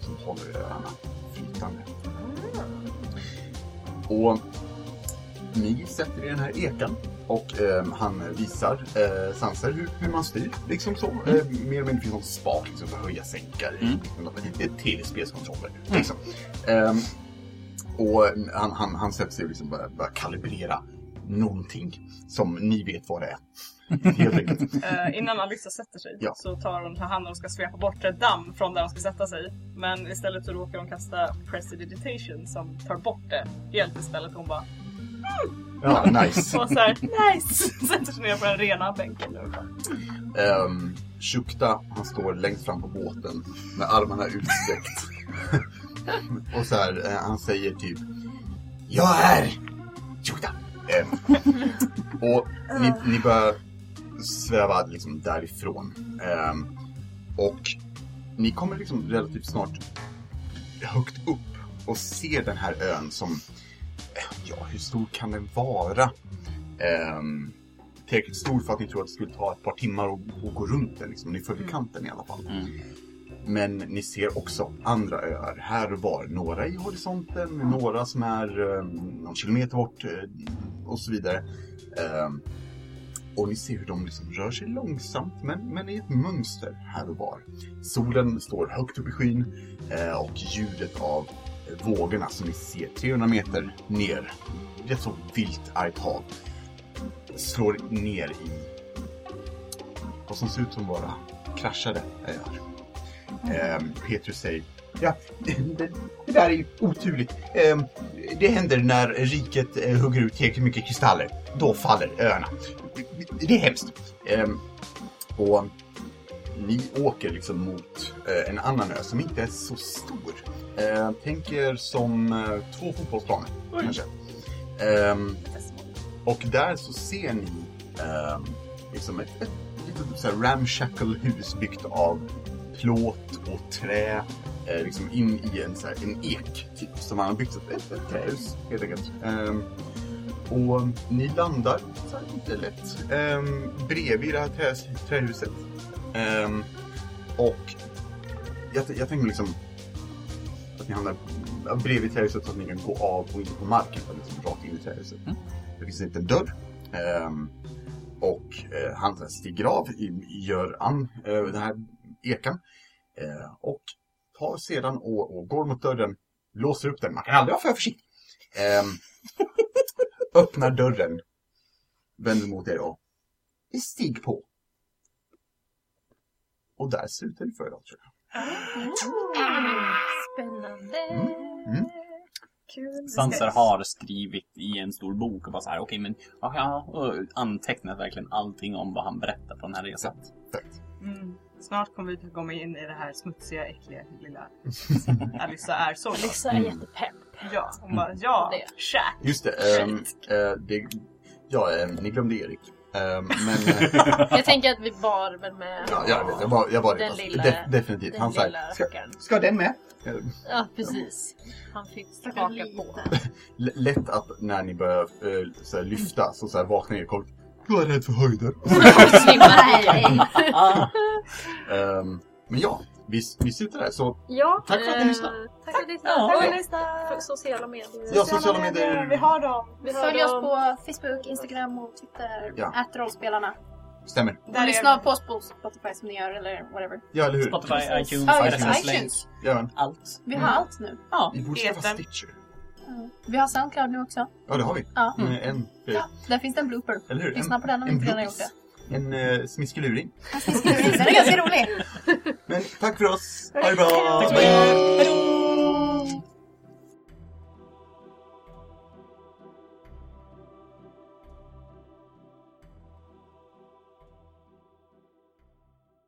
Speaker 3: som håller öarna flytande. Och ni sätter i den här ekan och eh, han visar eh, Sanser hur, hur man styr. Liksom så. Eh, mer eller mindre finns någon spak liksom, för att höja sänka.
Speaker 2: Mm.
Speaker 3: Det är tv-spelskontroller. Liksom. Ehm, och han, han, han sätter sig och liksom börjar, börjar kalibrera någonting som ni vet vad det är. Helt enkelt.
Speaker 4: Eh, innan Alyssa sätter sig
Speaker 3: Ja.
Speaker 4: så tar de hand och ska svepa bort ett damm från där de ska sätta sig. Men istället så råkar de kasta prestidigitation som tar bort det helt istället. Hon bara
Speaker 3: Ja, nice.
Speaker 4: så såhär nice! Sätter sig ner på den rena bänken. Och bara,
Speaker 3: Um, Shukta, han står längst fram på båten med armarna utsträckt. och så här, eh, han säger typ Jag är Shukta! Ehm, och ni, ni börjar sväva liksom därifrån. Ehm, och ni kommer liksom relativt snart högt upp och ser den här ön som, ja hur stor kan den vara? Ehm, tillräckligt stor för att ni tror att det skulle ta ett par timmar och, och gå runt den. Liksom. Ni följer kanten i alla fall.
Speaker 2: Mm.
Speaker 3: Men ni ser också andra öar här och var. Några i horisonten, några som är eh, någon kilometer bort eh, och så vidare. Ehm, och ni ser hur de liksom rör sig långsamt men, men i ett mönster här och var. Solen står högt upp i skyn eh, och ljudet av eh, vågorna som ni ser 300 meter ner, rätt så vilt argt hav, slår ner i vad som ser ut som vara kraschade öar. Ehm, Petrus säger Ja, det, det där är ju oturligt. Ehm, det händer när riket eh, hugger ut tillräckligt mycket kristaller. Då faller öarna. Det är hemskt. Ehm, och ni åker liksom mot eh, en annan ö som inte är så stor. Ehm, tänk er som eh, två fotbollsplaner, kanske. Ehm, och där så ser ni ehm, liksom ett, ett litet så här ramshackle hus byggt av plåt och trä. Eh, liksom in i en, så här, en ek, typ, som man har byggt ett, ett, ett trähus helt enkelt. Ehm, och ni landar, så här, inte lätt, ehm, bredvid det här trä, trähuset. Ehm, och jag, t- jag tänker liksom att ni hamnar ja, bredvid trähuset så att ni kan gå av och in på marken, så liksom rakt in i trähuset. Det finns inte en dörr. Ehm, och eh, han så här stiger av, i- gör an eh, den här ekan. Eh, och tar sedan och, och går mot dörren, låser upp den. Man kan aldrig vara för försiktig. Ehm, öppnar dörren, vänder mot er och stig på. Och där slutar det för idag tror jag.
Speaker 6: Spännande.
Speaker 4: Kul.
Speaker 2: Svansar har skrivit i en stor bok och bara så här, okej men ja, ja, och antecknat verkligen allting om vad han berättar på den här resan.
Speaker 4: Mm. Snart kommer vi komma in i det här smutsiga, äckliga lilla Alissa är så.
Speaker 6: Lisa är
Speaker 2: Mm.
Speaker 6: jättepepp.
Speaker 4: Ja, hon bara ja,
Speaker 6: Det.
Speaker 4: tja.
Speaker 3: Just det, ehm, eh, det ja, ehm, ni glömde Erik. Ehm, men eh,
Speaker 6: Jag tänker att vi bar väl med...
Speaker 3: ja, jag, vet, jag var, jag var det.
Speaker 6: Den
Speaker 3: fast
Speaker 6: lilla-
Speaker 3: def- definitivt.
Speaker 6: Den
Speaker 3: Han sa,
Speaker 6: lilla
Speaker 3: ska,
Speaker 6: rackaren.
Speaker 3: ska den med? Eh,
Speaker 6: Ja, precis. Han fick
Speaker 7: Stackars
Speaker 6: haka på.
Speaker 7: liten.
Speaker 3: L- lätt att när ni börjar eh, så här, lyfta så, så här, vaknar Erik och jag är rädd för höjder.
Speaker 6: Svimmar.
Speaker 2: Ah,
Speaker 3: Ehm, men ja, vi, vi sitter där. Så
Speaker 6: Ja.
Speaker 3: Tack för att ni
Speaker 6: eh,
Speaker 3: lyssnade.
Speaker 6: Tack för att ni lyssnade.
Speaker 2: Ja.
Speaker 6: Tack för
Speaker 4: Oj.
Speaker 6: att ni lyssnade. Sociala medier.
Speaker 3: ja, sociala medier.
Speaker 4: Vi har dem.
Speaker 6: Vi
Speaker 7: Följ
Speaker 6: hör
Speaker 7: oss
Speaker 6: dem.
Speaker 7: på Facebook, Instagram och Twitter.
Speaker 3: Ja.
Speaker 7: Ät rollspelarna.
Speaker 3: Stämmer.
Speaker 4: Där
Speaker 7: Och
Speaker 4: är
Speaker 7: lyssna
Speaker 4: vi.
Speaker 7: på oss på Spotify som ni gör eller whatever.
Speaker 3: Ja, eller hur?
Speaker 2: Spotify, iTunes,
Speaker 7: Ja,
Speaker 3: just det.
Speaker 2: RSS Link,
Speaker 7: iTunes.
Speaker 3: Ja, men,
Speaker 2: allt.
Speaker 7: Vi
Speaker 3: Mm.
Speaker 7: har allt nu.
Speaker 3: vi borde skaffa
Speaker 4: Eten.
Speaker 3: Stitcher.
Speaker 7: Vi har Soundcloud nu också.
Speaker 3: Ja, det har vi.
Speaker 7: Ja.
Speaker 3: Mm. En,
Speaker 7: ja. Där finns det Ah. en blooper.
Speaker 3: eller hur?
Speaker 7: Lyssna
Speaker 3: En,
Speaker 7: på den om
Speaker 3: en
Speaker 7: ni inte redan gjort
Speaker 3: bloops.
Speaker 7: det.
Speaker 3: en eh, smiskeluring.
Speaker 7: Precis, den är ganska rolig.
Speaker 3: Men tack för oss. Ha det bra.
Speaker 7: Hej.